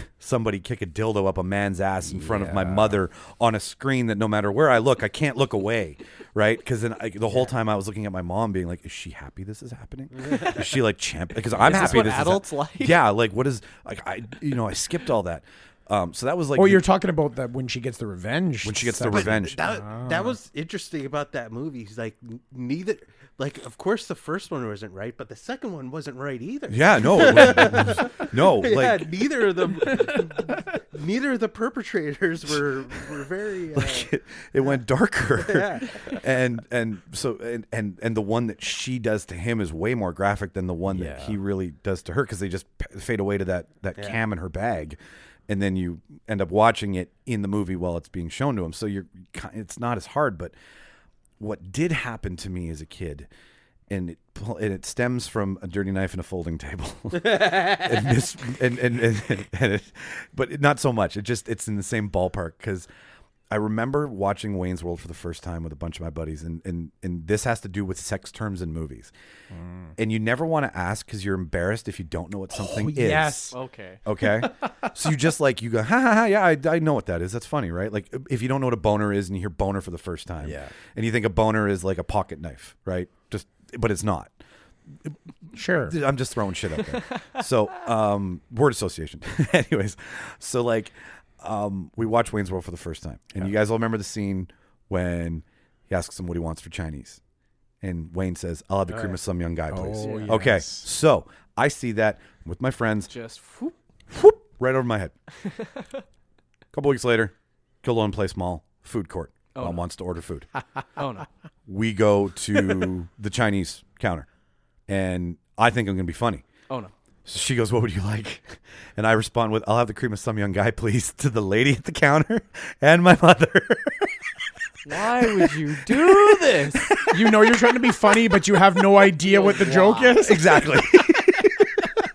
[SPEAKER 1] <laughs> somebody kick a dildo up a man's ass in front of my
[SPEAKER 2] Yeah.
[SPEAKER 1] mother on a screen that no matter where i look i can't look away right because then I, the whole time i was looking at my mom being like is she happy this is
[SPEAKER 4] <laughs>
[SPEAKER 1] happening is she like champ because i'm
[SPEAKER 4] Is this
[SPEAKER 1] happy
[SPEAKER 4] what
[SPEAKER 1] this is hap-
[SPEAKER 4] adults like?
[SPEAKER 1] yeah like what is like i you know i skipped all that um so that was like
[SPEAKER 2] Oh,
[SPEAKER 1] the-
[SPEAKER 2] you're talking about that when she gets the revenge.
[SPEAKER 1] when she gets the
[SPEAKER 2] sex-
[SPEAKER 1] revenge
[SPEAKER 3] That,
[SPEAKER 2] Ah.
[SPEAKER 3] that was interesting about that movie. He's like n- neither like of course the first one wasn't right, but the second one wasn't right either.
[SPEAKER 1] Yeah, no, it was- no, like <laughs>
[SPEAKER 3] yeah, neither of them, neither of the perpetrators were were very. Uh,
[SPEAKER 1] it, it went darker, and and so and, and and the one that she does to him is way more graphic than the one that
[SPEAKER 2] Yeah.
[SPEAKER 1] he really does to her because they just p- fade away to that that cam in her bag, and then you end up watching it in the movie while it's being shown to him. So you're ki- it's not as hard, but what did happen to me as a kid. And it pl- and it stems from a dirty knife and a folding table. <laughs> and this and and, and, and it, but it, not so much. It just it's in the same ballpark because I remember watching Wayne's World for the first time with a bunch of my buddies, and and and this has to do with sex terms in movies,
[SPEAKER 2] Mm.
[SPEAKER 1] and you never want to ask because you're embarrassed if you don't know what something is.
[SPEAKER 2] Oh, yes.
[SPEAKER 4] Okay.
[SPEAKER 2] <laughs>
[SPEAKER 1] Okay. so you just like you go ha ha ha yeah I, I know what that is that's funny right like if you don't know what a boner is and you hear boner for the first time
[SPEAKER 2] Yeah.
[SPEAKER 1] and you think a boner is like a pocket knife right just but it's not <laughs>
[SPEAKER 2] Sure.
[SPEAKER 1] I'm just throwing shit up there. so, um, word association. <laughs> Anyways, so like, um, we watched Wayne's World for the first time, and you guys all remember the scene when he asks him what he wants for Chinese, and Wayne says, "I'll have a cream of some young guy, please."
[SPEAKER 2] Oh,
[SPEAKER 1] Okay,
[SPEAKER 2] yes.
[SPEAKER 1] so I see that with my friends,
[SPEAKER 4] Just whoop.
[SPEAKER 1] whoop, right over my head. <laughs> couple weeks later, Killoan Place Mall food court. Mom wants to order food
[SPEAKER 4] Oh no.
[SPEAKER 1] we go
[SPEAKER 2] <laughs>
[SPEAKER 1] to the Chinese counter, and I think I'm going to be funny.
[SPEAKER 4] Oh no.
[SPEAKER 1] So she goes, "What would you like?" And I respond with, "I'll have the cream of some young guy, please," <laughs> to the lady at the counter <laughs> and my mother. <laughs>
[SPEAKER 4] Why would you do this?
[SPEAKER 2] you know you're trying to be funny, but you have no idea what the
[SPEAKER 1] <laughs>
[SPEAKER 2] joke is.
[SPEAKER 1] exactly.
[SPEAKER 3] Nice.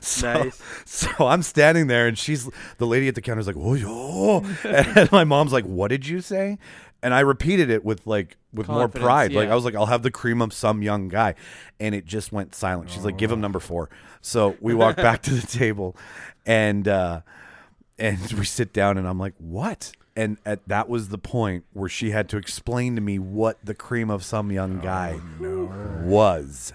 [SPEAKER 1] <laughs> So I'm standing there, and she's the lady at the counter is like, "Oh, yo," <laughs> and my mom's like, "What did you say?" And I repeated it with like with
[SPEAKER 4] Confidence,
[SPEAKER 1] more pride. Like
[SPEAKER 4] yeah.
[SPEAKER 1] I was like, "I'll have the cream of some young guy," and it just went silent. She's like, "Give
[SPEAKER 4] Oh.
[SPEAKER 1] him number four. So
[SPEAKER 4] <laughs>
[SPEAKER 1] we walk back to the table, and uh, and <laughs> we sit down, and I'm like, "What?" And at, that was the point where she had to explain to me what the cream of some
[SPEAKER 4] Oh,
[SPEAKER 1] young guy was.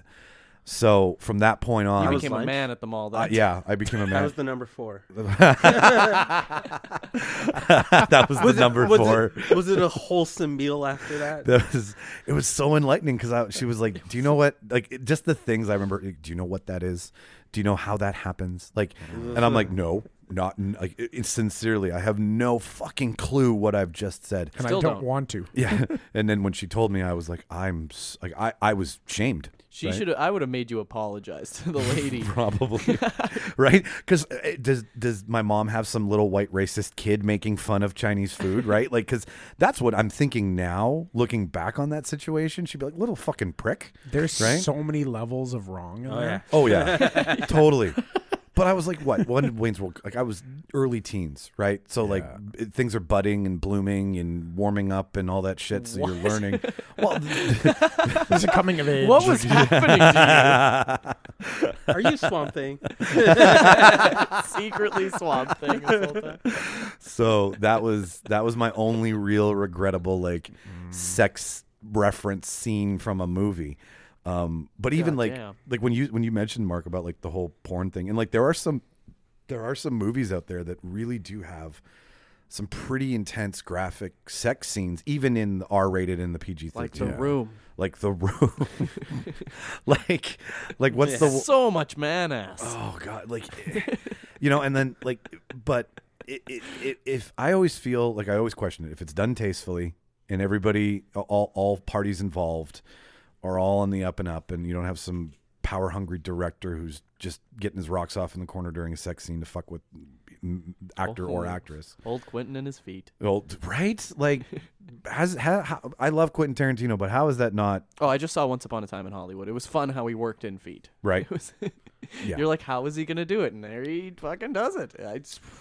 [SPEAKER 1] So from that point on,
[SPEAKER 4] You
[SPEAKER 1] I
[SPEAKER 4] became
[SPEAKER 3] lunch.
[SPEAKER 4] a man at the mall.
[SPEAKER 1] uh,
[SPEAKER 4] That
[SPEAKER 1] yeah, I became a
[SPEAKER 4] <laughs>
[SPEAKER 1] man.
[SPEAKER 3] That was the number four.
[SPEAKER 1] <laughs> that was the number
[SPEAKER 3] was
[SPEAKER 1] four.
[SPEAKER 3] It, <laughs> was it a wholesome meal after that?
[SPEAKER 1] That was it was so enlightening because she was like, "Do you know what?" Like it- just the things I remember. like, Do you know what that is? Do you know how that happens? Like, and I'm like, no, not n- like it, it- sincerely. I have no fucking clue what I've just said. <laughs>
[SPEAKER 2] And
[SPEAKER 4] Still
[SPEAKER 2] I don't,
[SPEAKER 4] don't.
[SPEAKER 2] want to.
[SPEAKER 1] Yeah, and then when she told me, I was like, I'm s- like I I was shamed.
[SPEAKER 4] she
[SPEAKER 1] right?
[SPEAKER 4] should. I would have made you apologize
[SPEAKER 1] <laughs>
[SPEAKER 4] to the lady.
[SPEAKER 1] probably right because does does my mom have some little white racist kid making fun of chinese food right like because that's what i'm thinking now looking back on that situation she'd be like little fucking prick
[SPEAKER 2] There's
[SPEAKER 1] Right?
[SPEAKER 2] so many levels of wrong in there.
[SPEAKER 1] oh yeah <laughs> totally but i was like what when did wayne's world like i was early teens right so like b- things are budding and blooming and warming up and all that shit so you're learning well <laughs>
[SPEAKER 2] There's a coming of age.
[SPEAKER 4] What was happening to
[SPEAKER 3] Are you Swamp Thing?
[SPEAKER 4] you?
[SPEAKER 1] <laughs>
[SPEAKER 4] <laughs> Secretly swamp thing. This whole time.
[SPEAKER 1] So that was that was my only real regrettable like
[SPEAKER 4] Mm.
[SPEAKER 1] sex reference scene from a movie. Um, but even like
[SPEAKER 4] Goddamn.
[SPEAKER 1] like when you when you mentioned Mark about like the whole porn thing and like there are some there are some movies out there that really do have some pretty intense graphic sex scenes, even in the R rated and the PG
[SPEAKER 4] Like
[SPEAKER 1] thirteen.
[SPEAKER 4] the room.
[SPEAKER 1] Like the room. <laughs> like like what's the
[SPEAKER 4] so much man ass.
[SPEAKER 1] Oh God, like you know, and then like, but it, it, it, if I always feel like I always question it if it's done tastefully and everybody, all all parties involved, are all on the up and up, and you don't have some power hungry director who's just getting his rocks off in the corner during a sex scene to fuck with mm, actor or
[SPEAKER 4] Oh.
[SPEAKER 1] actress.
[SPEAKER 4] Old Quentin and his feet.
[SPEAKER 1] Well, right? Like, has, ha how, I love Quentin Tarantino, but how is that not
[SPEAKER 4] Oh, I just saw Once Upon a Time in Hollywood. It was fun how he worked in feet.
[SPEAKER 1] right?
[SPEAKER 4] <laughs> It was.
[SPEAKER 1] Yeah.
[SPEAKER 4] You're like, how is he gonna do it? And there he fucking does it. I just,
[SPEAKER 1] <laughs>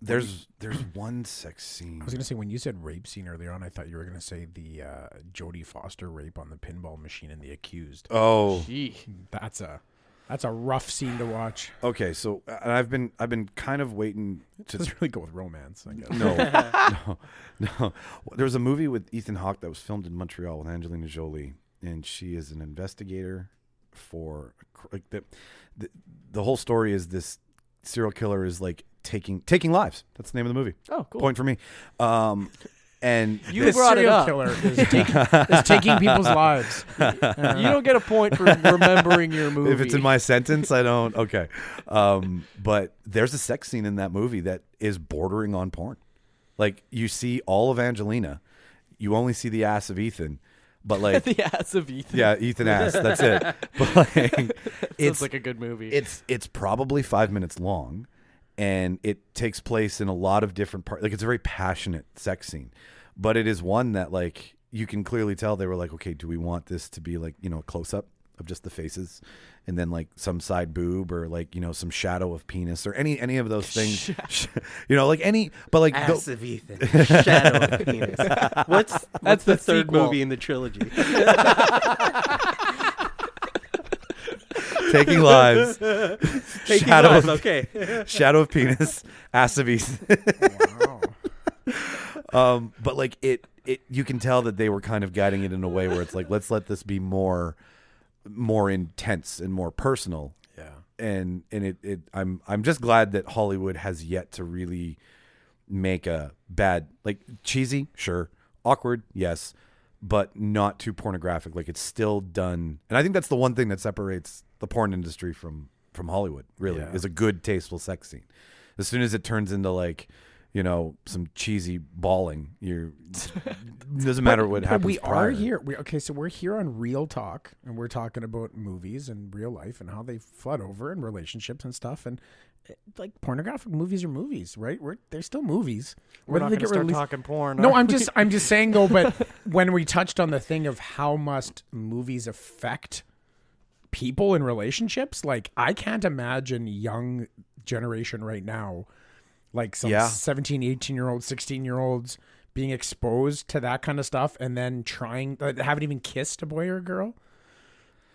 [SPEAKER 1] There's there's one sex scene.
[SPEAKER 2] <laughs> I was gonna say when you said rape scene earlier on, I thought you were gonna say the uh, Jodie Foster rape on the pinball machine and the accused.
[SPEAKER 1] oh, <laughs>
[SPEAKER 4] <sighs> gee.
[SPEAKER 2] That's a that's a rough scene to watch.
[SPEAKER 1] Okay, so uh, and I've been I've been kind of waiting
[SPEAKER 2] <laughs>
[SPEAKER 1] to
[SPEAKER 2] Doesn't really go with romance, I guess.
[SPEAKER 1] no no <laughs> no. There was a movie with Ethan Hawke that was filmed in Montreal with Angelina Jolie, and she is an investigator for a cr- like the the, the whole story is this serial killer is like taking taking lives. That's the name of the movie.
[SPEAKER 4] Oh, cool.
[SPEAKER 1] Point for me. Um, and
[SPEAKER 4] You
[SPEAKER 2] This
[SPEAKER 4] brought it
[SPEAKER 2] serial
[SPEAKER 4] up. <laughs>
[SPEAKER 2] killer is, taking, is taking <laughs>
[SPEAKER 1] <laughs>
[SPEAKER 2] people's lives.
[SPEAKER 4] You don't get a point for remembering your movie.
[SPEAKER 1] <laughs> If it's
[SPEAKER 4] <laughs>
[SPEAKER 1] in my sentence, I don't. Okay. Um, but there's a sex scene in that movie that is bordering on porn. Like you see all of Angelina, you only see the ass of Ethan,
[SPEAKER 4] <laughs>
[SPEAKER 1] but like
[SPEAKER 4] the ass of Ethan.
[SPEAKER 1] yeah, Ethan ass. That's
[SPEAKER 4] <laughs>
[SPEAKER 1] it. But like
[SPEAKER 4] it's
[SPEAKER 1] it's
[SPEAKER 4] like a good movie.
[SPEAKER 1] it's it's probably five minutes long, and it takes place in a lot of different parts. Like it's a very passionate sex scene, but it is one that like you can clearly tell they were like, okay, do we want this to be like you know a close up of just the faces, and then like some side boob or like you know some shadow of penis or any any of those
[SPEAKER 3] <laughs>
[SPEAKER 1] things, <laughs> you know, like any but like tho-
[SPEAKER 3] Ass of Ethan. Shadow <laughs> of Penis. What's, what's
[SPEAKER 4] <laughs> That's
[SPEAKER 3] the,
[SPEAKER 4] the
[SPEAKER 3] third
[SPEAKER 4] sequel.
[SPEAKER 3] movie in the trilogy?
[SPEAKER 1] taking lives,
[SPEAKER 3] <laughs> Taking
[SPEAKER 1] Shadow
[SPEAKER 3] Lives,
[SPEAKER 1] of-
[SPEAKER 3] Okay.
[SPEAKER 1] shadow of penis, ass of Ethan.
[SPEAKER 2] Wow.
[SPEAKER 1] <laughs> um, but like it, it, you can tell that they were kind of guiding it in a way where it's like, let's let this be more more intense and more personal.
[SPEAKER 2] Yeah.
[SPEAKER 1] And and it, it I'm I'm just glad that Hollywood has yet to really make a bad like cheesy, sure. Awkward, yes, but not too pornographic. Like it's still done and I think that's the one thing that separates the porn industry from from Hollywood, really,
[SPEAKER 2] Yeah.
[SPEAKER 1] is a good tasteful sex scene. As soon as it turns into like you know some cheesy bawling.
[SPEAKER 2] <laughs>
[SPEAKER 1] You doesn't matter what
[SPEAKER 2] But
[SPEAKER 1] happens.
[SPEAKER 2] We
[SPEAKER 1] prior.
[SPEAKER 2] are here. We, okay, so we're here on real talk, and we're talking about movies and real life and how they flood over and relationships and stuff. And eh, like pornographic movies are movies, right? We're they're still movies.
[SPEAKER 4] We're
[SPEAKER 2] Whether
[SPEAKER 4] not
[SPEAKER 2] they
[SPEAKER 4] going to
[SPEAKER 2] get
[SPEAKER 4] start
[SPEAKER 2] released-
[SPEAKER 4] talking porn.
[SPEAKER 2] No,
[SPEAKER 4] are
[SPEAKER 2] I'm
[SPEAKER 4] we?
[SPEAKER 2] just I'm just saying though. But when we touched on the thing of how must movies affect people in relationships, like I can't imagine young generation right now, like some
[SPEAKER 1] Yeah.
[SPEAKER 2] 17, 18 year olds, 16 year olds being exposed to that kind of stuff and then trying uh, haven't even kissed a boy or a girl. <laughs>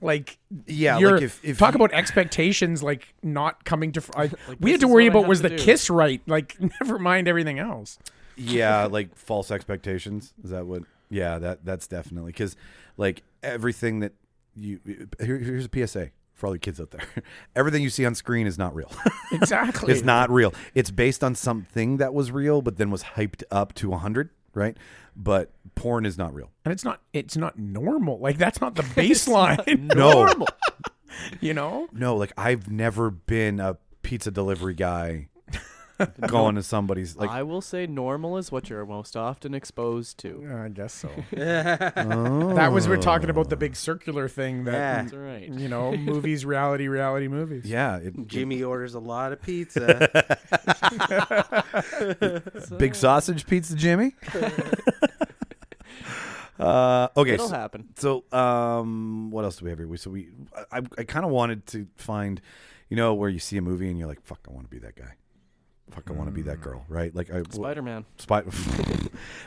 [SPEAKER 2] like
[SPEAKER 1] Yeah,
[SPEAKER 2] you're-
[SPEAKER 1] like if, if
[SPEAKER 2] talk
[SPEAKER 1] you-
[SPEAKER 2] about expectations like not coming to fr- I, we
[SPEAKER 4] this
[SPEAKER 2] had to
[SPEAKER 4] is
[SPEAKER 2] worry
[SPEAKER 4] what I
[SPEAKER 2] about
[SPEAKER 4] have
[SPEAKER 2] was
[SPEAKER 4] to
[SPEAKER 2] the
[SPEAKER 4] do.
[SPEAKER 2] kiss right like <laughs> never mind everything else
[SPEAKER 1] yeah, like false expectations. Is that what? Yeah, that that's definitely because like everything that you here, here's a PSA for all the kids out there. <laughs> Everything you see on screen is not real. <laughs>
[SPEAKER 2] exactly
[SPEAKER 1] it's not real. It's based on something that was real, but then was hyped up to hundred, right? But porn is not real.
[SPEAKER 2] and it's not it's not normal like that's not the baseline <laughs>
[SPEAKER 1] No,
[SPEAKER 2] you know
[SPEAKER 1] no. Like I've never been a pizza delivery guy going to somebody's like
[SPEAKER 4] I will say normal is what you're most often exposed to.
[SPEAKER 2] i guess so <laughs> that was we're talking about the big circular thing that
[SPEAKER 4] That's right.
[SPEAKER 2] you know movies reality reality movies
[SPEAKER 1] yeah, it,
[SPEAKER 3] Jimmy orders a lot of pizza.
[SPEAKER 1] Big sausage pizza, Jimmy. <laughs> uh, okay,
[SPEAKER 4] It'll
[SPEAKER 1] so-
[SPEAKER 4] happen.
[SPEAKER 1] so um, what else do we have here? We- So we, I, I kind of wanted to find, you know, where you see a movie and you're like, fuck, I want to be that guy. Fuck, I want to be that girl, right? Like I,
[SPEAKER 4] Spider Man.
[SPEAKER 1] Spy- <laughs>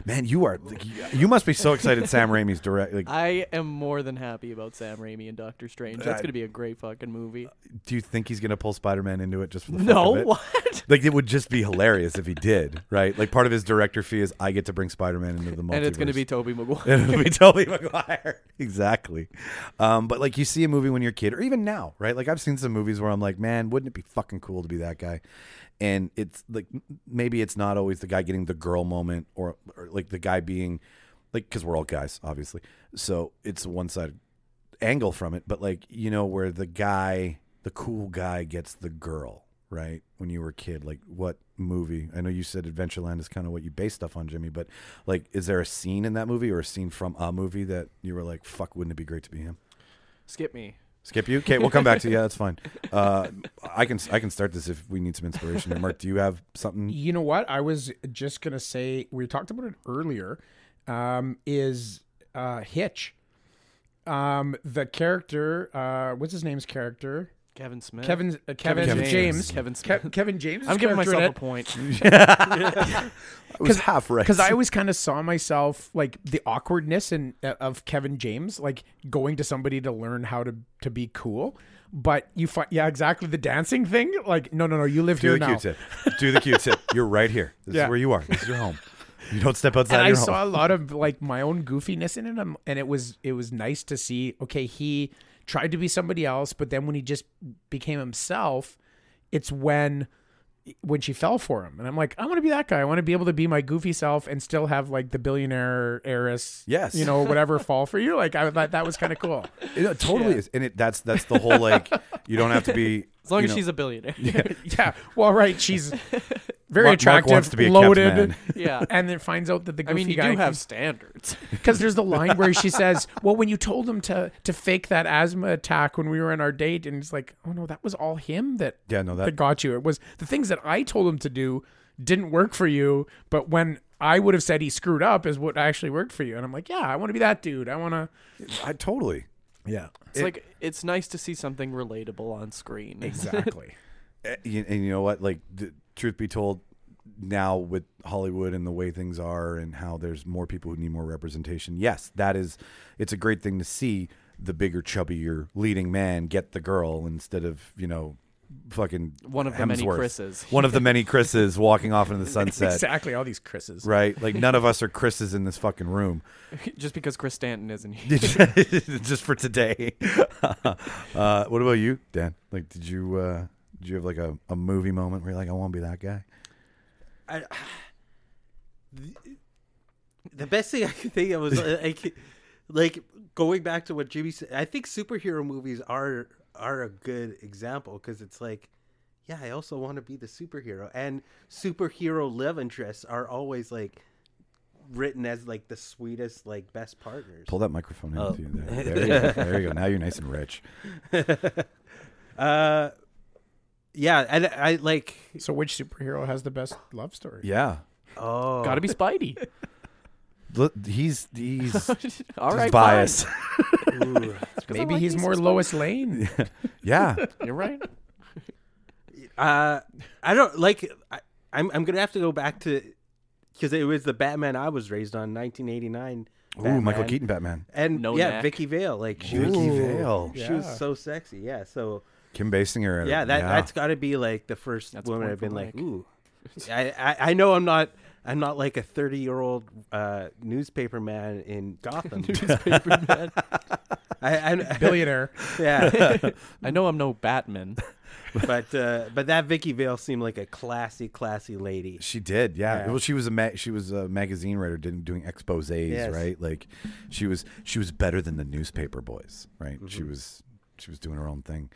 [SPEAKER 1] man, you are, like, you- you must be so excited. Sam Raimi's direct. Like,
[SPEAKER 4] I am more than happy about Sam Raimi and Doctor Strange. That's
[SPEAKER 1] I-
[SPEAKER 4] going to be a great fucking movie.
[SPEAKER 1] do you think he's gonna pull Spider Man into it just for the fuck
[SPEAKER 4] No,
[SPEAKER 1] of it?
[SPEAKER 4] <laughs> what?
[SPEAKER 1] Like it would just be hilarious if he did, right? Like part of his director fee is I get to bring Spider Man into the multiverse.
[SPEAKER 4] And it's going to be Toby <laughs> Maguire.
[SPEAKER 1] It'll be Toby Maguire. Exactly. Um, but like you see a movie when you're a kid, or even now, right? Like I've seen some movies where I'm like, man, wouldn't it be fucking cool to be that guy? And it's like m- maybe it's not always the guy getting the girl moment, or, or like the guy being like because we're all guys, obviously. So it's one sided angle from it, but like you know where the guy, the cool guy, gets the girl, right? When you were a kid, like what movie? I know you said Adventureland is kind of what you base stuff on, Jimmy, but like, is there a scene in that movie or a scene from a movie that you were like, "Fuck, wouldn't it be great to be him"?
[SPEAKER 4] Skip me.
[SPEAKER 1] Skip you? Okay, we'll come back to you. Yeah, that's fine. Uh, I can I can start this if we need some inspiration. here. Mark, do you have something?
[SPEAKER 2] You know what? I was just gonna say we talked about it earlier. Um, is uh, Hitch, um, the character? Uh, what's his name's character?
[SPEAKER 4] Kevin Smith.
[SPEAKER 2] Kevin, uh, Kevin.
[SPEAKER 1] Kevin
[SPEAKER 2] James.
[SPEAKER 4] Kevin Smith.
[SPEAKER 2] Ke- Kevin James.
[SPEAKER 4] I'm giving myself a point.
[SPEAKER 1] I was half right.
[SPEAKER 2] because I always kind of saw myself like the awkwardness and of Kevin James, like going to somebody to learn how to to be cool. But you find, yeah, exactly the dancing thing. Like, no, no, no, you live
[SPEAKER 1] do the
[SPEAKER 2] here now.
[SPEAKER 1] Q-tip. Do the Q-tip. You're right here. This
[SPEAKER 2] Yeah.
[SPEAKER 1] is where you are. This is your home. You don't step outside
[SPEAKER 2] and I
[SPEAKER 1] your home.
[SPEAKER 2] saw a lot of like my own goofiness in it, um, and it was it was nice to see. Okay, he tried to be somebody else, but then when he just became himself, it's when when she fell for him, and I'm like, I want to be that guy. I want to be able to be my goofy self and still have like the billionaire heiress,
[SPEAKER 1] Yes.
[SPEAKER 2] you know, whatever
[SPEAKER 1] <laughs>
[SPEAKER 2] fall for you. Like I thought that was kind of cool.
[SPEAKER 1] It, it totally is, and it that's that's the whole
[SPEAKER 4] <laughs>
[SPEAKER 1] like you don't have to be
[SPEAKER 4] As long
[SPEAKER 1] you
[SPEAKER 4] as
[SPEAKER 1] know,
[SPEAKER 4] she's a billionaire.
[SPEAKER 2] yeah, well, right,
[SPEAKER 1] <laughs>
[SPEAKER 2] she's
[SPEAKER 1] Mark-
[SPEAKER 2] very
[SPEAKER 1] Mark
[SPEAKER 2] attractive,
[SPEAKER 1] wants to be a kept
[SPEAKER 2] loaded,
[SPEAKER 1] man.
[SPEAKER 4] <laughs>
[SPEAKER 2] <laughs>
[SPEAKER 4] Yeah.
[SPEAKER 2] and then finds out that the
[SPEAKER 4] I
[SPEAKER 2] goofy
[SPEAKER 4] mean, you
[SPEAKER 2] guy
[SPEAKER 4] do have
[SPEAKER 2] keeps-
[SPEAKER 4] standards.
[SPEAKER 2] Because there's the line
[SPEAKER 1] <laughs>
[SPEAKER 2] where she says, "Well, when you told him to to fake that asthma attack when we were on our date," and it's like, "Oh no, that was all him that
[SPEAKER 1] Yeah, no, that-
[SPEAKER 2] got you. It was the things that I told him to do didn't work for you, but when I would have said he screwed up is what actually worked for you." And I'm like, "Yeah, I want to be that dude. I want
[SPEAKER 1] <laughs>
[SPEAKER 2] to."
[SPEAKER 1] I totally.
[SPEAKER 2] Yeah,
[SPEAKER 4] It's like it's nice to see something relatable on screen.
[SPEAKER 2] exactly.
[SPEAKER 1] Eh, you- and you know what? Like, the, truth be told, now with Hollywood and the way things are, and how there's more people who need more representation. Yes, that is. It's a great thing to see the bigger, chubbier leading man get the girl instead of you know fucking
[SPEAKER 4] One of the many
[SPEAKER 1] Hemsworth.
[SPEAKER 4] Chris's.
[SPEAKER 1] One of the many Chris's walking off
[SPEAKER 4] <laughs>
[SPEAKER 1] into the sunset.
[SPEAKER 2] Exactly. All these Chris's.
[SPEAKER 1] Right? Like none of us are Chris's in this fucking room.
[SPEAKER 4] <laughs> Just because Chris Stanton isn't here.
[SPEAKER 1] <laughs> Just for today. uh, what about you, Dan? Like did you uh did you have like a, a movie moment where you're like, I wanna be that guy?
[SPEAKER 3] I, the, the best thing I could think of was uh, like, like going back to what Jimmy said. I think superhero movies are are a good example because it's like, yeah, I also want to be the superhero, and superhero love interests are always like written as like the sweetest, like best partners.
[SPEAKER 1] Pull that microphone in
[SPEAKER 3] Oh.
[SPEAKER 1] to you
[SPEAKER 3] <laughs>
[SPEAKER 1] there. There you, go. there you go. Now you're nice and rich.
[SPEAKER 3] Uh, yeah, and I like.
[SPEAKER 2] So which superhero has the best love story?
[SPEAKER 1] Yeah.
[SPEAKER 3] Oh,
[SPEAKER 4] Gotta be <laughs> Spidey.
[SPEAKER 1] Look, he's
[SPEAKER 3] <laughs>
[SPEAKER 1] he's,
[SPEAKER 4] <laughs> All
[SPEAKER 1] he's
[SPEAKER 4] right.
[SPEAKER 1] biased.
[SPEAKER 3] ooh.
[SPEAKER 2] Maybe
[SPEAKER 4] like
[SPEAKER 2] he's
[SPEAKER 4] these
[SPEAKER 2] more
[SPEAKER 4] Spider-
[SPEAKER 2] Lois Lane.
[SPEAKER 1] <laughs>
[SPEAKER 3] <laughs>
[SPEAKER 1] Yeah.
[SPEAKER 4] fine. You're right. <laughs>
[SPEAKER 3] Uh, I don't like. I, I'm I'm gonna have to go back to because it was the Batman I was raised on, 1989.
[SPEAKER 1] Ooh, Michael
[SPEAKER 3] Batman.
[SPEAKER 1] Keaton Batman.
[SPEAKER 3] and
[SPEAKER 4] No
[SPEAKER 3] yeah,
[SPEAKER 4] neck.
[SPEAKER 3] Vicky Vale. Like she was,
[SPEAKER 1] Vicky Vale.
[SPEAKER 3] she
[SPEAKER 2] Yeah.
[SPEAKER 3] was so sexy. Yeah, so
[SPEAKER 1] Kim Basinger.
[SPEAKER 3] yeah, that that's got to be like the first
[SPEAKER 4] That's
[SPEAKER 3] woman
[SPEAKER 4] point
[SPEAKER 3] I've been
[SPEAKER 4] for
[SPEAKER 3] like,
[SPEAKER 4] Mike. <laughs>
[SPEAKER 3] ooh. I, I I know I'm not I'm not like a 30 year old uh, newspaper man in
[SPEAKER 4] <laughs>
[SPEAKER 3] Gotham.
[SPEAKER 4] Newspaper man.
[SPEAKER 3] I, I, <laughs>
[SPEAKER 2] Billionaire.
[SPEAKER 3] yeah,
[SPEAKER 4] I know I'm no Batman.
[SPEAKER 3] but uh, but that Vicky Vale seemed like a classy, classy lady.
[SPEAKER 1] She did, yeah.
[SPEAKER 3] Yeah.
[SPEAKER 1] Well, she was a ma- she was a magazine writer, did doing exposés,
[SPEAKER 3] Yes.
[SPEAKER 1] right? Like, she was she was better than the newspaper boys, right? She was she was doing her own thing.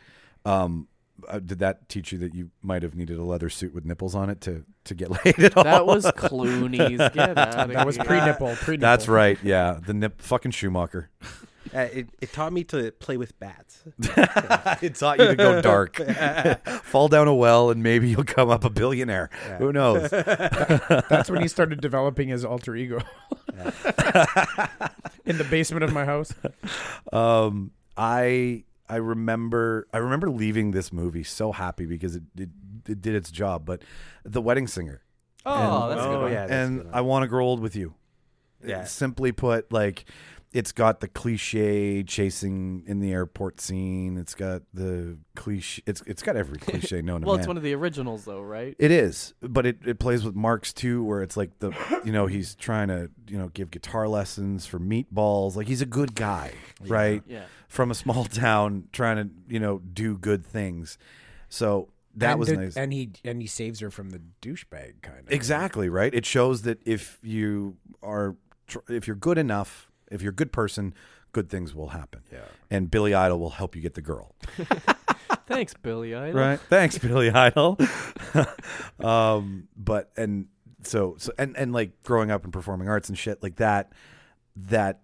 [SPEAKER 1] Um, uh, did that teach you that you might have needed a leather suit with nipples on it to to get <laughs> laid at all?
[SPEAKER 4] That was Clooney's. Get out
[SPEAKER 2] That was pre nipple. Pre nipple.
[SPEAKER 1] That's right, yeah. The nip fucking <laughs> Schumacher.
[SPEAKER 3] Uh, it, it taught me to play with bats.
[SPEAKER 1] it taught you to go dark, <laughs> fall down a well, and maybe you'll come up a billionaire. Who knows? <laughs>
[SPEAKER 2] That's when he started developing his alter ego. <laughs> In the basement of my house.
[SPEAKER 1] um i i remember i remember leaving this movie so happy because it it, it did its job but the wedding singer
[SPEAKER 4] Oh,
[SPEAKER 1] And-
[SPEAKER 4] that's a good
[SPEAKER 3] oh
[SPEAKER 4] one.
[SPEAKER 3] yeah, that's a
[SPEAKER 1] and
[SPEAKER 3] good one.
[SPEAKER 1] i want to grow old with you
[SPEAKER 3] Yeah.
[SPEAKER 1] simply put like it's got the cliche chasing in the airport scene it's got the cliche it's it's got
[SPEAKER 4] <laughs>
[SPEAKER 1] every cliche known to
[SPEAKER 4] Well,
[SPEAKER 1] man.
[SPEAKER 4] it's one of the originals, though, right?
[SPEAKER 1] It is, but it, it plays with Marks too, where it's like the you know he's trying to you know give guitar lessons for meatballs. Like he's a good guy, right?
[SPEAKER 4] Yeah.
[SPEAKER 1] From a small <laughs> town, trying to you know do good things. So that
[SPEAKER 2] and
[SPEAKER 1] was
[SPEAKER 2] the-
[SPEAKER 1] nice.
[SPEAKER 2] And he and he saves her from the douchebag kind of.
[SPEAKER 1] exactly right. It shows that if you are tr- if you're good enough, if you're a good person, good things will happen. Yeah. And Billy Idol will help you get the girl.
[SPEAKER 4] Thanks, Billy. I
[SPEAKER 1] right thanks billy idol <laughs> um but and so so and and like growing up in performing arts and shit like that that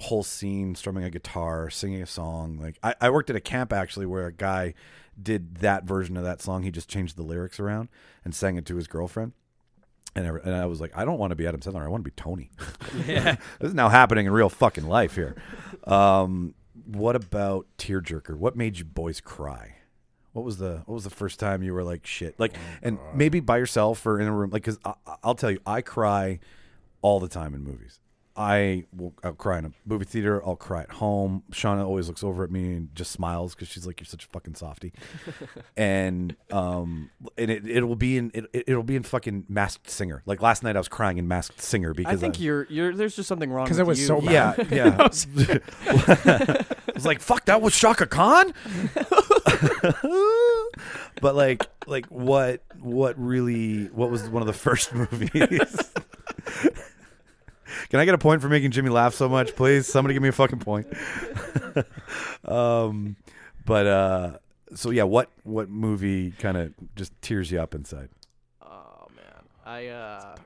[SPEAKER 1] whole scene strumming a guitar singing a song like i, I worked at a camp actually where a guy did that version of that song he just changed the lyrics around and sang it to his girlfriend and I, and I was like, I don't want to be Adam Sandler. I want to be Tony. <laughs> this is now happening in real fucking life here. Um, what about Tearjerker? What made you boys cry? What was the What was the first time you were like shit? Like,
[SPEAKER 4] Oh,
[SPEAKER 1] and maybe by yourself or in a room. Like, because I'll tell you, I cry all the time in movies. I will I'll cry in a movie theater. I'll cry at home. Shauna always looks over at me and just smiles because she's like, "You're such a fucking
[SPEAKER 4] <laughs>
[SPEAKER 1] softie," and um, and it, it will be in it, it- it'll be in fucking Masked Singer. Like last night, I was crying in Masked Singer because
[SPEAKER 4] I think
[SPEAKER 1] I-
[SPEAKER 4] you're you're. There's just something wrong.
[SPEAKER 2] 'Cause
[SPEAKER 4] Because
[SPEAKER 2] it was so bad.
[SPEAKER 1] yeah, yeah. <laughs> I was like, "Fuck, that was Shaka Khan." <laughs> but like, like what? What really? What was one of the first <laughs> movies? Can I get a point for making Jimmy laugh so much, please? Somebody give me a fucking point. <laughs> um, but uh, so yeah, what what movie kind of just tears you up inside?
[SPEAKER 4] Oh man, I uh,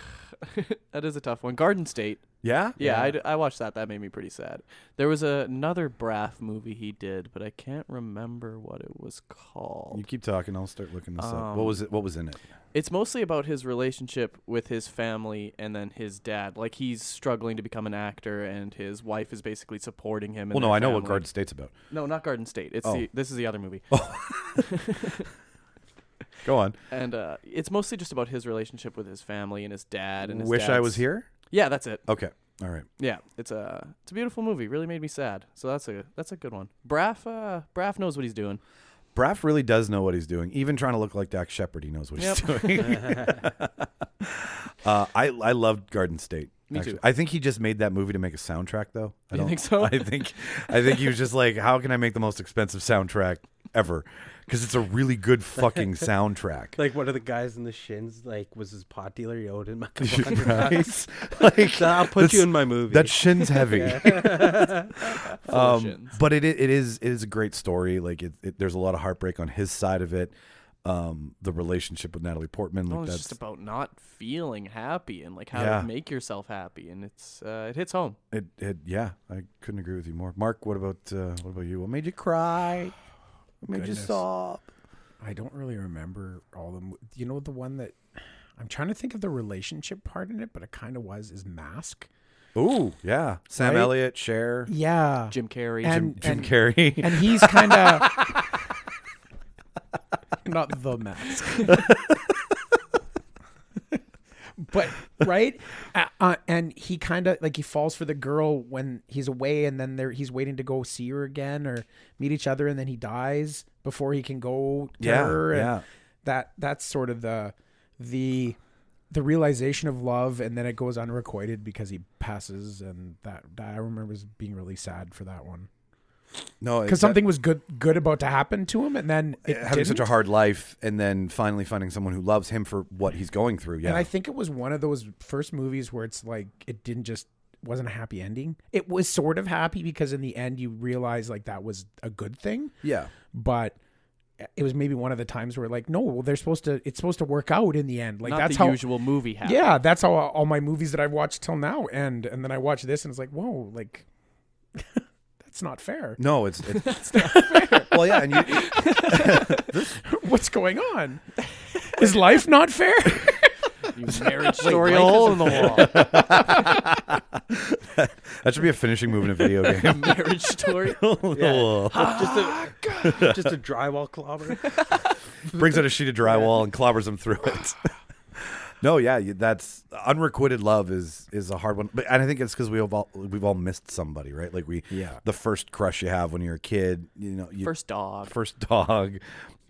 [SPEAKER 4] <laughs> that is a tough one. Garden State.
[SPEAKER 1] Yeah,
[SPEAKER 4] Yeah, I d I I, watched that. That made me pretty sad. There was another Braff movie he did, but I can't remember what it was
[SPEAKER 1] You
[SPEAKER 4] called.
[SPEAKER 1] keep talking. I'll start looking this up. What
[SPEAKER 4] Um,
[SPEAKER 1] was it? What was in it?
[SPEAKER 4] It's mostly about his relationship with his family and then his dad. Like he's struggling to become an actor, and his wife is basically supporting him. and
[SPEAKER 1] Well, no,
[SPEAKER 4] their
[SPEAKER 1] I know what
[SPEAKER 4] family.
[SPEAKER 1] Garden State's about.
[SPEAKER 4] No, not Garden State. It's
[SPEAKER 1] Oh.
[SPEAKER 4] the this is the other movie.
[SPEAKER 1] Go on.
[SPEAKER 4] and uh, it's mostly just about his relationship with his family and his dad and his
[SPEAKER 1] Wish I
[SPEAKER 4] dad's-
[SPEAKER 1] was here.
[SPEAKER 4] Yeah, that's it.
[SPEAKER 1] Okay. All right.
[SPEAKER 4] Yeah, it's a it's a beautiful movie. Really made me sad. So that's a that's a good one. Braff uh, Braff knows what he's doing.
[SPEAKER 1] Braff really does know what he's doing. Even trying to look like Dak Shepard, he knows what he's
[SPEAKER 4] <laughs>
[SPEAKER 1] doing. uh, I I loved Garden State.
[SPEAKER 4] Me
[SPEAKER 1] actually.
[SPEAKER 4] too.
[SPEAKER 1] I think he just made that movie to make a soundtrack, though. I
[SPEAKER 4] You
[SPEAKER 1] don't
[SPEAKER 4] think so?
[SPEAKER 1] I think I think he was just like, how can I make the most expensive soundtrack ever? Because it's a really good
[SPEAKER 4] <laughs>
[SPEAKER 1] fucking soundtrack.
[SPEAKER 3] Like one of the guys in the shins, like was his pot dealer. He
[SPEAKER 1] <laughs>
[SPEAKER 3] owed <laughs> him a couple hundred bucks.
[SPEAKER 4] <laughs>
[SPEAKER 1] Right? like
[SPEAKER 3] So I'll put you
[SPEAKER 1] that's-
[SPEAKER 3] in my movie.
[SPEAKER 1] that shin's heavy. um,
[SPEAKER 4] Fortunes.
[SPEAKER 1] but it i- it is it is a great story. Like it, it, there's a lot of heartbreak on his side of it. Um, the relationship with Natalie Portman, like
[SPEAKER 4] Well, Oh, it's
[SPEAKER 1] that's
[SPEAKER 4] just about not feeling happy and like how
[SPEAKER 1] Yeah.
[SPEAKER 4] to make yourself happy, and it's uh, it hits home.
[SPEAKER 1] it, it. Yeah, I couldn't agree with you more. Mark, what about uh, what about you? What made you cry? What made you
[SPEAKER 2] Goodness.
[SPEAKER 1] sob?
[SPEAKER 2] I don't really remember all the. mo- You know the one that I'm trying to think of the relationship part in it, but it kind of was is Mask.
[SPEAKER 1] Ooh, yeah. Sam
[SPEAKER 2] Right?
[SPEAKER 1] Elliott, Cher,
[SPEAKER 2] Yeah,
[SPEAKER 4] Jim Carrey,
[SPEAKER 2] and
[SPEAKER 1] Jim
[SPEAKER 2] and,
[SPEAKER 1] Carrey. <laughs>
[SPEAKER 2] and he's kind of not the mask.
[SPEAKER 1] <laughs>
[SPEAKER 2] But right, uh, uh, and he kind of like he falls for the girl when he's away, and then there he's waiting to go see her again or meet each other, and then he dies before he can go to
[SPEAKER 1] Yeah,
[SPEAKER 2] her. and
[SPEAKER 1] yeah.
[SPEAKER 2] that that's sort of the the the realization of love, and then it goes unrequited because he passes, and that, that I remember as being really sad for that one
[SPEAKER 1] No,
[SPEAKER 2] because something was good good about to happen to him, and then it
[SPEAKER 1] having
[SPEAKER 2] didn't.
[SPEAKER 1] such a hard life, and then finally finding someone who loves him for what he's going through. Yeah,
[SPEAKER 2] And I think it was one of those first movies where it's like it didn't just wasn't a happy ending. It was sort of happy because in the end you realize like that was a good thing,
[SPEAKER 1] yeah.
[SPEAKER 2] but it was maybe one of the times where like no, well they're supposed to it's supposed to work out in the end. Like
[SPEAKER 4] not
[SPEAKER 2] that's
[SPEAKER 4] the
[SPEAKER 2] how
[SPEAKER 4] usual movie happy.
[SPEAKER 2] yeah, that's how all my movies that I've watched till now end, and then I watch this and it's like whoa, like <laughs> that's not fair. <laughs>
[SPEAKER 1] No, it's, <laughs> it's well, yeah, and you, <laughs>
[SPEAKER 2] What's going on? Is life not fair? <laughs>
[SPEAKER 4] you marriage story hole in the wall.
[SPEAKER 1] that should be a finishing move in a video game.
[SPEAKER 4] marriage story.
[SPEAKER 1] <laughs>
[SPEAKER 3] Yeah. just a <laughs> just a drywall clobber.
[SPEAKER 1] brings out a sheet of drywall and clobbers him through it. <laughs> no, yeah, you- that's unrequited love is is a hard one, but and I think it's because we've all we've all missed somebody, right? Like we,
[SPEAKER 2] Yeah.
[SPEAKER 1] the first crush you have when you're a kid, you know, you,
[SPEAKER 4] First dog.
[SPEAKER 1] first dog,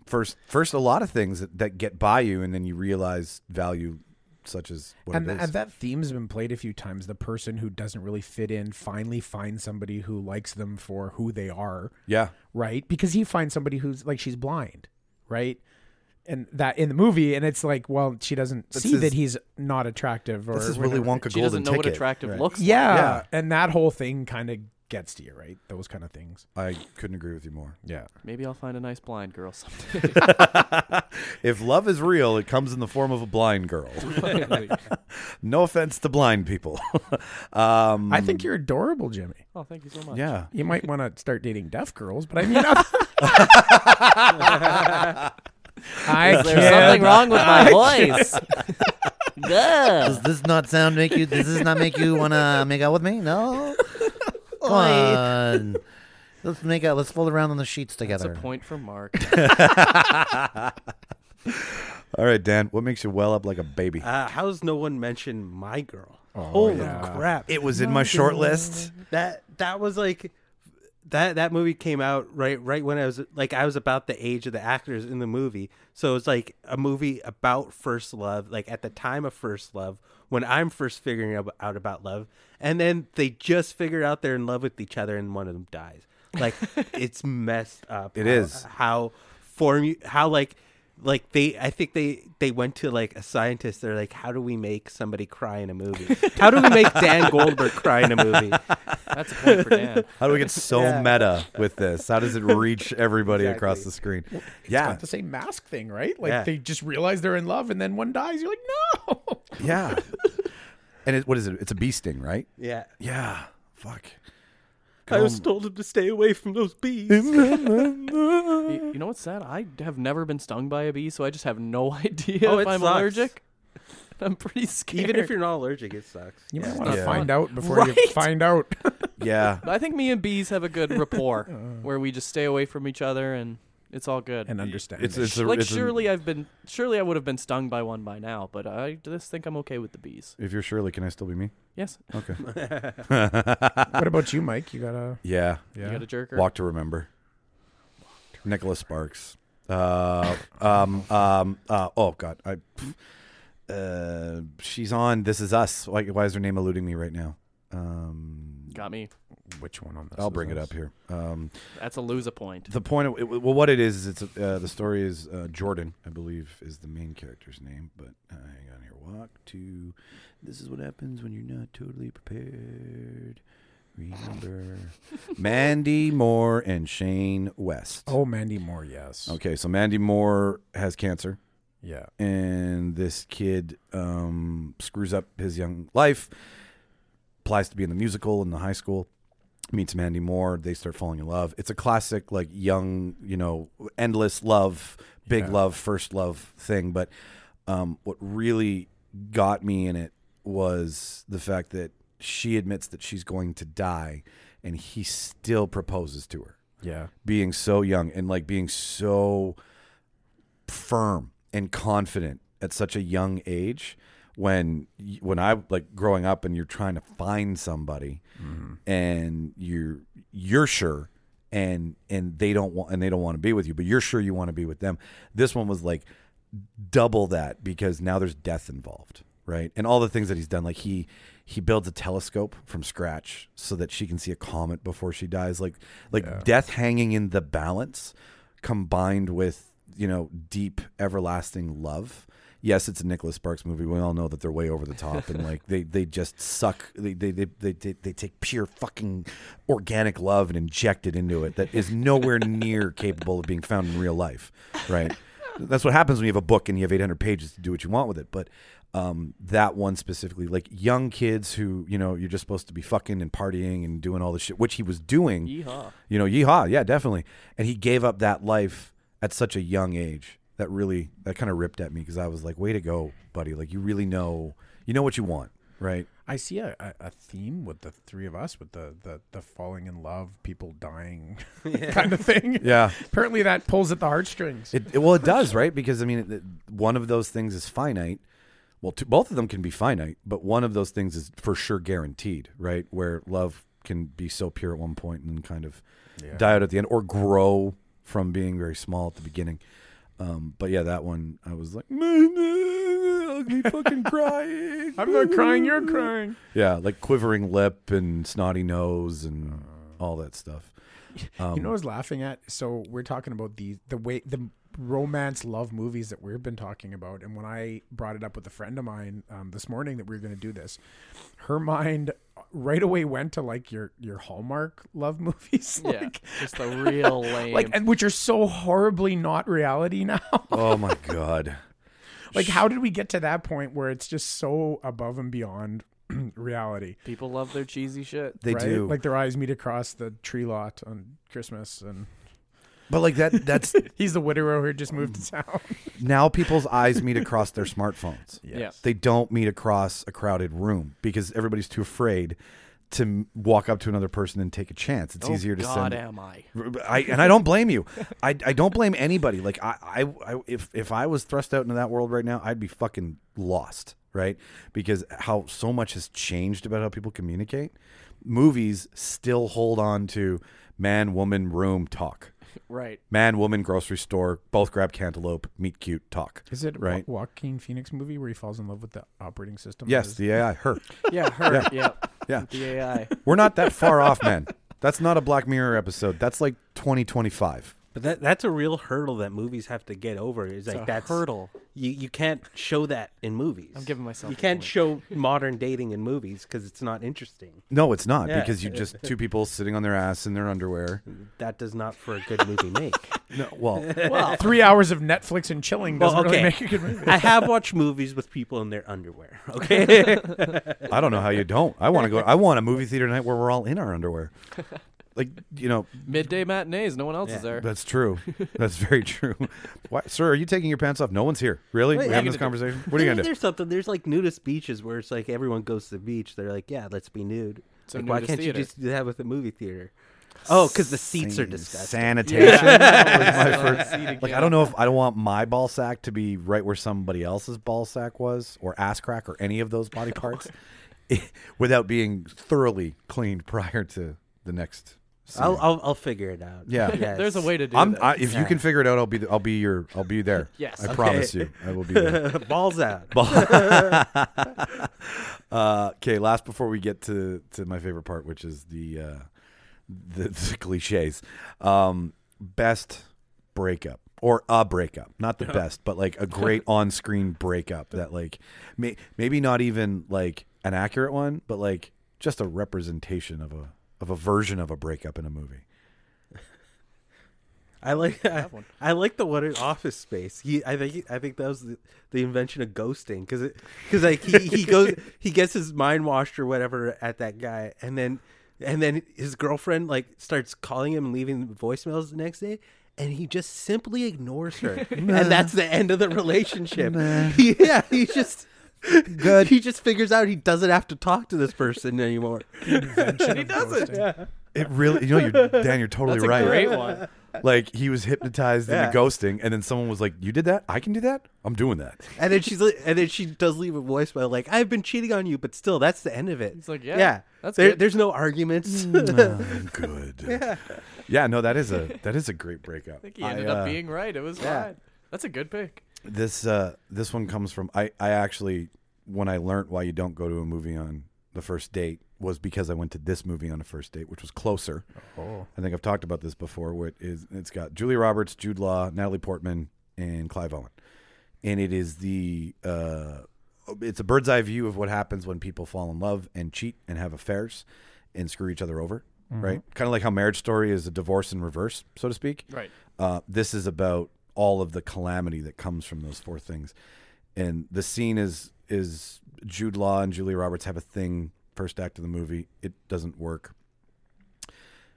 [SPEAKER 1] first first a lot of things that, that get by you, and then you realize value such as what
[SPEAKER 2] and,
[SPEAKER 1] it is.
[SPEAKER 2] and that theme's been played a few times. The person who doesn't really fit in finally finds somebody who likes them for who they are,
[SPEAKER 1] yeah,
[SPEAKER 2] right? Because he finds somebody who's like she's blind, right? And that in the movie, and it's like, well, she doesn't see
[SPEAKER 1] his-
[SPEAKER 2] that he's not attractive or
[SPEAKER 1] this is
[SPEAKER 2] whatever.
[SPEAKER 1] Willy Wonka
[SPEAKER 4] She
[SPEAKER 1] golden
[SPEAKER 4] doesn't know
[SPEAKER 1] ticket.
[SPEAKER 4] what attractive looks. like.
[SPEAKER 2] Yeah,
[SPEAKER 1] Yeah.
[SPEAKER 2] and that whole thing kind of gets to you, right? Those kind of things.
[SPEAKER 1] I couldn't agree with you more.
[SPEAKER 2] Yeah.
[SPEAKER 4] Maybe I'll find a nice blind girl someday. <laughs>
[SPEAKER 1] If love is real, it comes in the form of a blind <laughs> girl. no offense to blind people. <laughs> um,
[SPEAKER 2] I think you're adorable, Jimmy.
[SPEAKER 4] oh, thank you so much.
[SPEAKER 1] yeah.
[SPEAKER 2] You might want to start dating deaf
[SPEAKER 1] <laughs>
[SPEAKER 2] girls, but I mean, I
[SPEAKER 4] Is there something wrong with my voice? Good.
[SPEAKER 5] <laughs> Does this not sound make you? Does this not make you want to make out with me? No. Come on. Let's make out. Let's fold around on the sheets
[SPEAKER 4] That's a
[SPEAKER 5] together.
[SPEAKER 4] point for Mark.
[SPEAKER 1] All right, Dan, what makes you well up like a baby?
[SPEAKER 3] <laughs> Uh, how's no one mentioned my girl?
[SPEAKER 2] Oh,
[SPEAKER 3] Holy
[SPEAKER 2] yeah.
[SPEAKER 3] crap!
[SPEAKER 1] it was in my short list.
[SPEAKER 3] that that was like that that movie came out right right when I was like I was about the age of the actors in the movie. So it's like a movie about first love, like at the time of first love, when I'm first figuring ab- out about love, and then they just figure out they're in love with each other, and one of them dies. Like it's messed up.
[SPEAKER 1] It
[SPEAKER 3] how,
[SPEAKER 1] is.
[SPEAKER 3] how form how like like they i think they they went to like a scientist they're like how do we make somebody cry in a movie how do we make dan goldberg cry in a movie
[SPEAKER 4] That's a point for Dan.
[SPEAKER 1] How do we get so
[SPEAKER 3] Yeah.
[SPEAKER 1] meta with this? How does it reach everybody across
[SPEAKER 3] Exactly.
[SPEAKER 1] the screen?
[SPEAKER 2] It's
[SPEAKER 1] yeah.
[SPEAKER 2] got the same mask thing, right? Like
[SPEAKER 3] Yeah.
[SPEAKER 2] they just realize they're in love and then one dies. You're like, no.
[SPEAKER 1] Yeah. and it, what is it? It's a bee sting, right?
[SPEAKER 3] yeah
[SPEAKER 1] Yeah. Fuck.
[SPEAKER 3] I was told him to stay away from those bees.
[SPEAKER 4] You, you know what's sad? I have never been stung by a bee, so I just have no <laughs> idea
[SPEAKER 3] Oh,
[SPEAKER 4] if
[SPEAKER 3] it
[SPEAKER 4] I'm
[SPEAKER 3] sucks.
[SPEAKER 4] allergic. <laughs> I'm pretty scared.
[SPEAKER 3] Even if you're not allergic, it sucks.
[SPEAKER 2] You might
[SPEAKER 3] Yeah.
[SPEAKER 2] want to
[SPEAKER 1] Yeah.
[SPEAKER 2] find out before you
[SPEAKER 4] Right.
[SPEAKER 2] find out. <laughs>
[SPEAKER 1] Yeah.
[SPEAKER 4] I think me and bees have a good rapport where we just stay away from each other and it's all good.
[SPEAKER 2] and understand.
[SPEAKER 1] It's, it's a,
[SPEAKER 4] like
[SPEAKER 1] it's a-
[SPEAKER 4] surely i I've been surely I would have been stung by one by now, but I just think I'm okay with the bees.
[SPEAKER 1] if you're Shirley, can I still be <laughs> me?
[SPEAKER 4] Yes.
[SPEAKER 1] Okay.
[SPEAKER 2] what about you, Mike? You got to.
[SPEAKER 1] Yeah.
[SPEAKER 4] You
[SPEAKER 2] Yeah.
[SPEAKER 4] got a jerker.
[SPEAKER 1] Walk to Remember. Nicholas Sparks. Uh, um, um, uh, oh God, I. Uh, she's on. This is us. Why, why is her name eluding me right now? Um,
[SPEAKER 4] Got me.
[SPEAKER 2] Which one on this?
[SPEAKER 1] I'll
[SPEAKER 2] is
[SPEAKER 1] bring it
[SPEAKER 2] this?
[SPEAKER 1] up here. Um,
[SPEAKER 4] That's a lose a point.
[SPEAKER 1] <laughs> the point of it, well, what it is is it's uh, the story is uh, Jordan, I believe, is the main character's name. But uh, hang on here, walk to. This is what happens when you're not totally prepared.
[SPEAKER 2] <laughs>
[SPEAKER 1] Remember, Mandy Moore and Shane West.
[SPEAKER 2] Oh, Mandy Moore. Yes.
[SPEAKER 1] Okay, so Mandy Moore has cancer,
[SPEAKER 2] Yeah.
[SPEAKER 1] and this kid um, screws up his young life. Applies to be in the musical in the high school. Meets Mandy Moore. They start falling in love. It's a classic, like young, you know, endless love, big
[SPEAKER 2] Yeah.
[SPEAKER 1] love, first love thing. But um, what really got me in it was the fact that she admits that she's going to die, and he still proposes to her
[SPEAKER 2] Yeah.
[SPEAKER 1] being so young and like being so firm and confident at such a young age when y- when I like growing up and you're trying to find somebody and you're you're sure and and they don't want and they don't want to be with you but you're sure you want to be with them this one was like double that because now there's death involved right and all the things that he's done like he he builds a telescope from scratch so that she can see a comet before she dies like like death hanging in the balance combined with you know deep everlasting love yes it's a Nicholas Sparks movie we all know that they're way over the top and like they they just suck they they they they, they, they take pure fucking organic love and inject it into it that is nowhere near capable of being found in real life right that's what happens when you have a book and you have 800 pages to do what you want with it but um, that one specifically like young kids who you know you're just supposed to be fucking and partying and doing all this shit which he was doing
[SPEAKER 4] Yeehaw.
[SPEAKER 1] you know yeehaw yeah definitely and he gave up that life at such a young age that really that kind of ripped at me because i was like way to go buddy like you really know you know what you want right
[SPEAKER 2] I see a, a, a theme with the three of us with the, the, the falling in love, people
[SPEAKER 1] <laughs>
[SPEAKER 2] dying kind of thing.
[SPEAKER 1] yeah
[SPEAKER 2] Apparently that pulls at the heartstrings.
[SPEAKER 1] It, it- well, it does, right? Because I mean, it, it- one of those things is finite. Well, two, both of them can be finite, but one of those things is for sure guaranteed, right? Where love can be so pure at one point and then kind of die out at the end, or grow from being very small at the beginning. Um, but yeah, that one I was like, I'll be fucking
[SPEAKER 2] <laughs>
[SPEAKER 1] crying.
[SPEAKER 2] I'm not crying, you're crying.
[SPEAKER 1] Yeah, like quivering lip and snotty nose and all that stuff. Um,
[SPEAKER 2] you know what I was laughing at? So we're talking about the the way the romance love movies that we've been talking about, and when I brought it up with a friend of mine um, this morning that we were going to do this, her mind right away went to like your your Hallmark love <laughs> movies,
[SPEAKER 4] Yeah.
[SPEAKER 2] like
[SPEAKER 4] Just the real lame.
[SPEAKER 2] like and which are so horribly not reality <laughs> now.
[SPEAKER 1] Oh my god.
[SPEAKER 2] like how did we get to that point where it's just so above and beyond <clears throat> reality?
[SPEAKER 4] people love their cheesy shit.
[SPEAKER 1] They
[SPEAKER 2] right?
[SPEAKER 1] do.
[SPEAKER 2] Like their eyes meet across the tree lot on Christmas, and
[SPEAKER 1] but like that that's
[SPEAKER 2] he's the widower who just moved to
[SPEAKER 1] Mm.
[SPEAKER 2] town.
[SPEAKER 1] now people's eyes meet across their smartphones.
[SPEAKER 4] <laughs> Yes.
[SPEAKER 1] They don't meet across a crowded room because everybody's too afraid to m- walk up to another person and take a chance. It's
[SPEAKER 4] Oh,
[SPEAKER 1] easier to send.
[SPEAKER 4] God, am I?
[SPEAKER 1] I, and I don't blame you. I, I don't blame anybody. Like I, I, I if if I was thrust out into that world right now, I'd be fucking lost, right? Because how so much has changed about how people communicate. Movies still hold on to man woman room talk.
[SPEAKER 4] Right.
[SPEAKER 1] Man woman grocery store, both grab cantaloupe, meet cute talk.
[SPEAKER 2] Is it
[SPEAKER 1] right?
[SPEAKER 2] right? Wa- Joaquin Phoenix movie where he falls in love with the operating system? of
[SPEAKER 1] Yes,
[SPEAKER 2] his-
[SPEAKER 1] the AI,
[SPEAKER 3] <laughs>
[SPEAKER 1] her.
[SPEAKER 4] Yeah, her. Yeah.
[SPEAKER 1] Yeah.
[SPEAKER 4] The AI.
[SPEAKER 1] We're not that far off, man. That's not a Black Mirror episode. That's like 2025.
[SPEAKER 3] But that that's a real hurdle that movies have to get over. Is like
[SPEAKER 4] a
[SPEAKER 3] that's
[SPEAKER 4] hurdle.
[SPEAKER 3] You you can't show that in movies.
[SPEAKER 4] I'm giving myself
[SPEAKER 3] You
[SPEAKER 4] a
[SPEAKER 3] can't
[SPEAKER 4] point.
[SPEAKER 3] show modern dating in movies because it's not interesting.
[SPEAKER 1] No, it's not
[SPEAKER 3] Yeah.
[SPEAKER 1] because you just two people sitting on their ass in their underwear.
[SPEAKER 3] That does not for a good movie make.
[SPEAKER 1] No, well,
[SPEAKER 4] Well,
[SPEAKER 2] Three hours of Netflix and chilling doesn't
[SPEAKER 3] Well,
[SPEAKER 2] really
[SPEAKER 3] okay.
[SPEAKER 2] make a
[SPEAKER 3] <laughs>
[SPEAKER 2] good movie.
[SPEAKER 3] I have watched movies with people in their underwear. <laughs> Okay,
[SPEAKER 1] I don't know how you don't. I want to go. I want a movie theater night where we're all in our
[SPEAKER 3] <laughs>
[SPEAKER 1] underwear. Like you know,
[SPEAKER 4] midday matinees. No one else is there.
[SPEAKER 1] that's true. That's very true. Why, sir, are you taking your pants off? No one's here. Really?
[SPEAKER 3] Wait,
[SPEAKER 1] We're
[SPEAKER 3] yeah,
[SPEAKER 1] having
[SPEAKER 3] you
[SPEAKER 1] this
[SPEAKER 3] can do-
[SPEAKER 1] conversation. What are you gonna do?
[SPEAKER 3] There's something. There's like nudist beaches where it's like everyone goes to the beach. They're like, yeah, let's be nude.
[SPEAKER 4] So
[SPEAKER 3] Like, why
[SPEAKER 4] nudist
[SPEAKER 3] can't
[SPEAKER 4] theater.
[SPEAKER 3] you just do that with a movie theater? Oh, because the seats are disgusting.
[SPEAKER 1] Sanitation.
[SPEAKER 4] <laughs>
[SPEAKER 3] <laughs>
[SPEAKER 4] Yeah.
[SPEAKER 1] My first- like I don't know if I don't want my ball sack to be right where somebody else's ball sack was, or ass crack, or any of those
[SPEAKER 4] <laughs>
[SPEAKER 1] body <laughs> parts, without being thoroughly cleaned prior to the next
[SPEAKER 3] I'll, I'll I'll figure it out.
[SPEAKER 1] Yeah.
[SPEAKER 3] <laughs> Yes.
[SPEAKER 4] There's a way to do
[SPEAKER 1] I'm,
[SPEAKER 4] that.
[SPEAKER 1] I, if you can figure it out, I'll be th- I'll be your I'll be there.
[SPEAKER 4] <laughs> Yes.
[SPEAKER 1] I
[SPEAKER 4] Okay.
[SPEAKER 1] promise you, I will be there.
[SPEAKER 3] <laughs> Balls out.
[SPEAKER 4] <laughs>
[SPEAKER 1] <laughs> uh, Okay, last before we get to to my favorite part, which is the uh, the, <laughs> the cliches. Um, best breakup or a breakup, not
[SPEAKER 4] <laughs>
[SPEAKER 1] the best, but like a great on screen breakup that like may, maybe not even like an accurate one, but like just a representation of a of a version of a breakup in a movie.
[SPEAKER 3] I like I, <laughs> I like the one in Office Space. He, I think he- I think that was the, the invention of ghosting because because like he, he goes he gets his mind washed or whatever at that guy and then and then his girlfriend like starts calling him and leaving voicemails the next day and he just simply ignores her and that's the end of the relationship. yeah, <laughs> he just. Good. He just figures out he doesn't have to talk to this person anymore.
[SPEAKER 2] he doesn't.
[SPEAKER 1] It really, you know,
[SPEAKER 4] <laughs>
[SPEAKER 1] you're Dan, you're totally
[SPEAKER 4] That's a
[SPEAKER 1] right.
[SPEAKER 3] <laughs>
[SPEAKER 4] great one.
[SPEAKER 1] Like he was hypnotized
[SPEAKER 3] Yeah.
[SPEAKER 1] into ghosting, and then someone was like, "You did that? I can do that. I'm doing that."
[SPEAKER 3] And then she's li- and then she does leave a voicemail like I've been cheating on you, but still that's the end of it. It's
[SPEAKER 4] like, yeah,
[SPEAKER 3] yeah,
[SPEAKER 4] that's
[SPEAKER 3] there,
[SPEAKER 4] good.
[SPEAKER 3] there's no
[SPEAKER 4] <laughs>
[SPEAKER 3] arguments. <laughs>
[SPEAKER 1] Good. yeah. no, that is a that is a great breakup.
[SPEAKER 4] I think he ended
[SPEAKER 1] I, uh,
[SPEAKER 4] up being right. It was
[SPEAKER 3] yeah.
[SPEAKER 4] fine. That's a good pick.
[SPEAKER 1] this uh this one comes from I I actually when I learned why you don't go to a movie on the first date was because I went to this movie on a first date, which was closer. Oh. I think I've talked about this before. What is it's got Julia Roberts, Jude Law, Natalie Portman, and Clive Owen, and it is the uh it's a bird's eye view of what happens when people fall in love and cheat and have affairs and screw each other over.
[SPEAKER 2] Mm-hmm.
[SPEAKER 1] Right, kind of like how Marriage Story is a divorce in reverse, so to speak.
[SPEAKER 4] Right.
[SPEAKER 1] Uh, this is about all of the calamity that comes from those four things. And the scene is is Jude Law and Julia Roberts have a thing first act of the movie. It doesn't work.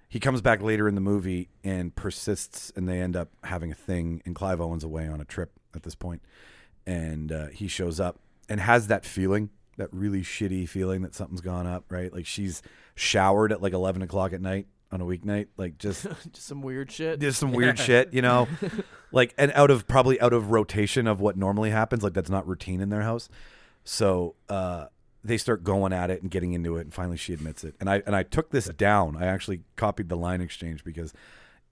[SPEAKER 1] He comes back later in the movie and persists, and they end up having a thing. And Clive Owen's away on a trip at this point, and uh, he shows up and has that feeling, that really shitty feeling that something's gone up, right? Like she's showered at like eleven o'clock at night on a weeknight, like just
[SPEAKER 4] <laughs> Just some weird shit.
[SPEAKER 1] there's some weird shit, you know, like and out of probably out of rotation of what normally happens. Like that's not routine in their house. So uh, they start going at it and getting into it, and finally she admits it. And I and I took this down. I actually copied the line exchange because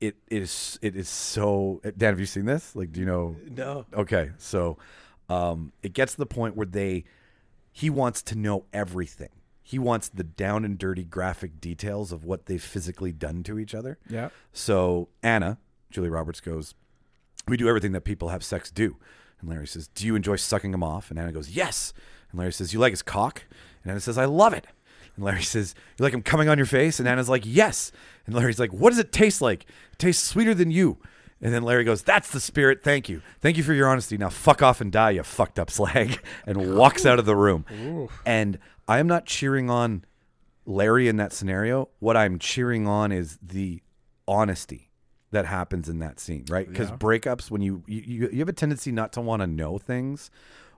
[SPEAKER 1] it is it is so. Dan, have you seen this? Like, do you know?
[SPEAKER 3] no,
[SPEAKER 1] Okay, so um, it gets to the point where they he wants to know everything. He wants the down and dirty graphic details of what they've physically done to each other.
[SPEAKER 2] Yeah.
[SPEAKER 1] So Anna, Julie Roberts goes, "We do everything that people have sex do." And Larry says, "Do you enjoy sucking him off?" And Anna goes, "Yes." And Larry says, "You like his cock?" And Anna says, "I love it." And Larry <laughs> says, "You like him coming on your face?" And Anna's like, "Yes." And Larry's like, "What does it taste like? It tastes sweeter than you." And then Larry goes, "That's the spirit. Thank you. Thank you for your honesty. Now fuck off and die, you fucked up slag." <laughs> And walks out of the room. And I am not cheering on Larry in that scenario, what I'm cheering on is the honesty that happens in that scene, right? Because breakups, when you, you you you have a tendency not to want to know things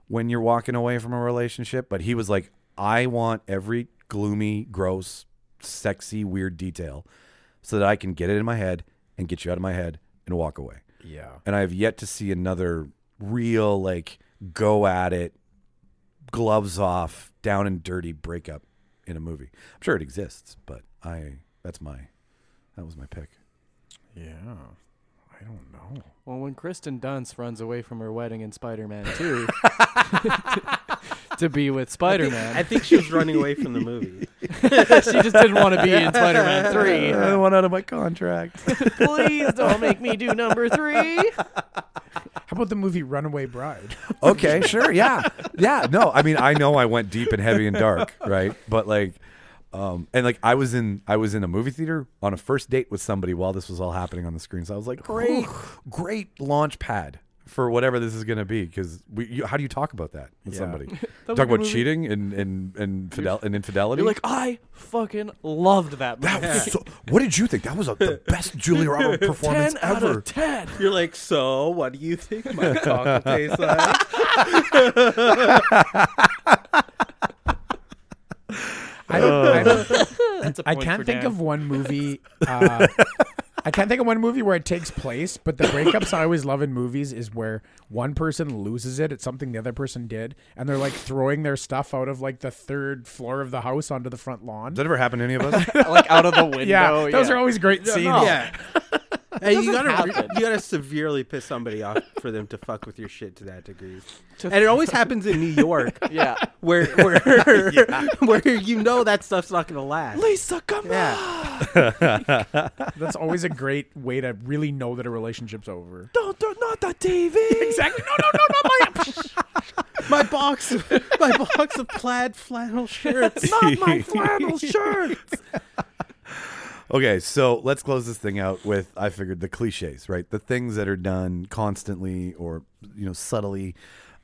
[SPEAKER 1] when you're walking away from a relationship, but he was like, I want every gloomy, gross, sexy, weird detail so that I can get it in my head and get you out of my head and walk away.
[SPEAKER 2] Yeah.
[SPEAKER 1] And I have yet to see another real like go at it, gloves off, down and dirty breakup in a movie. I'm sure it exists, but I that's my that was my pick.
[SPEAKER 2] Yeah. I don't know.
[SPEAKER 4] Well, when Kristen Dunst runs away from her wedding in Spider-Man
[SPEAKER 3] <laughs>
[SPEAKER 4] 2 to be with
[SPEAKER 3] I
[SPEAKER 4] Spider-Man,
[SPEAKER 3] think she was running away from the movie.
[SPEAKER 4] <laughs> she just didn't want to be in
[SPEAKER 3] <laughs>
[SPEAKER 4] Spider-Man 3.
[SPEAKER 1] one out of my contract.
[SPEAKER 4] <laughs> Please don't make me do number
[SPEAKER 3] <laughs>
[SPEAKER 4] 3.
[SPEAKER 2] How about the movie
[SPEAKER 1] <laughs>
[SPEAKER 2] Runaway Bride?
[SPEAKER 1] okay, sure, yeah, yeah. No, I mean I know I went deep and heavy and dark, right? But like, um, and like I was in I was in a movie theater on a first date with somebody while this was all happening on the screen. So I was like, great, great launch pad for whatever this is going to be. Because we, you, how do you talk about that with
[SPEAKER 2] Yeah.
[SPEAKER 4] <laughs>
[SPEAKER 1] somebody?
[SPEAKER 4] was
[SPEAKER 1] talk
[SPEAKER 4] a
[SPEAKER 1] about
[SPEAKER 4] movie.
[SPEAKER 1] cheating and and and, fidel- and infidelity.
[SPEAKER 4] You're like, "Oh, I fucking loved that movie.
[SPEAKER 1] that was so, what did you think? That was a, the best Julia
[SPEAKER 4] <laughs>
[SPEAKER 1] Roberts performance
[SPEAKER 4] 10 out
[SPEAKER 1] ever.
[SPEAKER 4] of <laughs> 10.
[SPEAKER 3] You're like, so what do you think
[SPEAKER 1] <laughs>
[SPEAKER 3] my cock will taste like?
[SPEAKER 2] I, don't, I, don't-
[SPEAKER 4] That's a
[SPEAKER 2] I
[SPEAKER 4] point
[SPEAKER 1] Oh.
[SPEAKER 2] can't
[SPEAKER 4] for
[SPEAKER 2] think
[SPEAKER 4] Dan.
[SPEAKER 2] of one movie. Uh, I can't think of one movie where it takes place, but the breakups I always love in movies is where one person loses it at something the other person did, and they're like throwing their stuff out of like the third floor of the house onto the front lawn.
[SPEAKER 1] Does that ever happen to any of
[SPEAKER 4] <laughs>
[SPEAKER 1] us?
[SPEAKER 4] like out of the
[SPEAKER 2] <laughs>
[SPEAKER 4] window.
[SPEAKER 2] Yeah, those are always great scenes.
[SPEAKER 4] no.
[SPEAKER 3] <laughs> Yeah. Hey, you gotta
[SPEAKER 4] happen.
[SPEAKER 3] you gotta severely piss somebody off for them to fuck with your shit to that degree,
[SPEAKER 4] To
[SPEAKER 3] and it always happens in New
[SPEAKER 4] <laughs>
[SPEAKER 3] York,
[SPEAKER 2] <laughs>
[SPEAKER 4] yeah.
[SPEAKER 3] where where
[SPEAKER 4] <laughs>
[SPEAKER 3] where you know that stuff's not gonna last.
[SPEAKER 4] Lisa, come
[SPEAKER 3] Yeah,
[SPEAKER 2] <laughs> That's always a great way to really know that a relationship's over.
[SPEAKER 4] Don't, do not the TV.
[SPEAKER 2] <laughs> Exactly. No, no, no, not my.
[SPEAKER 3] my box, <laughs> my box of plaid flannel shirts.
[SPEAKER 4] Not
[SPEAKER 2] <laughs>
[SPEAKER 4] my flannel shirt.
[SPEAKER 1] Okay, so let's close this thing out with I figured the cliches, right? The things that are done constantly or you know subtly.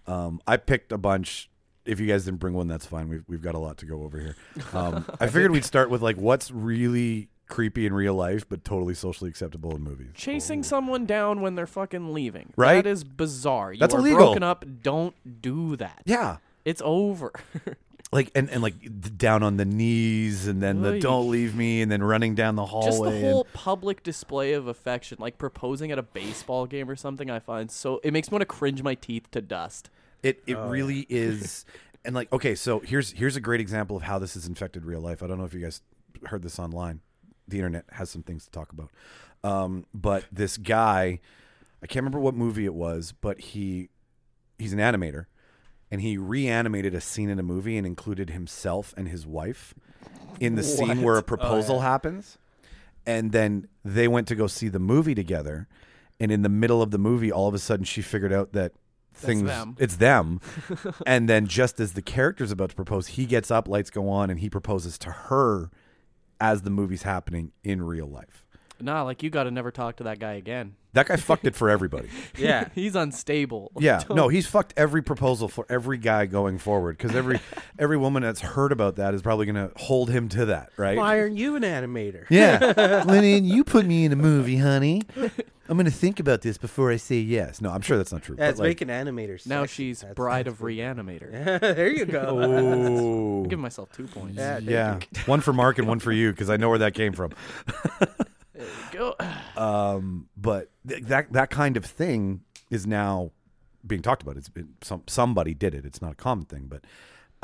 [SPEAKER 1] Um, I picked a bunch. If you guys didn't bring one, that's fine. We've we've got a lot to go over here.
[SPEAKER 4] <laughs>
[SPEAKER 1] Um, I figured we'd start with like what's really creepy in real life, but totally socially acceptable in movies.
[SPEAKER 4] Chasing someone down when they're fucking leaving.
[SPEAKER 1] Right?
[SPEAKER 4] That is bizarre. You
[SPEAKER 1] That's
[SPEAKER 4] are
[SPEAKER 1] illegal.
[SPEAKER 4] broken up. Don't do that.
[SPEAKER 1] Yeah,
[SPEAKER 4] It's over. <laughs>
[SPEAKER 1] like and and like d- down on the knees, and then the
[SPEAKER 4] Oy.
[SPEAKER 1] don't leave me, and then running down the hallway.
[SPEAKER 4] Just the
[SPEAKER 1] and-
[SPEAKER 4] whole public display of affection, like proposing at a baseball game or something, I find so it makes me want to cringe my teeth to dust.
[SPEAKER 1] It it really is. And like, okay, so here's here's a great example of how this has infected real life. I don't know if you guys heard this online. The internet has some things to talk about. Um, but this guy, I can't remember what movie it was, but he he's an animator, and he reanimated a scene in a movie and included himself and his wife in the scene where a proposal happens and then they went to go see the movie together and in the middle of the movie all of a sudden she figured out that things
[SPEAKER 4] them.
[SPEAKER 1] it's them and then just as the character's about to propose he gets up lights go on and he proposes to her as the movie's happening in real life
[SPEAKER 4] Nah, like you got to never talk to that guy again.
[SPEAKER 1] that guy fucked it for everybody
[SPEAKER 3] Yeah,
[SPEAKER 4] <laughs> He's unstable.
[SPEAKER 1] yeah
[SPEAKER 4] Don't-
[SPEAKER 1] no he's fucked every proposal for every guy going forward because every every woman that's heard about that is probably gonna hold him to that right
[SPEAKER 3] why aren't you an animator?
[SPEAKER 5] Yeah.
[SPEAKER 1] Lennon, you put me in a movie, honey. I'm gonna think about this before I say yes. No, I'm sure that's not true.
[SPEAKER 3] Yeah,
[SPEAKER 1] but,
[SPEAKER 3] it's
[SPEAKER 1] like-
[SPEAKER 3] making <laughs> animators.
[SPEAKER 4] Now
[SPEAKER 3] sexy.
[SPEAKER 4] she's
[SPEAKER 3] That's- <laughs>
[SPEAKER 4] bride of reanimator.
[SPEAKER 3] there you go.
[SPEAKER 1] Oh,
[SPEAKER 4] Give myself two points.
[SPEAKER 3] Yeah, there you
[SPEAKER 1] yeah.
[SPEAKER 3] <laughs>
[SPEAKER 1] One for Mark and one for you because I know where that came from.
[SPEAKER 4] Go. <sighs>
[SPEAKER 1] Um, but th- that that kind of thing is now being talked about. It's it, some somebody did it. It's not a common thing, but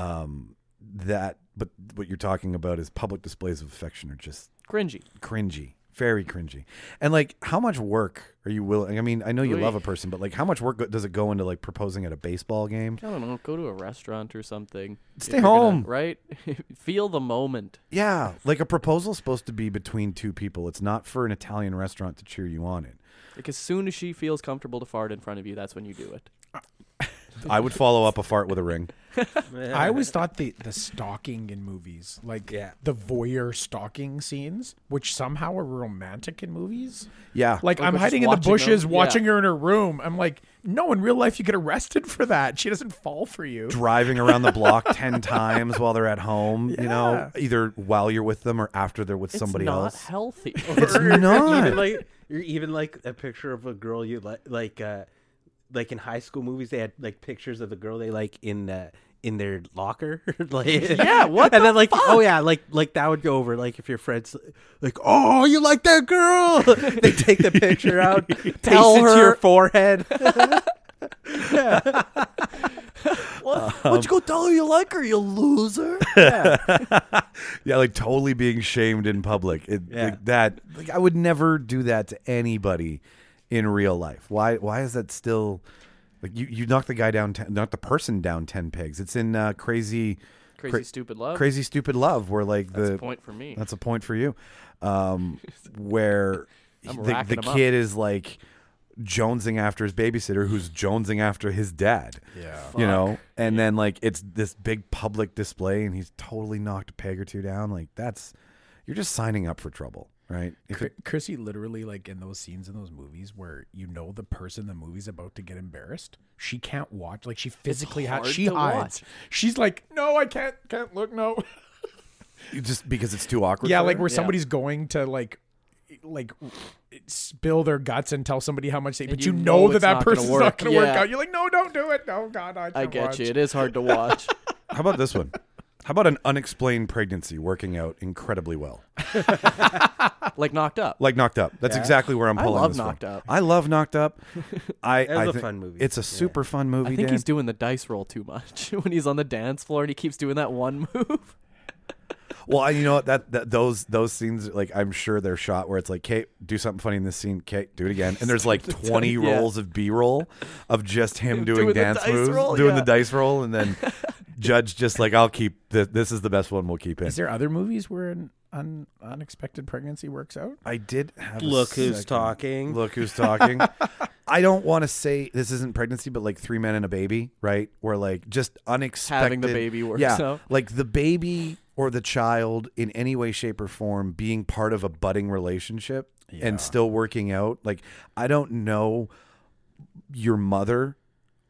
[SPEAKER 1] um, that. But what you're talking about is public displays of affection are just
[SPEAKER 4] Cringy.
[SPEAKER 1] cringy, very cringy. And like, how much work are you willing? I mean, I know you
[SPEAKER 4] Oy.
[SPEAKER 1] love a person, but like, how much work go- does it go into like proposing at a baseball game?
[SPEAKER 4] I don't know. Go to a restaurant or something. If
[SPEAKER 1] Stay
[SPEAKER 4] you're gonna-
[SPEAKER 1] home.
[SPEAKER 4] right? <laughs> Feel the moment.
[SPEAKER 1] Yeah, like a proposal's supposed to be between two people. It's not for an Italian restaurant to cheer you on. It.
[SPEAKER 4] Like as soon as she feels comfortable to fart in front of you, that's when you do it.
[SPEAKER 1] I would follow up a fart with a ring.
[SPEAKER 2] <laughs> I always thought the the stalking in movies, like
[SPEAKER 3] Yeah.
[SPEAKER 2] the voyeur stalking scenes, which somehow are romantic in movies.
[SPEAKER 1] Yeah,
[SPEAKER 2] Like, I'm
[SPEAKER 4] we're just
[SPEAKER 2] hiding in the
[SPEAKER 4] watching
[SPEAKER 2] bushes,
[SPEAKER 4] them- yeah.
[SPEAKER 2] watching her in her room. I'm like, no, in real life you get arrested <laughs> for that. She doesn't fall for you.
[SPEAKER 1] driving around the block
[SPEAKER 4] <laughs>
[SPEAKER 1] ten times while they're at home. You know, either while you're with them or after they're with somebody
[SPEAKER 4] it's not
[SPEAKER 1] else.
[SPEAKER 4] <laughs> healthy.
[SPEAKER 1] It's not.
[SPEAKER 3] even like you're even like a picture of a girl you like like uh like in high school movies they had like pictures of the girl they like in uh in their locker <laughs> like
[SPEAKER 4] Yeah, what
[SPEAKER 3] and then like oh yeah like like that would go over like if your friends like oh you like that girl <laughs> they take the
[SPEAKER 4] <laughs>
[SPEAKER 3] picture out
[SPEAKER 4] Tell
[SPEAKER 3] paste it to your
[SPEAKER 4] her.
[SPEAKER 3] <laughs> forehead
[SPEAKER 4] What? What'd you go tell her you like her, you <laughs> loser?
[SPEAKER 1] Yeah, like totally being shamed in public. It,
[SPEAKER 3] Yeah.
[SPEAKER 1] Like that. Like I would never do that to anybody in real life. Why? Why is that still? Like you, you knock the guy down, ten, knock the person down ten pegs. It's in uh, crazy,
[SPEAKER 4] Crazy
[SPEAKER 1] Cra-
[SPEAKER 4] stupid love.
[SPEAKER 1] crazy stupid love, where like
[SPEAKER 4] That's
[SPEAKER 1] the
[SPEAKER 4] a point for me.
[SPEAKER 1] that's a point for you,
[SPEAKER 4] <laughs>
[SPEAKER 1] um, where
[SPEAKER 4] I'm
[SPEAKER 1] the,
[SPEAKER 4] racking
[SPEAKER 1] the
[SPEAKER 4] 'em up.
[SPEAKER 1] kid is like jonesing after his babysitter, who's jonesing after his dad. Yeah, you know, and then like it's this big public display, and he's totally knocked a peg or two down. Like that's you're just signing up for trouble, right? If
[SPEAKER 2] Cr-
[SPEAKER 1] it-
[SPEAKER 2] Chrissy literally like in those scenes in those movies where you know the person the movie's about to get embarrassed, she can't watch. Like she physically
[SPEAKER 4] hard
[SPEAKER 2] hides. She
[SPEAKER 4] to
[SPEAKER 2] hides. She's like, no, I can't, can't look, no. <laughs>
[SPEAKER 1] you just because it's too awkward.
[SPEAKER 2] yeah,
[SPEAKER 1] for
[SPEAKER 2] like
[SPEAKER 1] her?
[SPEAKER 2] where somebody's going to like, like spill their guts and tell somebody how much they. but
[SPEAKER 4] you
[SPEAKER 2] you, know,
[SPEAKER 4] know
[SPEAKER 2] that
[SPEAKER 4] it's
[SPEAKER 2] that
[SPEAKER 4] not gonna
[SPEAKER 2] person's not
[SPEAKER 4] work.
[SPEAKER 2] going to work
[SPEAKER 4] Yeah.
[SPEAKER 2] out. You're like, no, don't do it. No, God, I,
[SPEAKER 4] I
[SPEAKER 2] can't
[SPEAKER 4] get
[SPEAKER 2] watch."
[SPEAKER 4] you. It is hard to watch.
[SPEAKER 1] how about this one? How about an unexplained pregnancy working out incredibly well?
[SPEAKER 4] like knocked up.
[SPEAKER 1] Like Knocked Up. That's exactly where I'm
[SPEAKER 4] I
[SPEAKER 1] pulling
[SPEAKER 4] love
[SPEAKER 1] this
[SPEAKER 4] Knocked
[SPEAKER 1] from.
[SPEAKER 4] Up.
[SPEAKER 1] I love Knocked
[SPEAKER 4] <laughs>
[SPEAKER 1] Up. I,
[SPEAKER 3] That was
[SPEAKER 1] I
[SPEAKER 3] a
[SPEAKER 1] thi-
[SPEAKER 3] fun movie.
[SPEAKER 1] It's a super fun movie.
[SPEAKER 4] I think
[SPEAKER 1] Dan.
[SPEAKER 4] he's doing the dice roll too much <laughs> when he's on the dance floor and he keeps doing that one <laughs> move.
[SPEAKER 1] Well, I- you know what? That, that those those scenes, like I'm sure they're shot where it's like, Kate, do something funny in this scene. Kate, do it again. And there's like
[SPEAKER 4] <laughs>
[SPEAKER 1] 20
[SPEAKER 4] Yeah.
[SPEAKER 1] rolls of B-roll of just him
[SPEAKER 4] Him
[SPEAKER 1] doing,
[SPEAKER 4] doing the
[SPEAKER 1] dance
[SPEAKER 4] dice
[SPEAKER 1] moves,
[SPEAKER 4] roll,
[SPEAKER 1] doing
[SPEAKER 4] yeah.
[SPEAKER 1] the dice roll, and
[SPEAKER 4] <laughs>
[SPEAKER 1] then Judge just like, I'll keep the, this is the best one. We'll keep
[SPEAKER 2] Is
[SPEAKER 1] it.
[SPEAKER 2] there other movies where an un- unexpected pregnancy works out?
[SPEAKER 1] I did have a
[SPEAKER 3] Look who's
[SPEAKER 1] second-
[SPEAKER 3] talking.
[SPEAKER 1] Look who's talking. <laughs> I don't want to say this isn't pregnancy, but like three men and a baby, right? Where like just unexpected
[SPEAKER 4] Having the baby works
[SPEAKER 1] yeah,
[SPEAKER 4] out.
[SPEAKER 1] like the baby or the child in any way, shape, or form being part of a budding relationship and still working out. Like I don't know your mother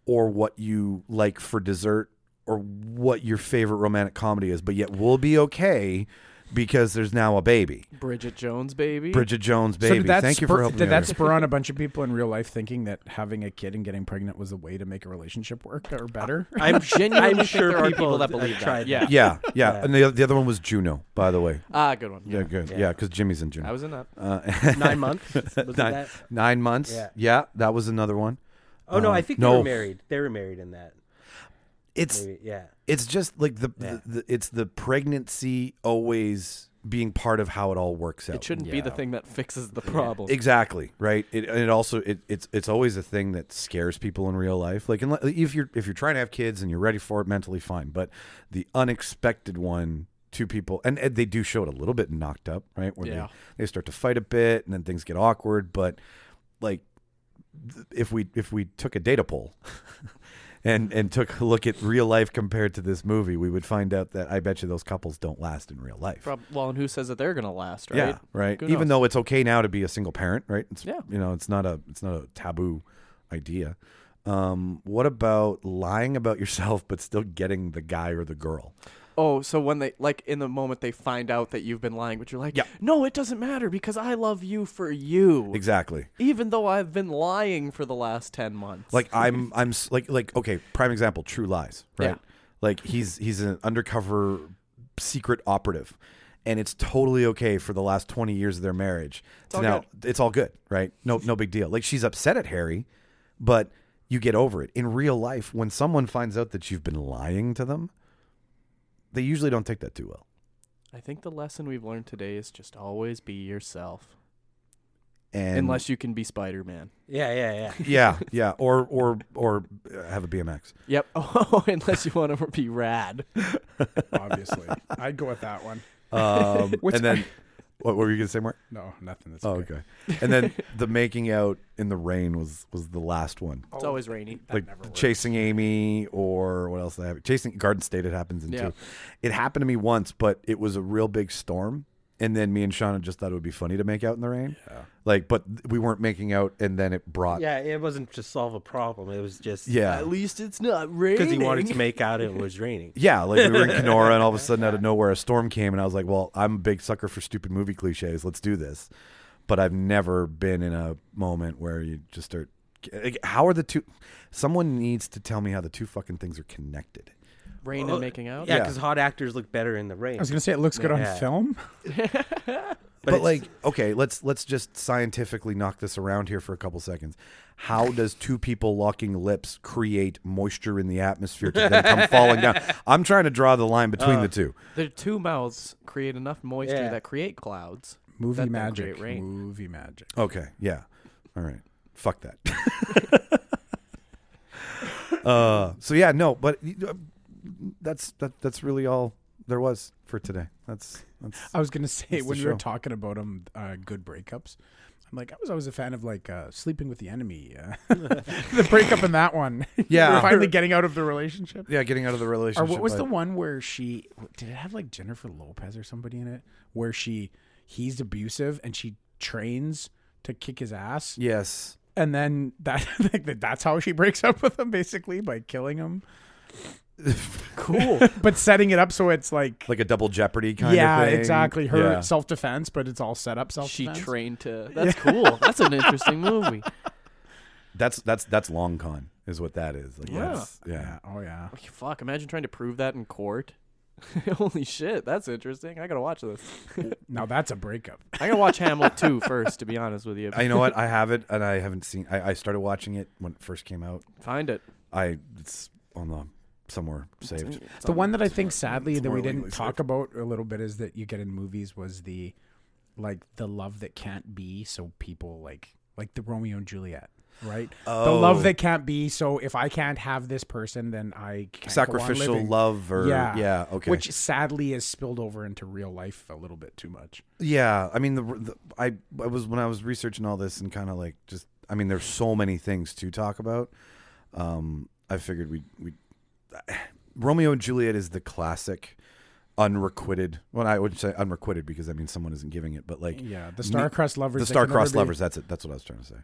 [SPEAKER 1] or what you like for dessert or what your favorite romantic comedy is, but yet we'll be okay because there's now a baby.
[SPEAKER 4] Bridget Jones, baby.
[SPEAKER 1] Bridget Jones,
[SPEAKER 2] So
[SPEAKER 1] baby.
[SPEAKER 2] did that
[SPEAKER 1] Thank you for
[SPEAKER 2] spur-
[SPEAKER 1] helping
[SPEAKER 2] Did
[SPEAKER 1] me
[SPEAKER 2] that
[SPEAKER 1] out here.
[SPEAKER 2] spur on a bunch of people in real life thinking that having a kid and getting pregnant was a way to make a relationship work or <laughs> better?
[SPEAKER 4] I'm genuinely
[SPEAKER 3] I'm
[SPEAKER 4] think
[SPEAKER 3] sure
[SPEAKER 4] there are
[SPEAKER 3] people
[SPEAKER 4] people that
[SPEAKER 3] have
[SPEAKER 4] believe that.
[SPEAKER 3] tried
[SPEAKER 4] Yeah.
[SPEAKER 3] that.
[SPEAKER 1] yeah, yeah, And the, the other one was Juno, by the way.
[SPEAKER 4] Ah, good one.
[SPEAKER 1] Yeah,
[SPEAKER 4] Yeah.
[SPEAKER 1] good. Yeah, because Jimmy's in Juno.
[SPEAKER 4] I was in that.
[SPEAKER 1] uh,
[SPEAKER 3] <laughs>
[SPEAKER 1] <laughs>
[SPEAKER 3] Nine months. Was it
[SPEAKER 1] nine,
[SPEAKER 3] that?
[SPEAKER 1] nine months. Yeah.
[SPEAKER 3] Yeah.
[SPEAKER 1] that was another one.
[SPEAKER 3] Oh no,
[SPEAKER 1] Um,
[SPEAKER 3] I think
[SPEAKER 1] no.
[SPEAKER 3] they were married. They were married in that.
[SPEAKER 1] It's
[SPEAKER 3] Maybe. Yeah.
[SPEAKER 1] it's just like the,
[SPEAKER 3] Yeah.
[SPEAKER 1] the, the it's the pregnancy always being part of how it all works out.
[SPEAKER 4] It shouldn't be the
[SPEAKER 3] Yeah.
[SPEAKER 4] thing that fixes the problem.
[SPEAKER 1] Exactly right. It and it also it, it's it's always a thing that scares people in real life. Like unless, if you're if you're trying to have kids and you're ready for it mentally, fine. But the unexpected one, two people, and, and they do show it a little bit knocked up, right? Where
[SPEAKER 4] Yeah.
[SPEAKER 1] they, they start to fight a bit and then things get awkward. But like th- if we if we took a data poll. <laughs> And, and took a look at real life compared to this movie, we would find out that I bet you those couples don't last in real life.
[SPEAKER 4] Prob- well, and who says that they're gonna last, right?
[SPEAKER 1] Yeah, right.
[SPEAKER 4] Who
[SPEAKER 1] Even
[SPEAKER 4] knows?
[SPEAKER 1] though it's okay now to be a single parent, right? It's,
[SPEAKER 4] Yeah.
[SPEAKER 1] you know, it's not a it's not a taboo idea. Um, what about lying about <laughs> yourself but still getting the guy or the girl?
[SPEAKER 4] Oh, so when they like in the moment they find out that you've been lying, but you're like,
[SPEAKER 1] Yeah.
[SPEAKER 4] no, it doesn't matter because I love you for you,
[SPEAKER 1] Exactly.
[SPEAKER 4] even though I've been lying for the last ten months.
[SPEAKER 1] Like I'm I'm s- like like okay, prime example, True Lies, right?
[SPEAKER 4] Yeah.
[SPEAKER 1] Like he's he's an undercover secret operative and it's totally okay for the last 20 years of their marriage. So
[SPEAKER 4] all
[SPEAKER 1] now it's all good, right? No no big deal. Like she's upset at Harry, but you get over it. In real life, when someone finds out that you've been lying to them, they usually don't take that too well.
[SPEAKER 4] I think the lesson we've learned today is just always be yourself,
[SPEAKER 1] And
[SPEAKER 4] unless you can be Spider Man.
[SPEAKER 3] Yeah. Yeah. Yeah.
[SPEAKER 1] yeah, yeah, or or or uh, have a BMX.
[SPEAKER 4] Yep. <laughs> Oh, unless you want to be rad.
[SPEAKER 2] Obviously, I'd go with that one.
[SPEAKER 1] Um,
[SPEAKER 2] Which-
[SPEAKER 1] and then what were you going to say, Mark?
[SPEAKER 2] No, nothing. That's
[SPEAKER 1] Oh,
[SPEAKER 2] okay.
[SPEAKER 1] okay. And then the making out in the rain was was the last one.
[SPEAKER 4] It's always rainy.
[SPEAKER 1] like chasing Amy or what else? Did I have? Chasing Garden State. It happens in
[SPEAKER 4] Yeah.
[SPEAKER 1] two. It happened to me once, but it was a real big storm, and then me and Shauna just thought it would be funny to make out in the rain. Yeah. Like, but we weren't making out, and then it brought.
[SPEAKER 3] Yeah. It wasn't to solve a problem. It was just
[SPEAKER 1] Yeah.
[SPEAKER 4] At least it's not raining.
[SPEAKER 3] because he wanted to make out it was raining.
[SPEAKER 1] Yeah, like we were in Kenora, and all of a sudden, out of nowhere, a storm came, and I was like, "Well, I'm a big sucker for stupid movie cliches. Let's do this." But I've never been in a moment where you just start. like, How are the two? Someone needs to tell me how the two fucking things are connected.
[SPEAKER 4] rain and making out.
[SPEAKER 1] Yeah.
[SPEAKER 3] Yeah, because hot actors look better in the rain.
[SPEAKER 2] I was gonna say it looks good on
[SPEAKER 3] Yeah.
[SPEAKER 2] film.
[SPEAKER 1] But,
[SPEAKER 3] it's-
[SPEAKER 1] like, okay, let's let's just scientifically knock this around here for a couple seconds. How does two people locking lips create moisture in the atmosphere to then come falling down? I'm trying to draw the line between the two.
[SPEAKER 4] The two mouths create enough moisture
[SPEAKER 3] Yeah.
[SPEAKER 4] that create clouds.
[SPEAKER 2] Movie
[SPEAKER 4] that then
[SPEAKER 2] magic.
[SPEAKER 4] create rain.
[SPEAKER 2] Movie magic.
[SPEAKER 1] Okay, yeah, all right, fuck that. <laughs> uh, so yeah, no, but uh, that's that, that's really all there was for today. That's that's
[SPEAKER 2] I was gonna say
[SPEAKER 1] That's the
[SPEAKER 2] when we were
[SPEAKER 1] show.
[SPEAKER 2] talking about them, uh, good breakups. I'm like, I was always a fan of like uh, sleeping with the enemy. Uh, <laughs> the breakup in that one,
[SPEAKER 1] Yeah.
[SPEAKER 2] <laughs> finally getting out of the relationship.
[SPEAKER 1] yeah, getting out of the
[SPEAKER 2] Or
[SPEAKER 1] relationship.
[SPEAKER 2] what was
[SPEAKER 1] I-
[SPEAKER 2] the one where she did it have like Jennifer Lopez or somebody in it where she he's abusive and she trains to kick his ass
[SPEAKER 1] yes.
[SPEAKER 2] and then that <laughs> like that- that's how she breaks up with him basically by killing him
[SPEAKER 4] Cool.
[SPEAKER 2] <laughs> but setting it up so it's like,
[SPEAKER 1] Like a double jeopardy kind
[SPEAKER 2] yeah
[SPEAKER 1] of thing.
[SPEAKER 2] exactly her
[SPEAKER 1] Yeah.
[SPEAKER 2] self defense but it's all set up self
[SPEAKER 4] she
[SPEAKER 2] defense <laughs>
[SPEAKER 4] trained to. That's cool. That's an interesting movie.
[SPEAKER 1] That's that's that's long con is what that is. Like,
[SPEAKER 4] Yeah.
[SPEAKER 1] that's- yeah.
[SPEAKER 2] yeah oh yeah
[SPEAKER 4] Fuck. Imagine trying to prove that in court. <laughs> Holy shit, that's interesting. I gotta watch this.
[SPEAKER 2] Now that's a breakup.
[SPEAKER 4] I gotta
[SPEAKER 2] <laughs>
[SPEAKER 4] watch Hamlet 2 first, to be honest with you.
[SPEAKER 1] I, you know what? I have it, and I haven't seen. I, I started watching it when it first came out.
[SPEAKER 4] Find it.
[SPEAKER 1] I it's on the somewhere saved.
[SPEAKER 2] The one that I think sadly that we
[SPEAKER 1] morally
[SPEAKER 2] didn't
[SPEAKER 1] safe.
[SPEAKER 2] talk about a little bit is that you get in movies was the like the love that can't be, so people like like the Romeo and Juliet, right? The
[SPEAKER 1] Oh.
[SPEAKER 2] love that can't be, so if I can't have this person, then I can't go on
[SPEAKER 1] Sacrificial
[SPEAKER 2] living.
[SPEAKER 1] love, or yeah, okay,
[SPEAKER 2] Which sadly is spilled over into real life a little bit too much.
[SPEAKER 1] yeah. I mean, the, the I I was when I was researching all this and kind of like just. I mean, there's so many things to talk about. Um, I figured we we <sighs> Romeo and Juliet is the classic unrequited. Well, I would say unrequited because I mean someone isn't giving it, but like
[SPEAKER 2] Yeah, the
[SPEAKER 1] me-
[SPEAKER 2] star-crossed lovers.
[SPEAKER 1] the
[SPEAKER 2] that can never
[SPEAKER 1] star-crossed
[SPEAKER 2] be-
[SPEAKER 1] lovers. That's it. That's what I was trying to say.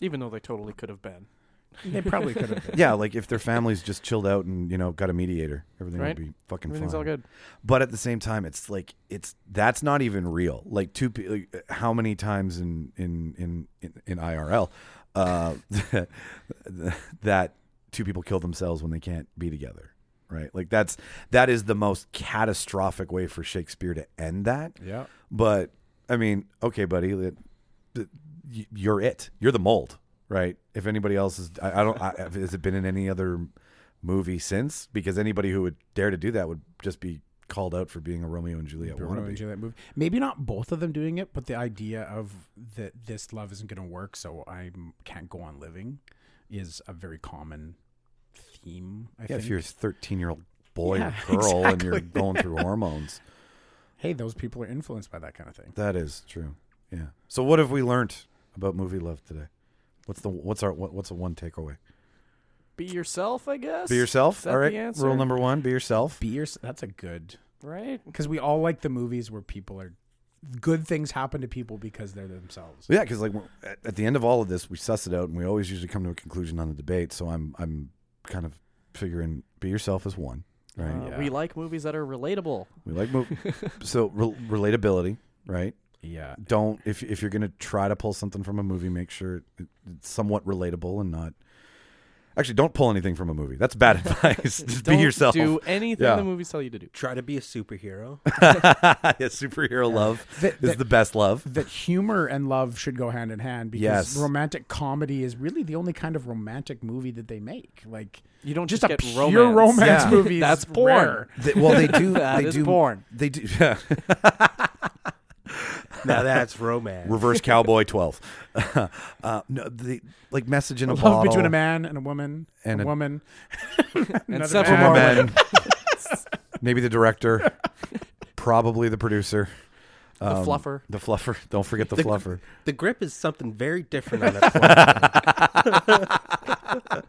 [SPEAKER 4] Even though they totally could have been.
[SPEAKER 2] <laughs> They probably could have. been.
[SPEAKER 1] Yeah, like if their families just chilled out and you know got a mediator, everything
[SPEAKER 4] Right.
[SPEAKER 1] would be fucking.
[SPEAKER 4] <laughs> Everything's
[SPEAKER 1] fine.
[SPEAKER 4] all good.
[SPEAKER 1] But at the same time, it's like it's that's not even real. Like two, pe- like, how many times in in in in, in IRL uh, <laughs> that two people kill themselves when they can't be together, right? Like that's that is the most catastrophic way for Shakespeare to end that.
[SPEAKER 2] Yeah.
[SPEAKER 1] But I mean, okay, buddy, that- that- y- you're it. You're the mold, right? If anybody else is, I, I don't. I, <laughs> has it been in any other movie since? Because anybody who would dare to do that would just be called out for being a Romeo and Juliet
[SPEAKER 2] Romeo and
[SPEAKER 1] wannabe.
[SPEAKER 2] Juliet movie. Maybe not both of them doing it, but the idea of that this love isn't going to work, so I can't go on living, is a very common theme. I
[SPEAKER 1] yeah,
[SPEAKER 2] think.
[SPEAKER 1] if you're a 13 year old boy
[SPEAKER 2] Yeah,
[SPEAKER 1] or girl and you're
[SPEAKER 2] exactly.
[SPEAKER 1] going
[SPEAKER 2] <laughs>
[SPEAKER 1] through hormones,
[SPEAKER 2] hey, those people are influenced by that kind of thing.
[SPEAKER 1] that is true. Yeah. So what have we learned about movie love today? What's the what's our what, what's the one takeaway?
[SPEAKER 4] Be yourself, I guess.
[SPEAKER 1] Be yourself.
[SPEAKER 4] that
[SPEAKER 1] All
[SPEAKER 4] the
[SPEAKER 1] right.
[SPEAKER 4] answer?
[SPEAKER 1] Rule number one: be yourself.
[SPEAKER 2] Be your. That's a good
[SPEAKER 4] Right?
[SPEAKER 2] because we all like the movies where people are. Good things happen to people because they're themselves.
[SPEAKER 1] Yeah, because like we're- at, at the end of all of this, we suss it out, and we always usually come to a conclusion on the debate. So I'm I'm kind of figuring be yourself as one, right?
[SPEAKER 4] Uh, We like movies that are relatable.
[SPEAKER 1] We like <laughs> mov- so rel relatability, right?
[SPEAKER 2] Yeah,
[SPEAKER 1] Don't if if you're gonna try to pull something from a movie, make sure it, it's somewhat relatable and not. Actually, don't pull anything from a movie. That's <laughs> bad advice. Just
[SPEAKER 4] Don't
[SPEAKER 1] be yourself. <laughs>
[SPEAKER 4] Do anything
[SPEAKER 1] Yeah.
[SPEAKER 4] the movies tell you to do.
[SPEAKER 3] <laughs> Try to be a superhero.
[SPEAKER 1] yeah, superhero love
[SPEAKER 2] That-
[SPEAKER 1] is
[SPEAKER 2] that-
[SPEAKER 1] the best love.
[SPEAKER 2] that humor and love should go hand in hand because
[SPEAKER 1] Yes.
[SPEAKER 2] romantic comedy is really the only kind of romantic movie that they make. Like
[SPEAKER 4] You don't
[SPEAKER 2] just,
[SPEAKER 4] just,
[SPEAKER 2] a
[SPEAKER 4] get
[SPEAKER 2] pure romance,
[SPEAKER 4] romance.
[SPEAKER 1] Yeah.
[SPEAKER 2] movie. is
[SPEAKER 4] That's porn.
[SPEAKER 2] rare.
[SPEAKER 1] They- well, they do.
[SPEAKER 4] That
[SPEAKER 1] they
[SPEAKER 4] is
[SPEAKER 1] do.
[SPEAKER 4] porn.
[SPEAKER 1] They do.
[SPEAKER 3] <laughs> now that's
[SPEAKER 2] <laughs>
[SPEAKER 3] romance.
[SPEAKER 1] Reverse Cowboy 12. <laughs> uh, no, the like message in a,
[SPEAKER 2] Love
[SPEAKER 1] bottle.
[SPEAKER 2] between a man and a woman
[SPEAKER 1] And
[SPEAKER 2] and a,
[SPEAKER 1] a-
[SPEAKER 2] woman
[SPEAKER 4] And
[SPEAKER 2] Another
[SPEAKER 4] several
[SPEAKER 1] Two
[SPEAKER 2] man.
[SPEAKER 4] more.
[SPEAKER 1] men,
[SPEAKER 2] <laughs>
[SPEAKER 1] maybe the director, probably the producer, Um,
[SPEAKER 4] The fluffer.
[SPEAKER 1] the fluffer. Don't forget the,
[SPEAKER 3] The-
[SPEAKER 2] <laughs>
[SPEAKER 1] fluffer.
[SPEAKER 3] The grip is something very different on <laughs> that one.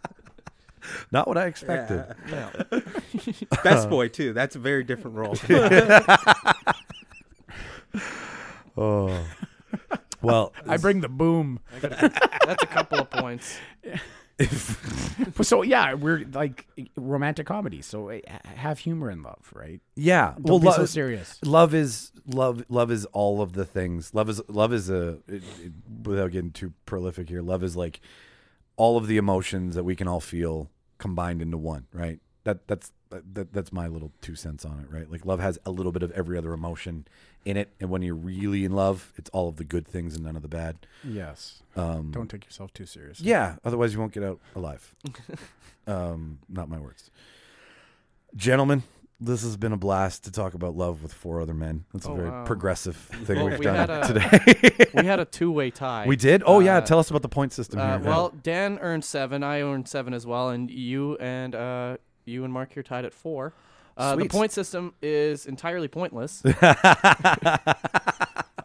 [SPEAKER 1] Not what I expected.
[SPEAKER 3] Best boy too. That's a very different role. <laughs>
[SPEAKER 1] Oh. Well,
[SPEAKER 2] <laughs> I bring the boom.
[SPEAKER 4] I gotta- That's a couple
[SPEAKER 1] <laughs>
[SPEAKER 4] of points.
[SPEAKER 2] So yeah, we're like romantic comedy. So uh, have humor and love, right?
[SPEAKER 1] yeah.
[SPEAKER 2] Don't
[SPEAKER 1] Well,
[SPEAKER 2] be so
[SPEAKER 1] lo-
[SPEAKER 2] serious.
[SPEAKER 1] love is love. Love is all of the things. Love is love is a it- it- without getting too prolific here. Love is like all of the emotions that we can all feel combined into one. Right. That that's that, that's my little two cents on it. Right. Like love has a little bit of every other emotion in it, and when you're really in love, it's all of the good things and none of the bad.
[SPEAKER 2] Yes.
[SPEAKER 1] Um,
[SPEAKER 2] Don't take yourself too seriously.
[SPEAKER 1] yeah, otherwise you won't get out
[SPEAKER 4] <laughs>
[SPEAKER 1] alive. um, not my words. Gentlemen, this has been a blast to talk about love with four other men. That's a
[SPEAKER 4] Oh,
[SPEAKER 1] very
[SPEAKER 4] wow.
[SPEAKER 1] progressive thing
[SPEAKER 4] Well,
[SPEAKER 1] we've
[SPEAKER 4] we
[SPEAKER 1] done
[SPEAKER 4] had a- <laughs>
[SPEAKER 1] today.
[SPEAKER 4] We had a two-way tie.
[SPEAKER 1] we did? Oh, yeah.
[SPEAKER 4] Uh,
[SPEAKER 1] Tell us about the point system
[SPEAKER 4] Uh,
[SPEAKER 1] here.
[SPEAKER 4] well, Dan earned seven. I earned seven as well, and you and uh, you and Mark here tied at four. Uh, the
[SPEAKER 1] Sweet.
[SPEAKER 4] point system is
[SPEAKER 1] <laughs>
[SPEAKER 4] entirely pointless.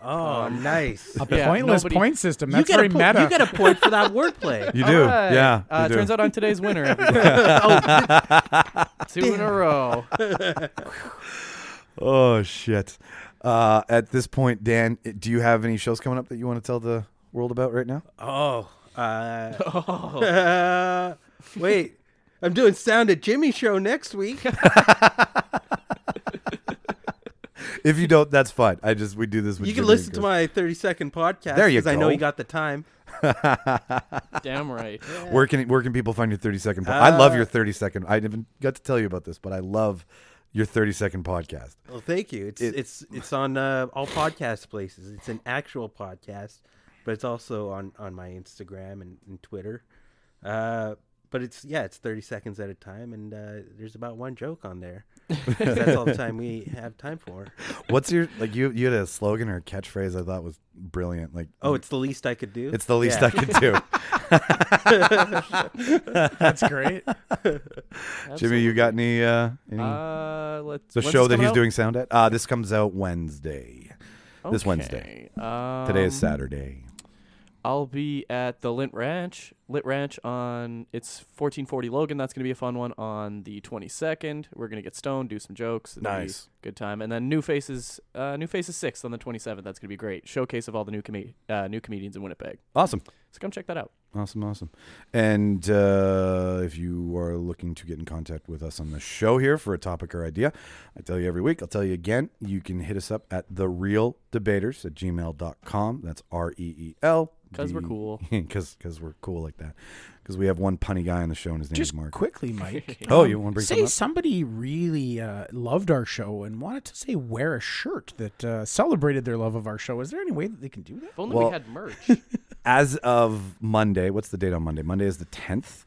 [SPEAKER 3] Oh, nice.
[SPEAKER 2] A
[SPEAKER 4] Yeah,
[SPEAKER 2] pointless
[SPEAKER 4] nobody-
[SPEAKER 2] point system. That's
[SPEAKER 3] you get
[SPEAKER 2] very
[SPEAKER 3] a po-
[SPEAKER 2] meta.
[SPEAKER 3] You get a point for that <laughs> wordplay.
[SPEAKER 1] you do.
[SPEAKER 4] All right.
[SPEAKER 1] Yeah.
[SPEAKER 4] Uh,
[SPEAKER 1] you do.
[SPEAKER 4] Turns out I'm
[SPEAKER 1] <laughs>
[SPEAKER 4] today's winner. everybody. Two in a row. <laughs>
[SPEAKER 1] oh, shit. Uh, at this point, Dan, do you have any shows coming up that you want to tell the world about right now?
[SPEAKER 3] Oh. Uh,
[SPEAKER 4] Oh,
[SPEAKER 3] <laughs> uh, wait. I'm doing sound at Jimmy show next <laughs> week.
[SPEAKER 1] If you don't, that's fine. I just, we do this with
[SPEAKER 3] You can
[SPEAKER 1] Jimmy
[SPEAKER 3] listen to
[SPEAKER 1] because-
[SPEAKER 3] my 30 second podcast.
[SPEAKER 1] There you
[SPEAKER 3] 'cause I know
[SPEAKER 1] go.
[SPEAKER 3] you got the time.
[SPEAKER 4] Damn right.
[SPEAKER 1] Where can where can people find your thirty second? po I love
[SPEAKER 3] Uh,
[SPEAKER 1] your thirty second. I haven't got to tell you about this, but I love your 30 second podcast.
[SPEAKER 3] Well, thank you. It's
[SPEAKER 1] It-
[SPEAKER 3] it's it's on uh, all podcast places. It's an actual podcast, but it's also on on my Instagram and, and Twitter. Uh, but it's yeah, it's thirty seconds at a time, and uh, there's about one joke
[SPEAKER 1] <laughs>
[SPEAKER 3] on there. 'Cause that's all the time we have time for.
[SPEAKER 1] What's your like? You you had a slogan or a catchphrase I thought was brilliant. Like
[SPEAKER 3] Oh, it's the least I could do.
[SPEAKER 1] it's the least
[SPEAKER 3] Yeah.
[SPEAKER 1] I could do.
[SPEAKER 2] That's great.
[SPEAKER 1] Jimmy, you got any? Uh, any
[SPEAKER 4] Uh, let's.
[SPEAKER 1] the show
[SPEAKER 4] when's
[SPEAKER 1] that
[SPEAKER 4] this coming
[SPEAKER 1] he's
[SPEAKER 4] out?
[SPEAKER 1] doing sound at. Uh, this comes out Wednesday. this Wednesday.
[SPEAKER 4] Okay, Um,
[SPEAKER 1] Today is Saturday.
[SPEAKER 4] I'll be at the Lint Ranch. Lit Ranch on it's 1440 Logan. That's gonna be a fun one on the 22nd. We're gonna get stoned, do some jokes. It'll be
[SPEAKER 1] Nice.
[SPEAKER 4] a good time. And then New Faces, uh, New Faces sixth on the 27th. That's gonna be great. Showcase of all the new com- uh, new comedians in Winnipeg.
[SPEAKER 1] Awesome.
[SPEAKER 4] So come check that out.
[SPEAKER 1] Awesome, awesome. And uh, if you are looking to get in contact with us on the show here for a topic or idea, I tell you every week, I'll tell you again, you can hit us up at therealdebaters at gmail.com. That's R E E L.
[SPEAKER 4] 'Cause we're cool.
[SPEAKER 1] <laughs> Because we're cool like that. Because we have one punny guy on the show and his name
[SPEAKER 2] Just
[SPEAKER 1] is Mark.
[SPEAKER 2] quickly, Mike.
[SPEAKER 1] Oh, you wanna bring
[SPEAKER 2] say
[SPEAKER 1] something up?
[SPEAKER 2] somebody really uh, loved our show and wanted to say wear a shirt that uh, celebrated their love of our show. Is there any way that they can do that?
[SPEAKER 4] If only
[SPEAKER 1] Well-
[SPEAKER 4] we
[SPEAKER 1] <laughs>
[SPEAKER 4] had merch.
[SPEAKER 1] as of Monday, what's the date on Monday? Monday is the 10th.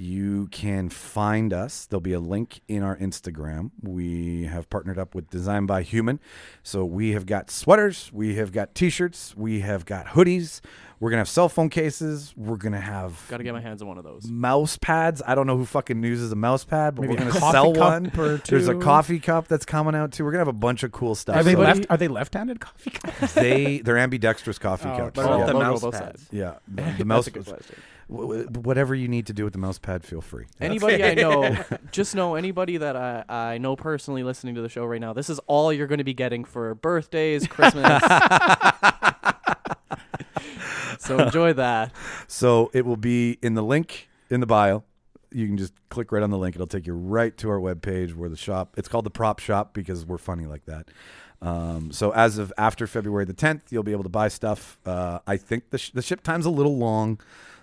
[SPEAKER 1] You can find us. There'll be a link in our Instagram. We have partnered up with Design by Human. So we have got sweaters, we have got t shirts, we have got hoodies, we're going to have cell phone cases, we're going to have
[SPEAKER 4] Got to get my hands on one of those.
[SPEAKER 1] mouse pads. I don't know who fucking uses a mouse pad, but
[SPEAKER 2] Maybe
[SPEAKER 1] we're
[SPEAKER 2] a
[SPEAKER 1] going to
[SPEAKER 2] coffee
[SPEAKER 1] sell
[SPEAKER 2] cup
[SPEAKER 1] one.
[SPEAKER 2] or
[SPEAKER 1] <laughs> There's a
[SPEAKER 2] two.
[SPEAKER 1] coffee cup that's coming out too. We're going to have a bunch of cool stuff.
[SPEAKER 2] Are they
[SPEAKER 1] So
[SPEAKER 2] left? Are they left-handed coffee cups?
[SPEAKER 1] they, they're ambidextrous coffee
[SPEAKER 2] Oh,
[SPEAKER 1] cups.
[SPEAKER 3] But
[SPEAKER 4] Oh,
[SPEAKER 3] with the
[SPEAKER 4] logo
[SPEAKER 3] mouse
[SPEAKER 4] both
[SPEAKER 3] pads.
[SPEAKER 4] sides.
[SPEAKER 1] Yeah, the, the mouse.
[SPEAKER 4] <laughs> That's a good question.
[SPEAKER 1] w- w- whatever you need to do with the mouse pad, feel free.
[SPEAKER 4] Anybody I know, just know anybody that I, I know personally listening to the show right now, this is all you're going to be getting for birthdays, Christmas. so enjoy that.
[SPEAKER 1] So it will be in the link in the bio. You can just click right on the link. It'll take you right to our webpage where the shop. It's called the Prop Shop because we're funny like that. Um, so as of after February the 10th, you'll be able to buy stuff. Uh, I think the, sh- the ship time's a little long.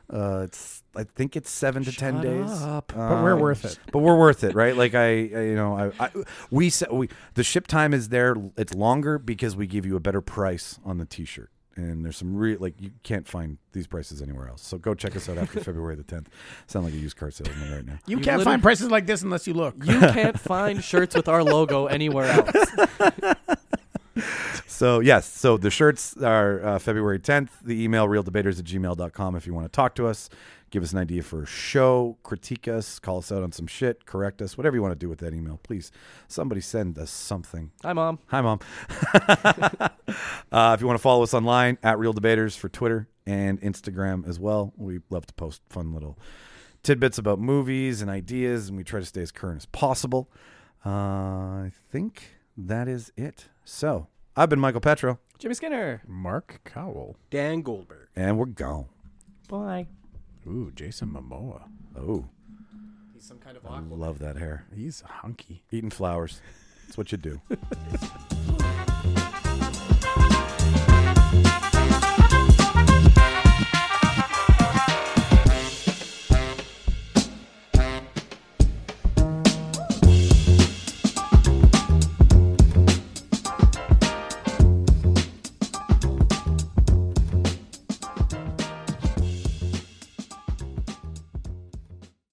[SPEAKER 1] Uh, it's I think it's seven to ten
[SPEAKER 4] Shut
[SPEAKER 1] days,
[SPEAKER 4] up.
[SPEAKER 2] But we're
[SPEAKER 1] Um,
[SPEAKER 2] worth it.
[SPEAKER 1] But we're worth it, right? Like I, I you know, I, I we, se- we the ship time is there. It's longer because we give you a better price on the T-shirt. And there's some real like you can't find these prices anywhere else. So go check us out after February the 10th. Sound like a used car salesman right now.
[SPEAKER 2] You,
[SPEAKER 4] You
[SPEAKER 2] can't
[SPEAKER 4] literally-
[SPEAKER 2] find prices like this unless you look.
[SPEAKER 4] You can't find shirts with our logo anywhere else.
[SPEAKER 1] So yes, so the shirts are uh, February 10th. The email realdebaters at gmail.com if you want to talk to us, give us an idea for a show, critique us, call us out on some shit, correct us, whatever you want to do with that email. Please, somebody send us something.
[SPEAKER 4] Hi, Mom.
[SPEAKER 1] Hi, Mom. <laughs> uh, if you want to follow us online at Real Debaters for Twitter and Instagram as well, we love to post fun little tidbits about movies and ideas, and we try to stay as current as possible. Uh, I think that is it. So I've been Michael Petro,
[SPEAKER 4] Jimmy Skinner.
[SPEAKER 2] Mark Cowell.
[SPEAKER 3] Dan Goldberg.
[SPEAKER 1] and we're gone.
[SPEAKER 4] Bye.
[SPEAKER 2] Ooh, Jason Momoa.
[SPEAKER 1] Oh,
[SPEAKER 4] He's some kind of
[SPEAKER 1] love that hair.
[SPEAKER 2] He's hunky.
[SPEAKER 1] Eating flowers. That's what you do.
[SPEAKER 6] Ooh,